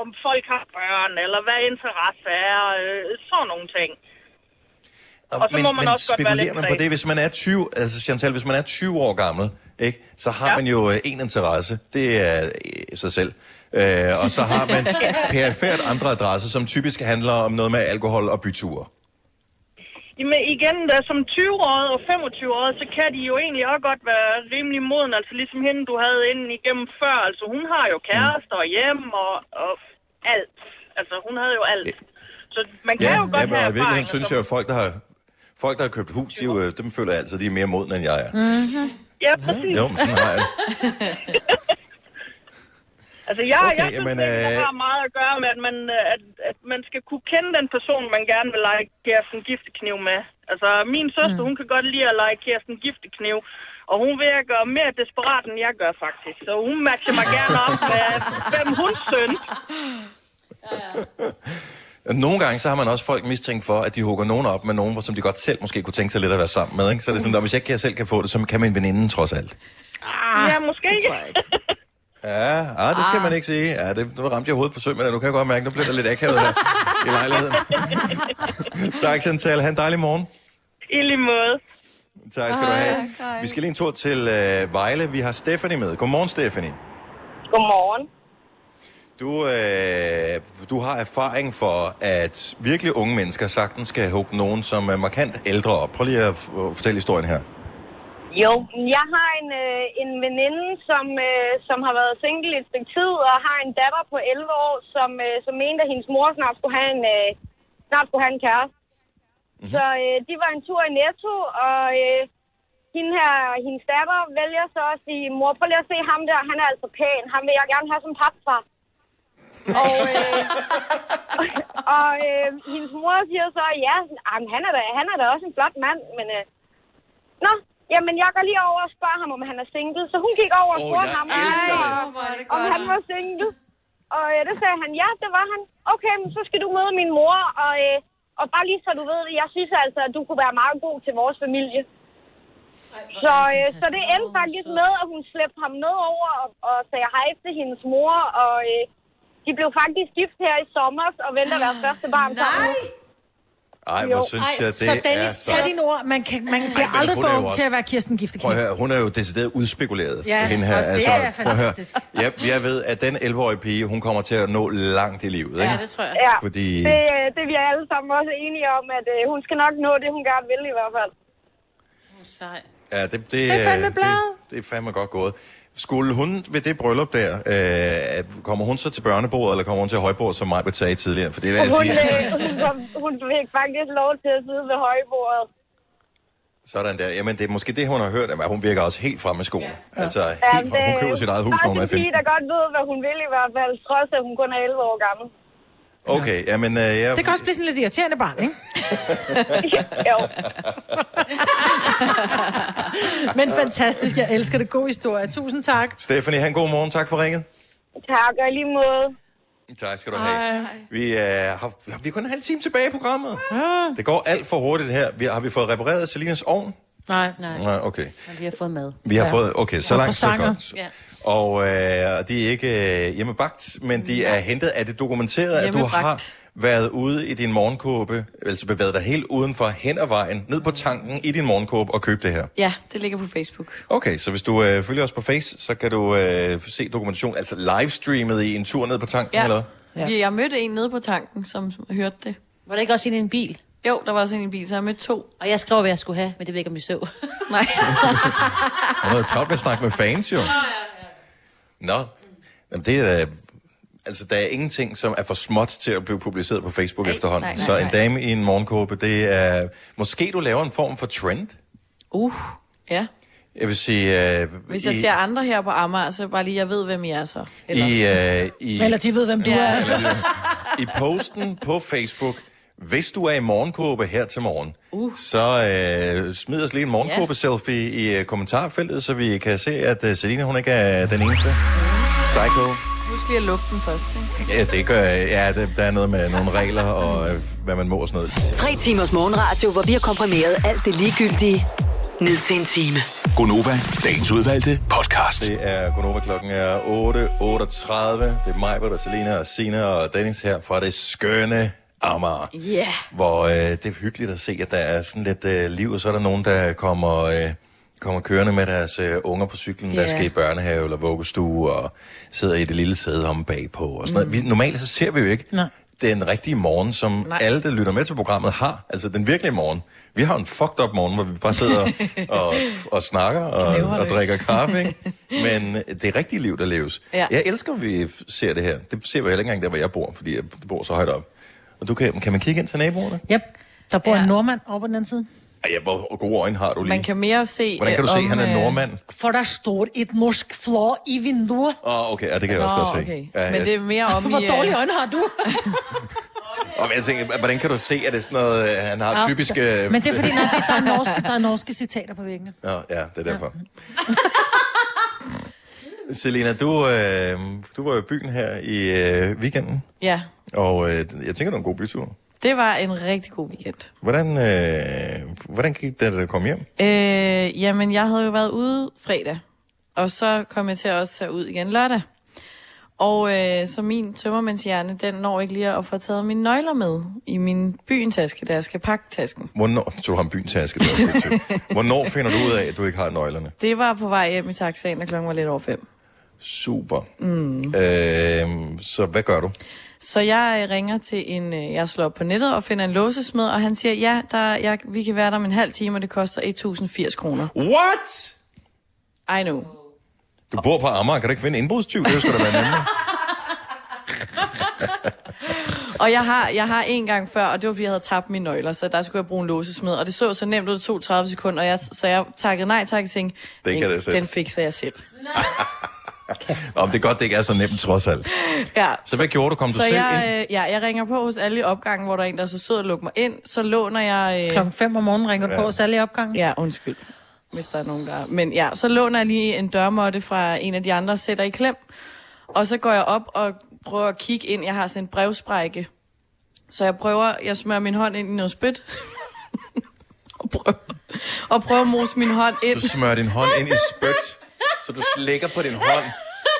Speaker 27: om folk har børn, eller hvad interesse er, øh, sådan nogle ting. Og så
Speaker 1: men,
Speaker 27: må man
Speaker 1: men
Speaker 27: også godt være
Speaker 1: spekulerer
Speaker 27: lidt
Speaker 1: man på
Speaker 27: bredere.
Speaker 1: det, hvis man er 20, altså Chantal, hvis man er 20 år gammel, ikke, så har ja. man jo øh, en interesse, det er øh, sig selv. Øh, og så har man perifært andre adresser, som typisk handler om noget med alkohol og byture.
Speaker 27: Jamen igen, der, som 20-årige og 25-årige, så kan de jo egentlig også godt være rimelig moden. Altså ligesom hende, du havde inden igennem før. Altså hun har jo kærester og hjem og, og alt. Altså hun havde jo alt. Så man kan
Speaker 1: ja,
Speaker 27: jo godt
Speaker 1: ja, men
Speaker 27: have
Speaker 1: i virkeligheden
Speaker 27: erfaringer.
Speaker 1: synes jeg, at folk, der har, folk, der har købt hus, de, er jo, øh, dem føler jeg altid, de er mere modne, end jeg er.
Speaker 27: Mm-hmm. Ja, præcis.
Speaker 1: Jo, men sådan har jeg det.
Speaker 27: Altså jeg,
Speaker 1: Okay,
Speaker 27: okay, jeg synes,
Speaker 1: jamen,
Speaker 27: jamen, det
Speaker 1: øh,
Speaker 27: har meget at gøre med, at man, øh, at, at man skal kunne kende den person, man gerne vil lege Kirsten Giftekniv med. Altså min søster, mm. hun kan godt lide at lege Kirsten Giftekniv, og hun virker mere desperat, end jeg gør faktisk. Så hun matcher mig gerne op med, hvem hun søn.
Speaker 1: Nogle gange så har man også folk mistænkt for, at de hugger nogen op med nogen, hvor- som de godt selv måske kunne tænke sig lidt at være sammen med. Ikke? Så er det sådan, at hvis jeg ikke kan- selv kan få det, så kan min veninde trods alt.
Speaker 27: Ah, ja, måske ikke.
Speaker 1: Ja, ah, det skal man ikke sige. Ja, det, nu ramte jeg hovedet på sømmen, og du kan jeg godt mærke, nu bliver der lidt akavet her i lejligheden. tak, Chantal. Ha' en dejlig morgen.
Speaker 27: I lige måde.
Speaker 1: Tak skal du have. Vi skal lige en tur til øh, Vejle. Vi har Stephanie med. Godmorgen, Stephanie.
Speaker 8: Godmorgen.
Speaker 1: Du, øh, du har erfaring for, at virkelig unge mennesker sagtens skal hugge nogen, som er markant ældre op. Prøv lige at f- fortælle historien her.
Speaker 8: Jo, jeg har en, øh, en veninde, som, øh, som har været single i et stykke tid, og har en datter på 11 år, som, øh, som mente, at hendes mor snart skulle have en, øh, snart skulle have en kæreste. Mm-hmm. Så øh, de var en tur i Netto, og øh, hende her, hendes datter vælger så at sige, mor, prøv lige at se ham der, han er altså pæn, ham vil jeg gerne have som papfar. Og, øh, og øh, hendes mor siger så, ja, jamen, han, er da, han er da også en flot mand, men... Øh, Nå, jamen jeg går lige over og spørger ham, om han er single. Så hun gik over og
Speaker 9: Åh,
Speaker 8: spurgte
Speaker 9: jeg
Speaker 8: ham,
Speaker 9: elsker
Speaker 8: om,
Speaker 9: det.
Speaker 8: øh,
Speaker 9: Hvor er det
Speaker 8: om
Speaker 9: godt.
Speaker 8: han var single. Og øh, det sagde han, ja, det var han. Okay, men så skal du møde min mor, og, øh, og bare lige så du ved det, jeg synes altså, at du kunne være meget god til vores familie. Så, øh, så det endte faktisk med, at hun slæbte ham med over og, og sagde hej til hendes mor, og øh, de blev faktisk gift her i sommer og venter deres første barn sammen. Ah, Nej!
Speaker 1: Ej,
Speaker 8: Jo.
Speaker 1: hvor synes
Speaker 8: Ej,
Speaker 1: jeg, det
Speaker 5: så
Speaker 1: er
Speaker 5: Dennis,
Speaker 1: så...
Speaker 5: tag dine ord. Man, kan, man bliver
Speaker 1: men
Speaker 5: aldrig
Speaker 1: hun
Speaker 5: for
Speaker 1: er jo
Speaker 5: ung
Speaker 1: også-
Speaker 5: til at være Kirsten Gifte
Speaker 1: Prøv at høre, hun er jo decideret udspekuleret.
Speaker 5: Ja,
Speaker 1: hende her. Altså,
Speaker 5: og det er
Speaker 1: prøv at høre.
Speaker 5: fantastisk.
Speaker 1: Jeg, jeg ved, at den 11-årige pige, hun kommer til at nå langt i livet. Ikke?
Speaker 8: tror jeg. Ja,
Speaker 1: Fordi...
Speaker 8: det, øh, det er vi alle sammen også enige om, at øh, hun skal nok nå det, hun gerne vil i hvert fald. Sej.
Speaker 1: Ja, det, det,
Speaker 8: Det er fandme
Speaker 1: øh,
Speaker 8: bladet.
Speaker 1: Det, det er fandme godt gået. Skulle hun ved det bryllup der, øh, kommer hun så til børnebordet, eller kommer hun til højbordet, som Majbet sagde tidligere? For det vil
Speaker 8: Og
Speaker 1: jeg
Speaker 8: hun,
Speaker 1: sige, altså,
Speaker 8: øh, hun, kom- hun fik faktisk lov til at sidde ved højbordet.
Speaker 1: sådan der. Jamen, det er måske det, hun har hørt, at hun virker også helt fremme i skoene. Ja. Altså,
Speaker 8: Ja,
Speaker 1: helt fremme. Hun køber sit eget hus, når hun
Speaker 8: Det
Speaker 1: er
Speaker 8: er
Speaker 1: 15.
Speaker 8: en pige, der godt ved, hvad hun vil i hvert fald, trods at hun kun er 11 år gammel.
Speaker 1: Okay, jamen, øh, jeg...
Speaker 5: Det kan også blive sådan lidt irriterende barn, ikke? Men fantastisk, jeg elsker det. God historie. Tusind tak.
Speaker 1: Stephanie, han god morgen. Tak for ringet.
Speaker 8: Tak, og i lige måde.
Speaker 1: Tak skal du have. Vi, øh, har, vi har kun en halv time tilbage i programmet.
Speaker 5: Ah.
Speaker 1: Det går alt for hurtigt her. Vi, har vi fået repareret Selinas ovn?
Speaker 4: Nej, nej.
Speaker 1: Nej, okay.
Speaker 4: Men vi har fået mad.
Speaker 1: Vi har fået- okay, så
Speaker 4: Og
Speaker 1: langt, så
Speaker 4: croissanter.
Speaker 1: godt.
Speaker 4: Ja.
Speaker 1: Og øh, de er ikke øh, hjemmebagt, men de er hentet. Er det dokumenteret, at du har
Speaker 4: Hjemmebagt.
Speaker 1: været ude i din morgenkåbe, altså bevæget dig helt udenfor hen ad vejen, ned på tanken i din morgenkåbe og købt det her?
Speaker 3: Ja, det ligger på Facebook.
Speaker 1: Okay, så hvis du øh, følger os på Face, så kan du øh, se dokumentation, altså livestreamet i en tur ned på tanken,
Speaker 3: Ja.
Speaker 1: eller hvad?
Speaker 3: Ja. Jeg mødte en nede på tanken, som hørte det.
Speaker 4: Var det ikke også en i en bil?
Speaker 3: Jo, der var også en i en bil, så jeg mødte to.
Speaker 4: Og jeg skrev, hvad jeg skulle have, men det ved jeg ikke, om I så.
Speaker 3: Nej.
Speaker 1: Hun havde travlt med at snakke med fans, jo. Nå, Jamen, det er da- Altså, der er ingenting, som er for småt til at blive publiceret på Facebook
Speaker 4: Nej,
Speaker 1: efterhånden.
Speaker 4: nej, nej,
Speaker 1: så en
Speaker 4: nej.
Speaker 1: dame i en morgenkåbe, det er... Måske du laver en form for trend.
Speaker 3: Uh, ja.
Speaker 1: Jeg vil sige... Øh,
Speaker 3: Hvis jeg
Speaker 1: i,
Speaker 3: ser andre her på Amager, så bare lige, jeg ved, hvem I er så.
Speaker 1: I, øh, i,
Speaker 5: Eller de ved, hvem du
Speaker 3: Ja.
Speaker 5: er.
Speaker 1: I posten på Facebook, Hvis du er i morgenkåbe her til morgen, uh. så øh, smid os lige en morgenkåbe-selfie i øh, kommentarfeltet, så vi kan se, at øh, Selina hun ikke er den eneste. Psycho.
Speaker 3: Husk lige at lukke den først, ikke?
Speaker 1: Ja, det gør ja, det, der er noget med nogle regler og øh, hvad man må og sådan noget.
Speaker 19: Tre timers morgenradio, hvor vi har komprimeret alt det ligegyldige ned til en time.
Speaker 13: Gonova, dagens udvalgte podcast.
Speaker 1: Det er Gunova, klokken er 8.38. Det er mig, Britt og Selina og Sina og Dennis her fra det skønne Amager.
Speaker 4: Yeah.
Speaker 1: Hvor øh, det er hyggeligt at se, at der er sådan lidt øh, liv, og så er der nogen, der kommer, øh, kommer kørende med deres øh, unger på cyklen, yeah. der
Speaker 9: Ja.
Speaker 1: skal i børnehave eller vuggestue, og sidder i det lille sæde om bagpå og sådan mm. noget. Vi, normalt så ser vi jo ikke
Speaker 5: Nej.
Speaker 1: den rigtige morgen, som Nej.
Speaker 5: Nej.
Speaker 1: alle, der lytter med til programmet, har. Altså den virkelige morgen. Vi har en fucked up morgen, hvor vi bare sidder og, og snakker og, og
Speaker 9: Knæverløs.
Speaker 1: drikker kaffe, ikke? Men det er rigtige liv, der leves.
Speaker 9: Ja.
Speaker 1: Jeg elsker, at vi f- ser det her. Det ser vi heller ikke engang der, hvor jeg bor, fordi jeg bor så højt op. Og du kan, kan man kigge ind til naboerne?
Speaker 5: Yep. Der bor ja. en nordmand over på den anden side.
Speaker 1: Ej, ja, hvor gode øjne har du lige.
Speaker 3: Man kan mere se...
Speaker 1: Hvordan kan du se,
Speaker 3: øh,
Speaker 1: han er
Speaker 3: om, øh,
Speaker 1: nordmand?
Speaker 5: For der står et norsk flå i vinduet.
Speaker 1: Åh, oh, okay, ja, det kan jeg også
Speaker 5: Nå,
Speaker 1: godt se.
Speaker 5: okay.
Speaker 1: Ja,
Speaker 3: Men
Speaker 1: ja.
Speaker 3: det er mere om
Speaker 5: Hvor
Speaker 3: i... øh,
Speaker 5: dårlige øjne har du?
Speaker 1: Og jeg tænker, hvordan kan du se, at det er sådan noget, øh, han har
Speaker 5: Ja.
Speaker 1: typisk... øh,
Speaker 5: Men det er fordi, nej, det- der, er norske, der er norske citater på væggene.
Speaker 1: Nå, ja, det er derfor. Selena, du, øh, du var jo i byen her i øh, weekenden,
Speaker 3: Ja,
Speaker 1: og øh, jeg tænker, det var en god bytur.
Speaker 3: det var en rigtig god weekend.
Speaker 1: Hvordan, øh, hvordan gik det, da du kom hjem?
Speaker 3: Øh, jamen, jeg havde jo været ude fredag, og så kom jeg til at også tage ud igen lørdag. Og øh, så min tømmermandshjerne, den når ikke lige at få taget mine nøgler med i min byentaske, da jeg skal pakke tasken.
Speaker 1: Hvornår, så du har en byntaske, det var sindssygt. Hvornår finder du ud af, at du ikke har nøglerne?
Speaker 3: Det var på vej hjem i taxaen, og klokken var lidt over fem.
Speaker 1: Super.
Speaker 3: Mm.
Speaker 1: Øh, så hvad gør du?
Speaker 3: Så jeg øh, ringer til en, øh, jeg slår op på nettet og finder en låsesmed, og han siger, ja, der, jeg, vi kan være der om en halv time, og det koster 1080 kroner.
Speaker 1: What?
Speaker 3: I know.
Speaker 1: Du bor på Amager, kan du ikke finde en indbrudstyv? Det skulle da være nemmere.
Speaker 3: Og jeg har, jeg har en gang før, og det var fordi, jeg havde tabt mine nøgler, så der skulle jeg bruge en låsesmed. Og det så så nemt ud, det tog 30 sekunder, og jeg, så jeg takkede nej tak og tænkte,
Speaker 1: Det kan
Speaker 3: den,
Speaker 1: jeg selv."
Speaker 3: den fikser jeg selv.
Speaker 1: Nå, men det er godt, det ikke er så nemt trods alt.
Speaker 3: Ja,
Speaker 1: Så hvad gjorde du? Kom du
Speaker 3: så
Speaker 1: selv
Speaker 3: jeg,
Speaker 1: ind?
Speaker 3: øh, ja, jeg ringer på hos alle i opgangen, hvor der er en, der er så sød at lukke mig ind. Så låner jeg... Øh,
Speaker 5: Klokken 5 om morgenen ringer du
Speaker 3: Ja.
Speaker 5: på hos alle i opgangen.
Speaker 3: Ja, undskyld. hvis der er nogen, der... Men ja, så låner jeg lige en dørmåtte fra en af de andre, sætter i klem, og så går jeg op og prøver at kigge ind. Jeg har sådan en brevsprække. Så jeg prøver, jeg smører min hånd ind i noget spyt, og prøver, og prøver at mose min hånd ind.
Speaker 1: Du smører din hånd ind i spyt, så du slikker på din hånd,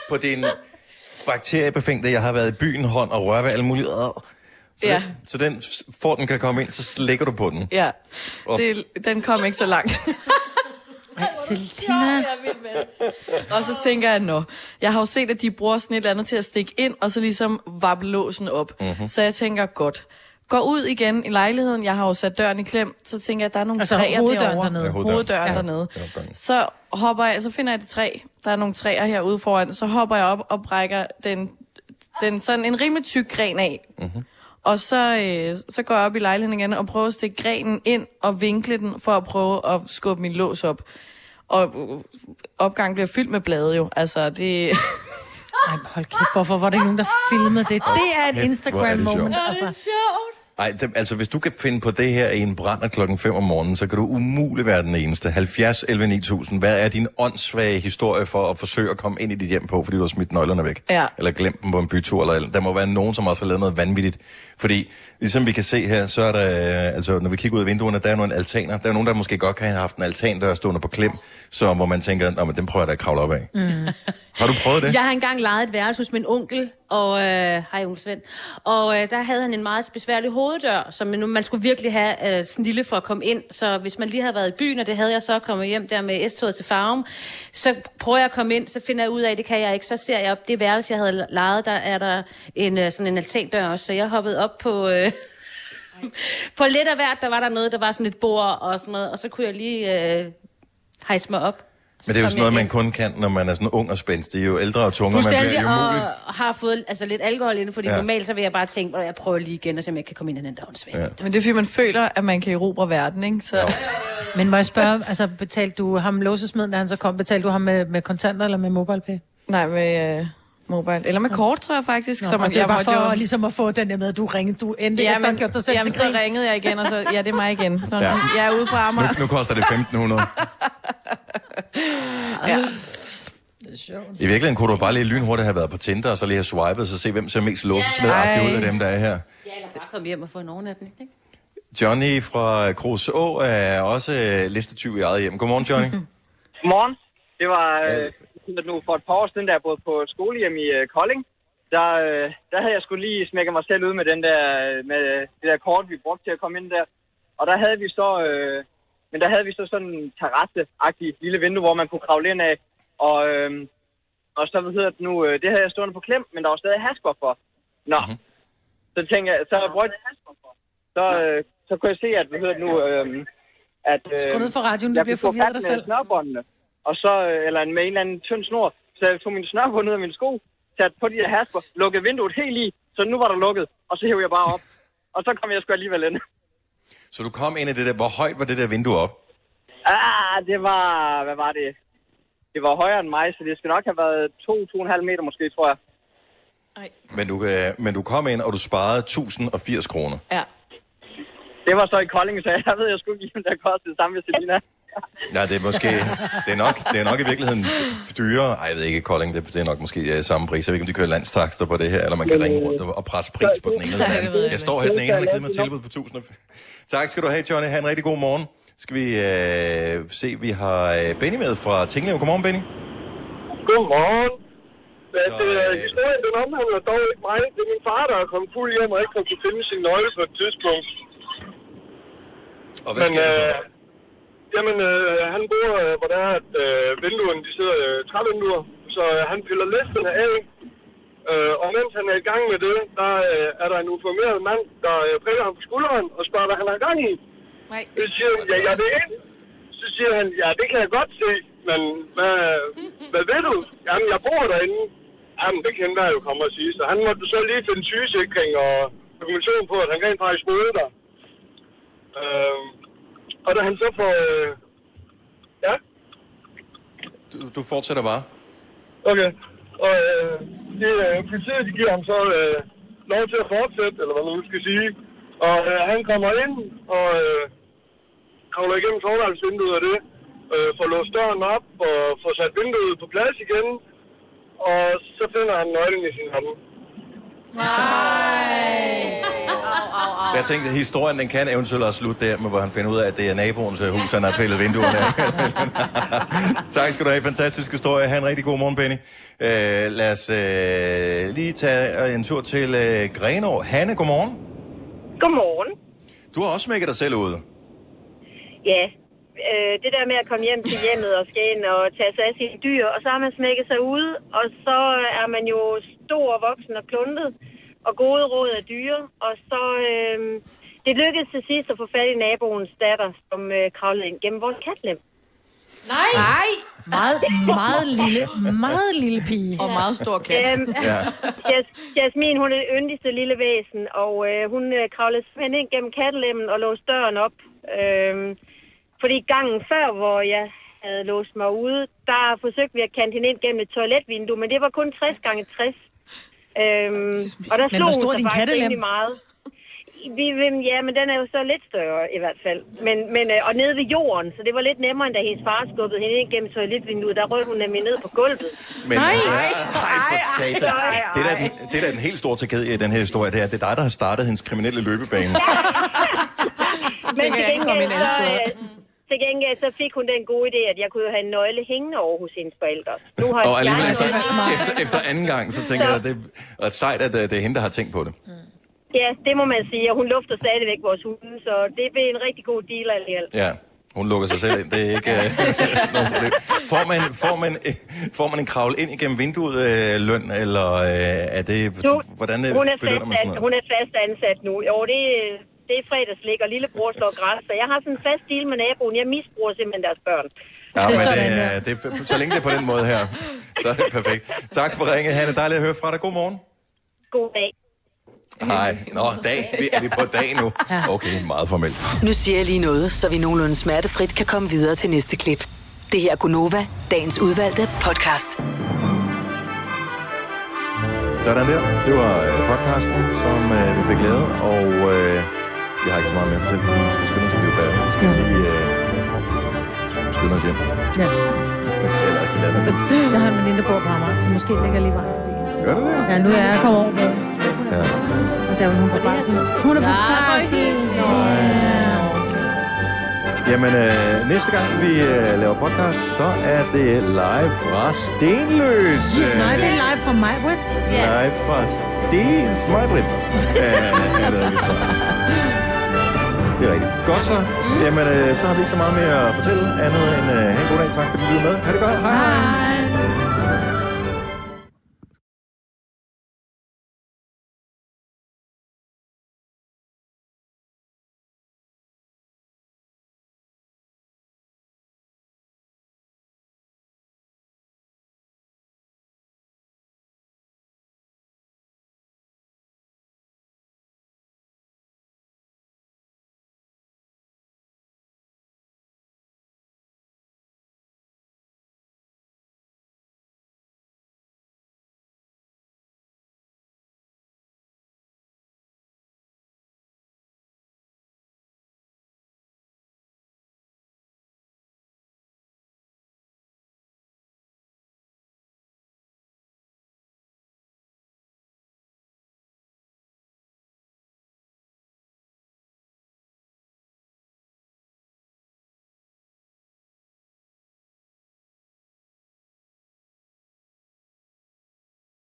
Speaker 1: på din bakteriebefængte, jeg har været i byen hånd og rører ved alle mulige. ad. Så,
Speaker 3: Ja.
Speaker 1: den, så den, for at den kan komme ind, så slikker du på den.
Speaker 3: Ja,
Speaker 1: Og-
Speaker 3: det, den kom ikke så langt.
Speaker 5: Ej, Selina.
Speaker 3: Og så tænker jeg, nå, jeg har jo set, at de bruger sådan et eller andet til at stikke ind, og så ligesom vappe låsen op.
Speaker 5: Mhm.
Speaker 3: Mm-hmm. Så jeg tænker, godt. Går ud igen i lejligheden, jeg har jo sat døren i klem, så tænker jeg, at der er nogle
Speaker 5: Altså,
Speaker 3: træer
Speaker 5: hoveddøren
Speaker 3: derovre.
Speaker 5: dernede. Ja, hoveddøren.
Speaker 3: hoveddøren
Speaker 5: Ja.
Speaker 3: dernede. Så hopper jeg, så finder jeg et træ. Der er nogle træer herude foran. Så hopper jeg op og brækker den, den sådan en rimelig tyk gren af.
Speaker 9: Mhm.
Speaker 3: Og så, øh, så går jeg op i lejligheden igen og prøver at stikke grenen ind og vinkle den for at prøve at skubbe min lås op. Og øh, opgangen bliver fyldt med blade jo. Altså, det...
Speaker 5: Ej, hold kæft, hvorfor var der ikke nogen, der filmede det? Det er et
Speaker 1: Kæft, hvor er det sjovt.
Speaker 5: Instagram-moment.
Speaker 1: Ja, det er
Speaker 5: Altså.
Speaker 1: Ej, det, altså hvis du kan finde på det her i en brænder klokken 5 om morgenen, så kan du umuligt være den eneste. 70 11 9000. Hvad er din åndssvage historie for at forsøge at komme ind i dit hjem på, fordi du har smidt nøglerne væk?
Speaker 9: Ja.
Speaker 1: Eller glemt dem på en bytur? Eller, eller, der må være nogen, som også har lavet noget vanvittigt. Fordi ligesom vi kan se her, så er der, øh, altså når vi kigger ud af vinduerne, der er nogle altaner. Der er nogen, der måske godt kan have haft en altandør stående på klem, så, hvor man tænker, Nå, men den prøver jeg da at kravle op af.
Speaker 4: Mm.
Speaker 1: Har du prøvet det?
Speaker 4: Jeg har engang lejet et værelse hos min onkel, og øh, hej onkel Svend, og øh, der havde han en meget besværlig hoveddør, som man, man skulle virkelig have øh, snille for at komme ind. Så hvis man lige havde været i byen, og det havde jeg så kommet hjem der med S-toget til Farum, så prøver jeg at komme ind, så finder jeg ud af, det kan jeg ikke. Så ser jeg op det værelse, jeg havde lejet, der er der en, øh, sådan en altandør også, så jeg hoppede op på... Øh, på lidt af hvert, der var der noget, der var sådan et bord og sådan noget, og så kunne jeg lige øh, hejse mig op.
Speaker 1: Men det er jo
Speaker 4: kom
Speaker 1: sådan
Speaker 4: jeg
Speaker 1: noget, man
Speaker 4: ind.
Speaker 1: kun kan, når man er sådan ung og spændstig. Jo ældre og tungere man bliver,
Speaker 4: Fuldstændig,
Speaker 1: jo muligt.
Speaker 4: og, og har fået altså, lidt alkohol inden, fordi
Speaker 1: Ja.
Speaker 4: ja. normalt så vil jeg bare tænke, at jeg prøver lige igen, og se om jeg kan komme ind i den downsving. Ja.
Speaker 3: Men det er fordi, man føler, at man kan erobre verden, ikke? Så...
Speaker 5: Men må jeg spørge, altså betalte du ham låsesmeden, da han så kom, betalte du ham med, med kontanter eller med MobilePay?
Speaker 3: Nej, med øh, mobile. Eller med kort, tror jeg faktisk.
Speaker 5: Nå,
Speaker 3: så man,
Speaker 5: og det er
Speaker 3: jeg
Speaker 5: bare
Speaker 3: måtte
Speaker 5: for
Speaker 3: jo-
Speaker 5: ligesom at få den der med, at du ringede, du endte ja, efter men, gjort dig selv
Speaker 3: jamen,
Speaker 5: til
Speaker 3: så
Speaker 5: grin.
Speaker 3: ringede jeg igen, og så, ja, det er mig igen. Så
Speaker 1: Ja.
Speaker 3: ja. jeg er ude fra
Speaker 1: Nu,
Speaker 3: Amager.
Speaker 1: nu koster det 1500.
Speaker 3: Ja.
Speaker 1: I virkeligheden kunne du bare lige lynhurtigt have været på Tinder, og så lige have swipet, så se, hvem ser mest låsesmedagtig ud af dem, der er her.
Speaker 4: Ja, eller bare komme hjem og få en overnatning, ikke?
Speaker 1: Johnny fra Kroos Å er også øh, listetyv i eget hjem. Godmorgen, Johnny.
Speaker 2: Godmorgen. Det var øh, sådan, at nu for et par år siden, da jeg boede på et skolehjem i øh, Kolding. Der, øh, der havde jeg skulle lige smækket mig selv ud med, den der, øh, med det der kort, vi brugte til at komme ind der. Og der havde vi så, øh, men der havde vi så sådan en terrasse lille vindue, hvor man kunne kravle ind af. Og, øh, og så, hvad hedder det nu, øh, det havde jeg stående på klem, men der var stadig hasker for. Nå, mm-hmm. så tænkte jeg, så, brød, så, øh, så kunne jeg se, at, hvad hedder det nu, øh, at... Øh,
Speaker 5: Skru ned for radioen, du
Speaker 2: jeg
Speaker 5: bliver
Speaker 2: kunne få
Speaker 5: forvirret
Speaker 2: fat
Speaker 5: dig
Speaker 2: med
Speaker 5: selv.
Speaker 2: snørbåndene, og så, øh, eller en- med en eller anden tynd snor. Så jeg tog min snørbånd ud af min sko, satte på de her hasper, lukkede vinduet helt i, så nu var der lukket, og så hæv jeg bare op. og så kom jeg sgu alligevel ind.
Speaker 1: Så du kom ind i det der, hvor højt var det der vindue op?
Speaker 2: Ah, det var, hvad var det? Det var højere end mig, så det skal nok have været 2-2,5 meter måske, tror jeg.
Speaker 1: Men du, øh, men du kom ind, og du sparede 1080 kroner.
Speaker 3: Ja.
Speaker 2: Det var så i Kolding, så jeg ved, jeg skulle give dem der kostede det samme ved Selina.
Speaker 1: Nej, det er måske... Det er nok, det er nok i virkeligheden dyrere. Ej, jeg ved ikke, Kolding, det, det er nok måske øh, samme pris. Jeg ved ikke, om de kører landstakster på det her, eller man kan ringe rundt og, og presse pris på den ene eller den anden. Jeg står her, den ene, han har givet mig tilbud på 1000. og- Tak skal du have, Johnny. Ha' en rigtig god morgen. Skal vi øh, se, vi har øh, Benny med fra Tinglev. Godmorgen, Benny.
Speaker 9: Godmorgen. Men
Speaker 1: Så,
Speaker 9: øh,
Speaker 1: øh,
Speaker 9: historien, den omhandler dog ikke mig. Det er min far, der er kommet fuld hjem og ikke kunne finde sin nøgle på et tidspunkt.
Speaker 1: Og hvad sker der så?
Speaker 9: Øh, jamen, øh, han bor, øh, hvor der er, at øh, vinduerne, de sidder øh, trævinduer, så øh, han piller listerne af. Øh, og mens han er i gang med det, der øh, er der en uformeret mand, der øh, prikker ham på skulderen og spørger, hvad han har gang i.
Speaker 3: Nej.
Speaker 9: Så siger han, ja, jeg ved ikke. Så siger han, ja, det kan jeg godt se, men hvad, hvad ved du? Jamen, jeg bor derinde. Jamen, det kan der jo komme og sige. Så han måtte så lige finde sygesikring og dokumentation på, at han rent faktisk boede der. Øh, og da han så får... Øh, ja,
Speaker 1: Du, du fortsætter bare.
Speaker 9: okay. Og øh, det, øh, politiet, de giver ham så øh, lov til at fortsætte, eller hvad man nu skal sige. Og øh, han kommer ind og øh, kravler igennem soveværelsesvinduet og det. Øh, får låst døren op og får sat vinduet på plads igen. Og så finder han nøglen i sin hånd.
Speaker 1: Jeg tænkte, at historien den kan eventuelt også slutte der, med, hvor han finder ud af, at det er naboens øh, hus, han har pillet vinduerne af. tak skal du have. Fantastisk historie. Ha' en rigtig god morgen, Benny. Øh, lad os øh, lige tage en tur til øh, Grenå. Hanne, godmorgen.
Speaker 10: Godmorgen.
Speaker 1: Du har også smækket dig selv ud.
Speaker 10: Ja, øh, det der med at komme hjem til hjemmet og skal ind og tage sig af sine dyr, og så har man smækket sig ud, og så er man jo stor, voksen og kluntet, og gode råd af dyre, og så... Øh, det lykkedes til sidst at få fat i naboens datter, som øh, kravlede ind gennem vores katlem.
Speaker 28: Nej. Nej. Meget, meget lille, meget lille pige.
Speaker 10: Og meget stor kat. Øhm,
Speaker 28: ja.
Speaker 10: Ja. Jas Jasmin, hun er det yndigste lille væsen, og øh, hun øh, kravlede simpelthen ind gennem kattelemmen og låste døren op. Øhm, fordi gangen før, hvor jeg havde låst mig ude, der forsøgte vi at kante hende ind gennem et toiletvindue, men det var kun 60 gange 60. Øhm, og der
Speaker 28: Men
Speaker 10: slog
Speaker 28: hvor
Speaker 10: hun
Speaker 28: stor er
Speaker 10: sig
Speaker 28: din
Speaker 10: faktisk
Speaker 28: kattelem?
Speaker 10: rimelig meget. Vi, vi- ja, men den er jo så lidt større i hvert fald. Men, men, øh, og nede ved jorden, så det var lidt nemmere, end da hendes far skubbede hende ind gennem toiletvinduet. Der røg hun nemlig ned på gulvet.
Speaker 1: Men, Nej. Nej, for satan. Det, der er den, det der er den helt store tragedie i den her historie, det er, at det er dig, der har startet hendes kriminelle løbebane.
Speaker 10: Men
Speaker 3: tænker
Speaker 10: til
Speaker 3: jeg ikke komme
Speaker 10: gengæld,
Speaker 3: ind alle
Speaker 10: så,
Speaker 3: steder.
Speaker 10: øh, til gengæld så fik hun den gode idé, at jeg kunne jo have en nøgle hængende over hos hendes forældre. Nu har
Speaker 1: Og alligevel
Speaker 10: jeg
Speaker 1: efter, efter, efter anden gang, så tænker jeg, at det er sejt, at øh, det er hende, der har tænkt på det.
Speaker 10: Ja, det må man sige, og hun lufter stadigvæk vores hunde, så det blev en rigtig god deal alt i alt.
Speaker 1: Ja, hun lukker sig selv ind. Det er ikke øh, noget problem. Får man, får, man, øh, får man en kravl ind igennem vinduet øh, løn, eller øh, er det...
Speaker 10: Nu,
Speaker 1: Hvordan øh,
Speaker 10: hun, er
Speaker 1: belønner
Speaker 10: fast,
Speaker 1: man sådan
Speaker 10: an-
Speaker 1: noget?
Speaker 10: hun er fast ansat nu. Jo, det, er- det er fredagslik, og lillebror slår græs, så jeg har sådan en fast deal med naboen. Jeg misbruger simpelthen deres børn.
Speaker 1: Ja,
Speaker 10: Det er
Speaker 1: men
Speaker 10: sådan,
Speaker 1: det, er, det er, så længe det er på den måde her, så er det perfekt. Tak for ringe, Hanne. Dejligt at høre fra dig. God morgen.
Speaker 10: God dag.
Speaker 1: Nej, nå, dag. Vi, er vi på dag nu? Okay, meget formelt.
Speaker 19: Nu siger jeg lige noget, så vi nogenlunde smertefrit kan komme videre til næste klip. Det her er Gunova, dagens udvalgte podcast.
Speaker 1: Sådan der. Det var øh, podcasten, som øh, vi fik lavet, og øh, jeg har ikke så meget mere at fortælle, fordi vi skal skynde os at blive færdige. Vi skal lige øh, skynde os hjem.
Speaker 5: Ja.
Speaker 1: Eller, eller, eller.
Speaker 5: Jeg har en veninde på Amager, så måske ligger lige vejen forbi.
Speaker 1: Gør det det?
Speaker 5: Ja, nu er jeg kommet over broen.
Speaker 1: Ja.
Speaker 5: Og der er hun på barsel. Hun er på barsel. Nå, ja.
Speaker 1: Jamen, øh, næste gang vi øh, laver podcast, så er det live fra Stenløse.
Speaker 5: Nej, det er live fra mig, Britt.
Speaker 1: Live fra Sten Smøjdrip. det er rigtigt. Mm. Godt så. Jamen, øh, så har vi ikke så meget mere at fortælle andet end øh, have en god dag. Tak fordi du lyttede med. Ha' det godt. Hej. hej.